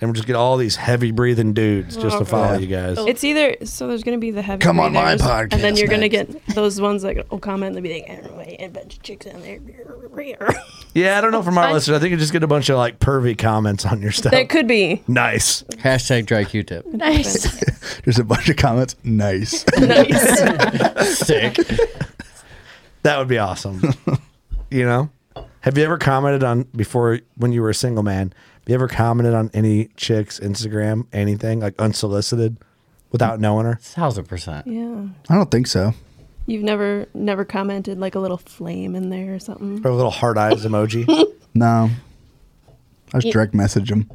B: and we'll just get all these heavy breathing dudes just to
M: Okay.
B: follow you guys.
M: It's either so there's gonna be the heavy.
A: Come on my
M: breathers, and then
A: podcast
M: you're gonna
A: next.
M: get those ones that will comment and be like, "Anyway, a bunch of chicks on there."
B: Yeah, I don't know from our listeners. I think you just get a bunch of like pervy comments on your stuff.
M: That could be.
B: nice.
F: Hashtag dry Q-tip.
G: Nice.
A: There's a bunch of comments. Nice.
F: Sick.
B: That would be awesome. you know? Have you ever commented on before when you were a single man? Have you ever commented on any chick's Instagram, anything like unsolicited without knowing her?
F: Thousand percent.
M: Yeah,
A: I don't think so.
M: you've never never commented like a little flame in there or something.
B: Or a little heart eyes emoji?
A: No. I just direct message him.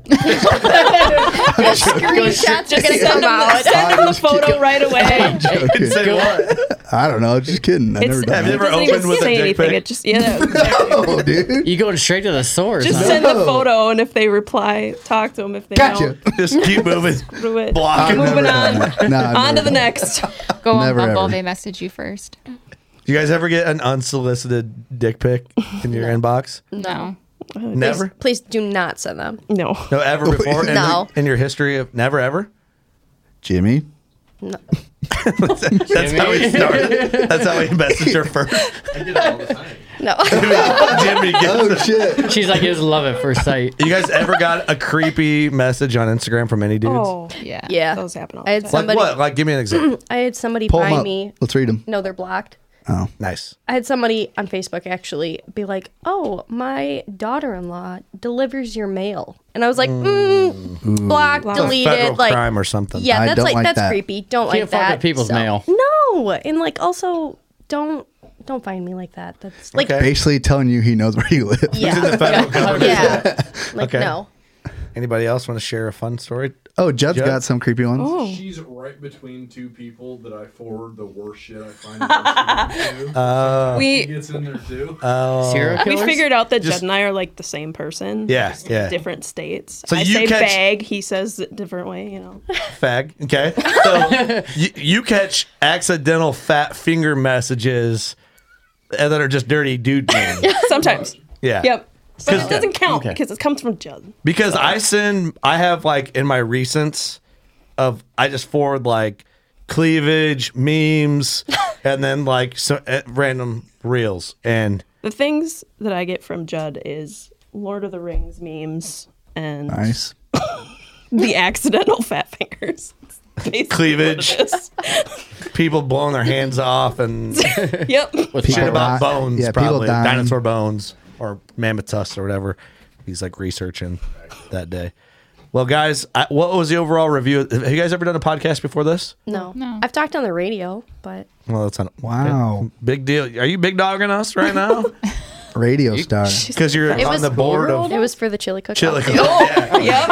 G: Screenshots are gonna come out.
M: Send them the photo right away.
A: Joking.
B: Say what?
A: I don't know. Just kidding. I never done
B: Have you
A: that.
B: ever
M: It doesn't even
B: opened with a
M: say
B: dick
M: anything.
B: pic?
M: It just yeah. that-
A: No, dude.
F: You going straight to the source.
M: Just
F: huh?
M: send the photo, and if they reply, talk to them. If they
A: Gotcha.
B: Just keep moving.
M: don't, do it.
B: Block.
A: I've
M: Moving
A: never done
M: on.
A: that. No, I've
M: On to
A: never
M: the
A: done that.
M: next.
G: Oh,
H: Go on
A: Never,
H: Bumble.
A: ever.
H: They message you first.
B: You guys ever get an unsolicited dick pic in your inbox?
H: No.
B: Never?
G: Please do not send them.
M: No.
B: No, ever before? In the-
G: No.
B: In, your history of never ever?
A: Jimmy.
G: No.
B: That's how we started. That's how we messaged her first.
G: No.
B: Jimmy gets
A: Oh, shit.
F: She's like, it's love at first sight.
B: You guys ever got a creepy message on Instagram from any dudes?
M: Oh,
H: Yeah.
G: yeah.
M: those happen all
G: I
M: the time.
G: had
B: like
G: somebody.
B: what? Like give me an example.
G: I had somebody
A: Pull 'em
G: find
A: up.
G: me.
A: Let's read them.
G: No, they're blocked.
A: Oh.
B: nice.
G: I had somebody on Facebook actually be like, "Oh, my daughter-in-law delivers your mail," and I was like, mm, "Block, delete
B: Federal
G: it." Like,
B: crime or something.
G: yeah,
A: I
G: that's
A: don't
G: like,
A: like
G: that's
A: that.
G: creepy. Don't
F: Can't
G: like
F: fuck with
G: that.
F: people's mail.
G: No, and like also don't don't find me like that. That's like
B: Okay.
A: Basically telling you he knows where you live.
G: yeah,
B: Federal government.
G: yeah, like
B: Okay.
G: no.
B: Anybody else want to share a fun story?
A: Oh, Judd's got some creepy ones.
R: She's right between two people that I forward the worst shit I find. on Instagram to.
B: Uh,
M: We-
R: she gets in there too.
B: Oh.
M: We figured out that
B: Just-
M: Judd and I are like the same person.
B: Yeah,
M: just
B: yeah.
M: Different states.
B: So
M: I
B: you
M: say
B: catch-
M: bag, he says it different way, you know.
B: fag. Okay. So you, you catch accidental fat finger messages that are just dirty dude names.
M: Sometimes.
B: Yeah.
M: Yep. But
B: Because-
M: it doesn't count
B: Okay.
M: because it comes from Judd.
B: Because
A: Uh-huh.
B: I send, I have like in my recents of, I just forward like cleavage memes and then like so, uh, random reels. And
M: The things that I get from Judd is Lord of the Rings memes and
A: Nice.
M: the accidental fat fingers. Basically what
B: Cleavage.
M: it is.
B: people blowing their hands off and
M: Yep.
B: with shit
A: People
B: about
A: die-
B: bones,
A: yeah, people
B: probably
A: dying.
B: dinosaur bones or mammoth tusks or whatever. He's like researching that day. Well, guys, I, what was the overall review? Have you guys ever done a podcast before this?
G: No. no. I've talked on the radio, but
B: Well, that's not wow, big deal. Are you big dogging us right now?
A: Radio star.
B: Because you're
G: It
B: on
G: was
B: the board of
G: it was for the chili cook.
B: chili. Oh,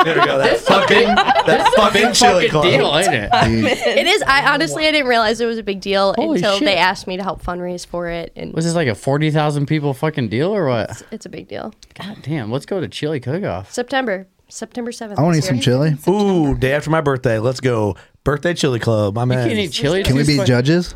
B: There we go. That fucking that fucking chili club.
F: E.
G: it is. I honestly I didn't realize it was a big deal
F: Holy
G: until
F: shit.
G: they asked me to help fundraise for it, and
F: Was this like a forty thousand people fucking deal or what?
G: it's a big deal.
F: God damn, let's go to chili cook off.
G: September, September seventh.
A: chili.
B: Ooh, day after my birthday. Let's go. Birthday chili club. My man.
G: can't eat chili
A: Can we be judges?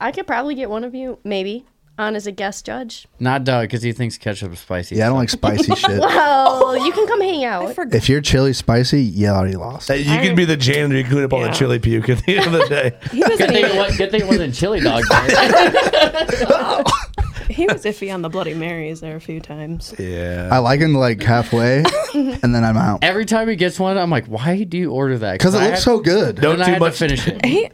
G: I could probably get one of you, maybe, on as a guest judge.
F: Not Doug because he thinks ketchup is spicy.
A: Yeah, I don't like spicy shit.
G: Well, you can come hang out.
A: If your chili's spicy, yeah, already lost.
B: Hey, you could be the janitor. You could clean up all the
A: Yeah.
B: chili puke at the end of the day.
F: Good thing, it was, good thing it wasn't chili dog.
M: He was iffy on the Bloody Marys there a few times.
B: Yeah.
A: I like him like halfway, and then I'm out.
F: Every time he gets one, I'm like, why do you order that?
A: 'Cause it
F: I
A: looks
F: had-
A: so good.
F: Don't
B: Don't
F: too
B: do
F: much
B: much-
F: finish it.
M: He,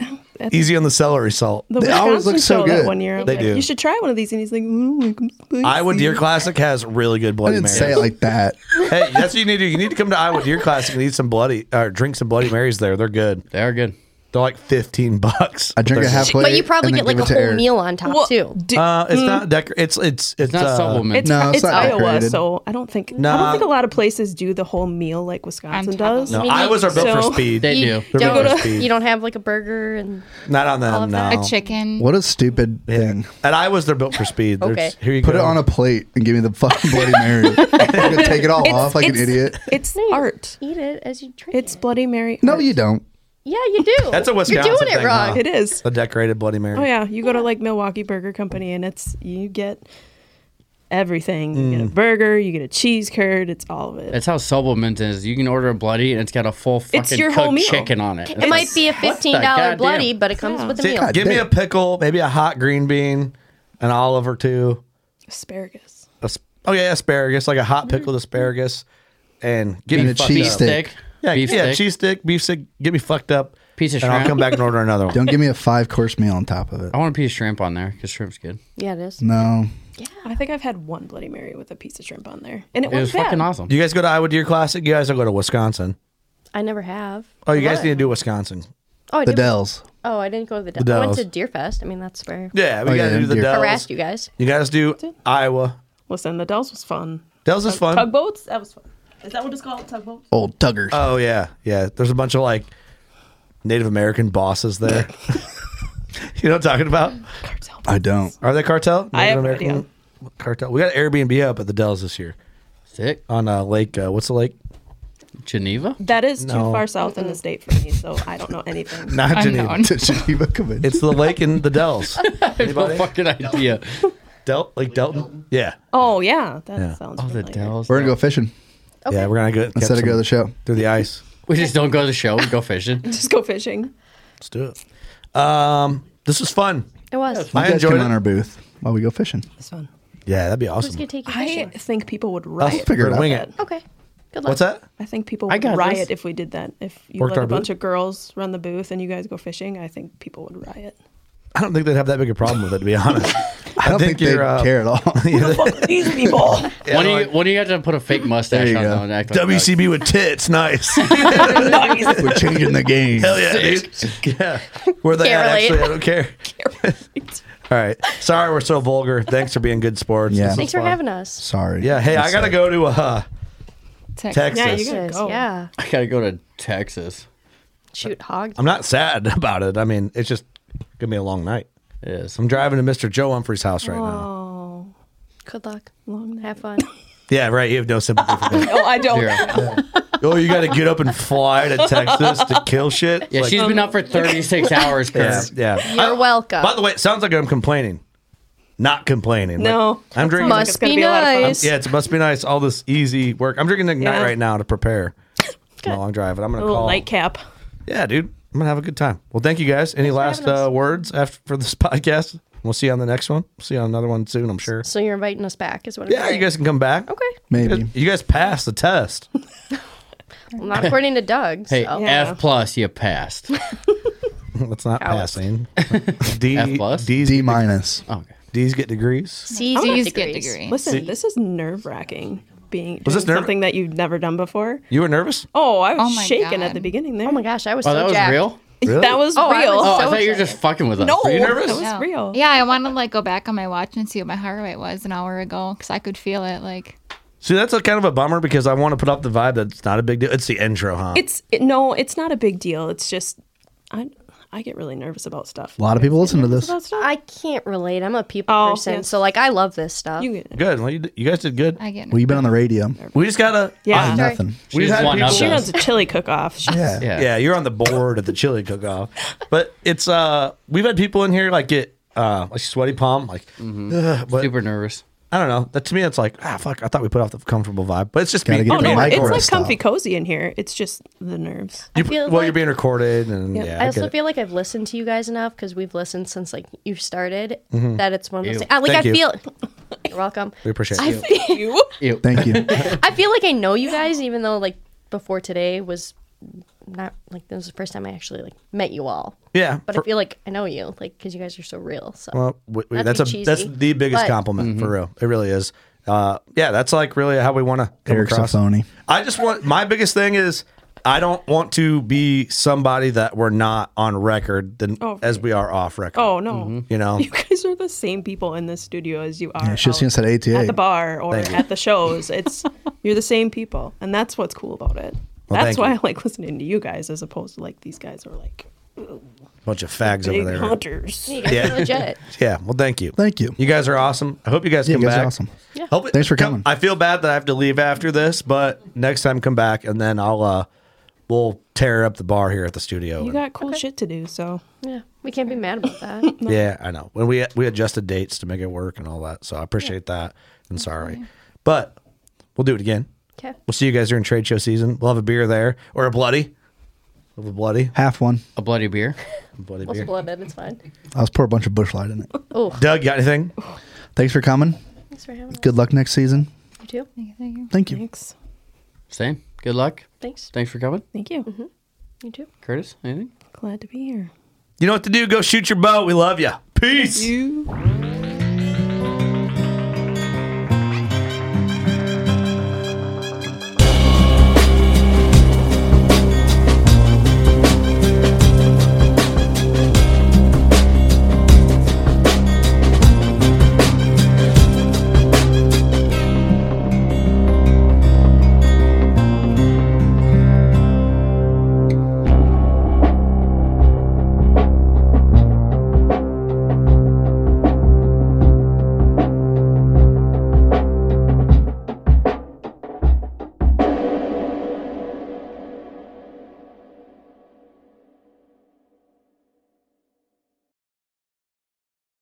B: Easy on the celery salt.
M: the
B: They always
M: Wisconsin
B: look so
M: show
B: good.
M: That one year, I was
B: They
M: like,
B: do.
M: You should try one of these, and he's like, mm, I'm spicy."
B: Iowa Deer Classic has really good bloody.
A: I didn't
B: Marys.
A: say it like that.
B: hey, that's what you need to do. You need to come to Iowa Deer Classic and eat some bloody or drink some bloody Marys there. They're good.
F: They are good.
B: They're like fifteen bucks. I
A: drink it halfway
G: but you probably get like a whole meal on top too.
B: uh, it's not decor. It's it's it's
F: Mm. not
B: uh,
F: supplement.
M: It's, it's, Iowa, so I don't think I
B: Nah.
M: don't think a lot of places do the whole meal like Wisconsin does.
B: No, Iowas are built for speed. They do. They're built for speed.
G: You don't have like a burger and
B: Not on them. No.
H: A chicken.
A: What a stupid thing.
B: At Iowa's, they're built for speed. They're
H: Okay.
B: just- Here you
A: Put
B: go.
A: it on a plate and give me the fucking Bloody Mary. I'm gonna take it all
M: It's-
A: off like an
M: it's-
A: idiot.
M: It's art.
G: Eat it as you drink.
M: It's Bloody Mary.
A: No, you don't.
G: Yeah, you do.
B: That's a Wisconsin
M: You're doing it
B: thing,
M: wrong.
B: huh?
M: It is.
B: a decorated bloody Mary.
M: Oh yeah, you go to like Milwaukee Burger Company, and it's you get everything. You get a
F: Mm.
M: burger, you get a cheese curd. It's all of it.
F: That's how supplement is. You can order a bloody and it's got a full fucking
M: It's your whole
F: cooked
M: meal.
F: chicken on it.
G: It might be a fifteen dollar
F: goddamn-
G: bloody, but it comes with a
B: See,
G: meal.
B: give me a pickle, maybe a hot green bean, an olive or two.
M: Asparagus. Mm-hmm.
B: As- oh yeah, asparagus, like a hot pickled asparagus, and give
F: And
B: me
F: a
B: fucked
F: cheese
B: up.
F: stick.
B: Yeah,
F: Beef
B: yeah,
F: stick.
B: cheese stick, beef stick. Get me fucked up.
F: Piece of
B: and I'll
F: shrimp.
B: come back and order another one.
A: Don't give me a five course meal on top of it.
F: I want a piece of shrimp on there because shrimp's good.
M: Yeah, it is.
A: No.
M: I think I've had one Bloody Mary with a piece of shrimp on there, and it,
B: It
M: wasn't
B: was
M: bad.
B: fucking awesome. You guys go to Iowa Deer Classic. You guys don't go to Wisconsin.
G: I never have.
B: Oh, you guys
G: What?
B: need to do Wisconsin.
G: Oh, I
B: The
G: did-
B: Dells.
G: Oh, I didn't go to the
B: The
G: Dells. I went to
B: Dells.
G: Deerfest. I mean, that's where.
B: Yeah, we gotta Oh, do the Dells.
G: Harassed you guys.
B: You guys do Iowa.
M: Listen, the Dells was fun.
B: Dells is fun.
M: Tugboats. That was fun. Is that what it's called? Tugboats.
A: Old Tuggers.
B: Oh yeah, yeah. There's a bunch of like Native American bosses there. you know what I'm talking about?
A: I don't.
B: Are they cartel? Native
A: I have no
B: American
A: idea.
B: cartel. We got an Airbnb up at the Dells this year.
F: Sick
B: on uh, Lake. Uh, what's the lake?
F: Geneva.
M: That is
B: No.
M: too far south in the state for me, so I don't know anything.
B: Not Geneva.
A: Geneva, come in.
B: It's the lake in the Dells. Anybody?
F: fucking idea.
B: Del like Delton. Yeah.
M: Oh yeah, that
B: Yeah.
M: sounds.
F: Oh, the Dells.
A: We're gonna go fishing.
B: Yeah, we're gonna go
A: Instead of go to the show
B: through the ice.
F: We just don't go to the show. We go fishing.
M: Just go fishing.
B: Let's do it. Um, this was fun.
G: It was.
A: You
B: I
A: guys
B: enjoyed
A: come
B: it.
A: on our booth while we go fishing.
M: It's fun.
B: Yeah, that'd be
M: Who's
B: awesome.
M: gonna take you fishing? I think people would riot.
B: figure it out. Wing it.
G: Okay. Good luck.
B: What's that?
M: I think people
G: I
M: would
G: got
M: riot
G: this.
M: if we did that. If you
B: Worked
M: let
B: our
M: a
B: booth?
M: bunch of girls run the booth and you guys go fishing, I think people would riot.
B: I don't think they'd have that big a problem with it, to be honest. I don't think,
A: they
B: you're, uh,
A: care at all.
M: These people.
F: When do you when do you have to put a fake mustache on though and act like
B: WCB with tits, nice.
A: We're changing the game.
B: Hell yeah, dude. Yeah. Where they
A: Can't
B: at,
A: relate.
B: actually, I don't care. All right. Sorry we're so vulgar. Thanks for being good sports.
A: Yeah.
B: This was
G: Thanks for
B: fun.
G: having us.
A: Sorry.
B: Yeah. Hey, I gotta go to uh
G: Texas.
F: Yeah, you
G: gotta go. Yeah.
F: I gotta go to Texas.
G: Shoot hog.
B: I'm not sad about it. I mean, it's just gonna be a long night. It is. I'm driving to Mr. Joe Humphrey's house right now.
G: Oh. Good luck. Long have fun.
B: Yeah, right. You have no sympathy for that.
M: No, I don't.
B: Oh, you got to get up and fly to Texas to kill shit.
F: Yeah, she's been up for 36 hours,
B: Yeah,
F: Chris.
B: yeah.
G: You're welcome.
B: By the way, it sounds like I'm complaining. Not complaining. Like,
G: No.
B: I'm
G: That
B: drinking.
G: sounds like it's Must gonna be be a lot of fun. nice.
B: I'm- yeah, it must be nice. All this easy work. I'm drinking Ignite
M: Yeah.
B: right now to prepare. for my long drive, and I'm
M: A
B: gonna
M: little
B: call.
M: nightcap.
B: Yeah, dude. I'm gonna have a good time. Well, thank you guys. Any last uh, words after for this podcast? We'll see you on the next one. We'll see you on another one soon. I'm sure.
G: So you're inviting us back, is what? I'm
B: Yeah, you
G: saying.
B: guys can come back. Okay.
A: Maybe.
B: You guys, you guys passed the test.
G: Well, not according to Oh, Doug.
F: Hey,
G: so.
F: F plus, you passed. Oh,
B: That's not passing. D
F: F plus?
B: D's
A: D minus.
F: Okay.
B: D's get degrees.
G: C's
M: I want
H: get degrees.
M: Listen,
B: See-
M: this is nerve wracking. Being
B: Was this
M: doing
B: nerve-
M: something that you've never done before.
B: You were nervous?
M: Oh, I was
G: Oh my
M: shaking
G: God.
M: at the beginning there.
G: Oh my gosh, I was
F: Oh,
G: so
F: that was
G: jacked.
F: real?
M: That was
G: Oh, I
M: real.
G: was
F: Oh, I
G: so
F: thought you were just fucking with us.
M: No,
F: Were you nervous?
M: that was real.
H: Oh. Yeah, I want to like go back on my watch and see what my heart rate was an hour ago because I could feel it. Like
B: See, that's a kind of a bummer because I want to put up the vibe that it's not a big deal. It's the intro, huh?
M: It's it, no, it's not a big deal. It's just I I get really nervous about stuff.
A: A lot of people listen to this.
G: I can't relate. I'm a people
M: Oh,
G: person,
M: yes.
G: so like I love this stuff.
M: You get
B: good. Well, you, you guys did good.
H: I get
A: Well, you've been on the radio.
B: We just gotta.
M: Yeah.
A: Sorry. nothing.
B: We
A: She's
B: had
A: one
B: people-
A: of
M: She runs a chili cook off.
A: Yeah.
B: yeah. you're on the board at the chili cook off. But it's uh we've had people in here like get uh like sweaty palm, like "Ugh," but
F: Super nervous.
B: I don't know. That to me it's like, ah fuck, I thought we put off the comfortable vibe. But it's just
A: Gotta
B: me.
A: get
M: Oh no, it's like
B: style.
M: comfy cozy in here. It's just the nerves.
B: You,
G: I feel
B: well, you're being recorded and yeah, I
G: I
B: get
G: also
B: it.
G: feel like I've listened to you guys enough because we've listened since like you started.
B: Mhm.
G: That it's one of
B: Ew.
G: those. I, like
B: Thank
G: I
B: you.
G: feel. You're welcome.
B: We appreciate
G: I
B: it.
G: feel,
A: Thank you.
G: I feel like I know you guys, even though like before today was not like this was the first time I actually like met you all.
B: Yeah,
G: but
B: for-
G: I feel like I know you, like because you guys are so real. So
B: Well, w- w-
G: Not to
B: that's
G: be
B: a that's
G: cheesy,
B: the biggest
G: but-
B: compliment for
A: Mm-hmm.
B: real. It really is. Uh, yeah, that's like really how we want to come
A: Eric
B: across.
A: Saffoni.
B: I just want my biggest thing is I don't want to be somebody that we're not on record than
M: Oh.
B: as we are off record.
M: Oh no.
B: You know,
M: You guys are the same people in the studio as you are
A: mm-hmm. Yeah, should've seen us at ATA.
M: at the bar or
B: Thank you.
M: at the shows. It's you're the same people, and that's what's cool about it.
B: Well,
M: that's
B: thank
M: why
B: you.
M: I like listening to you guys as opposed to like these guys are like
B: bunch of fags
M: big
B: over there.
M: hunters.
B: Yeah. Yeah. Well, thank you. Thank you. You guys are awesome. I hope you guys
A: Yeah, you
B: come
A: guys are
B: back.
A: awesome.
G: Yeah.
B: Hope
A: Thanks for coming.
B: I feel bad that I have to leave after this, but next time come back and then I'll uh we'll tear up the bar here at the studio.
M: You got cool shit to do, so
G: yeah, we can't be mad about that.
B: Yeah, I know. When we we adjusted dates to make it work and all that, so I appreciate that. And sorry, but we'll do it again.
G: 'Kay.
B: We'll see you guys during trade show season. We'll have a beer there or a bloody. We'll have a bloody.
A: Half one.
F: A bloody beer.
B: A bloody
G: Let's
B: beer.
G: blood it. It's fine.
A: I was pour a bunch of bush light in it.
G: Oh,
B: Doug, you got anything?
A: Thanks for coming.
G: thanks for having us.
A: Good luck next season.
G: You too.
H: Thank you.
A: Thank you.
M: Thanks.
F: Same. Good luck.
G: Thanks.
F: Thanks for coming.
M: Thank you.
G: You too.
F: Curtis, anything?
M: Glad to be here.
B: You know what to do. Go shoot your bow. We love you. Peace.
M: You.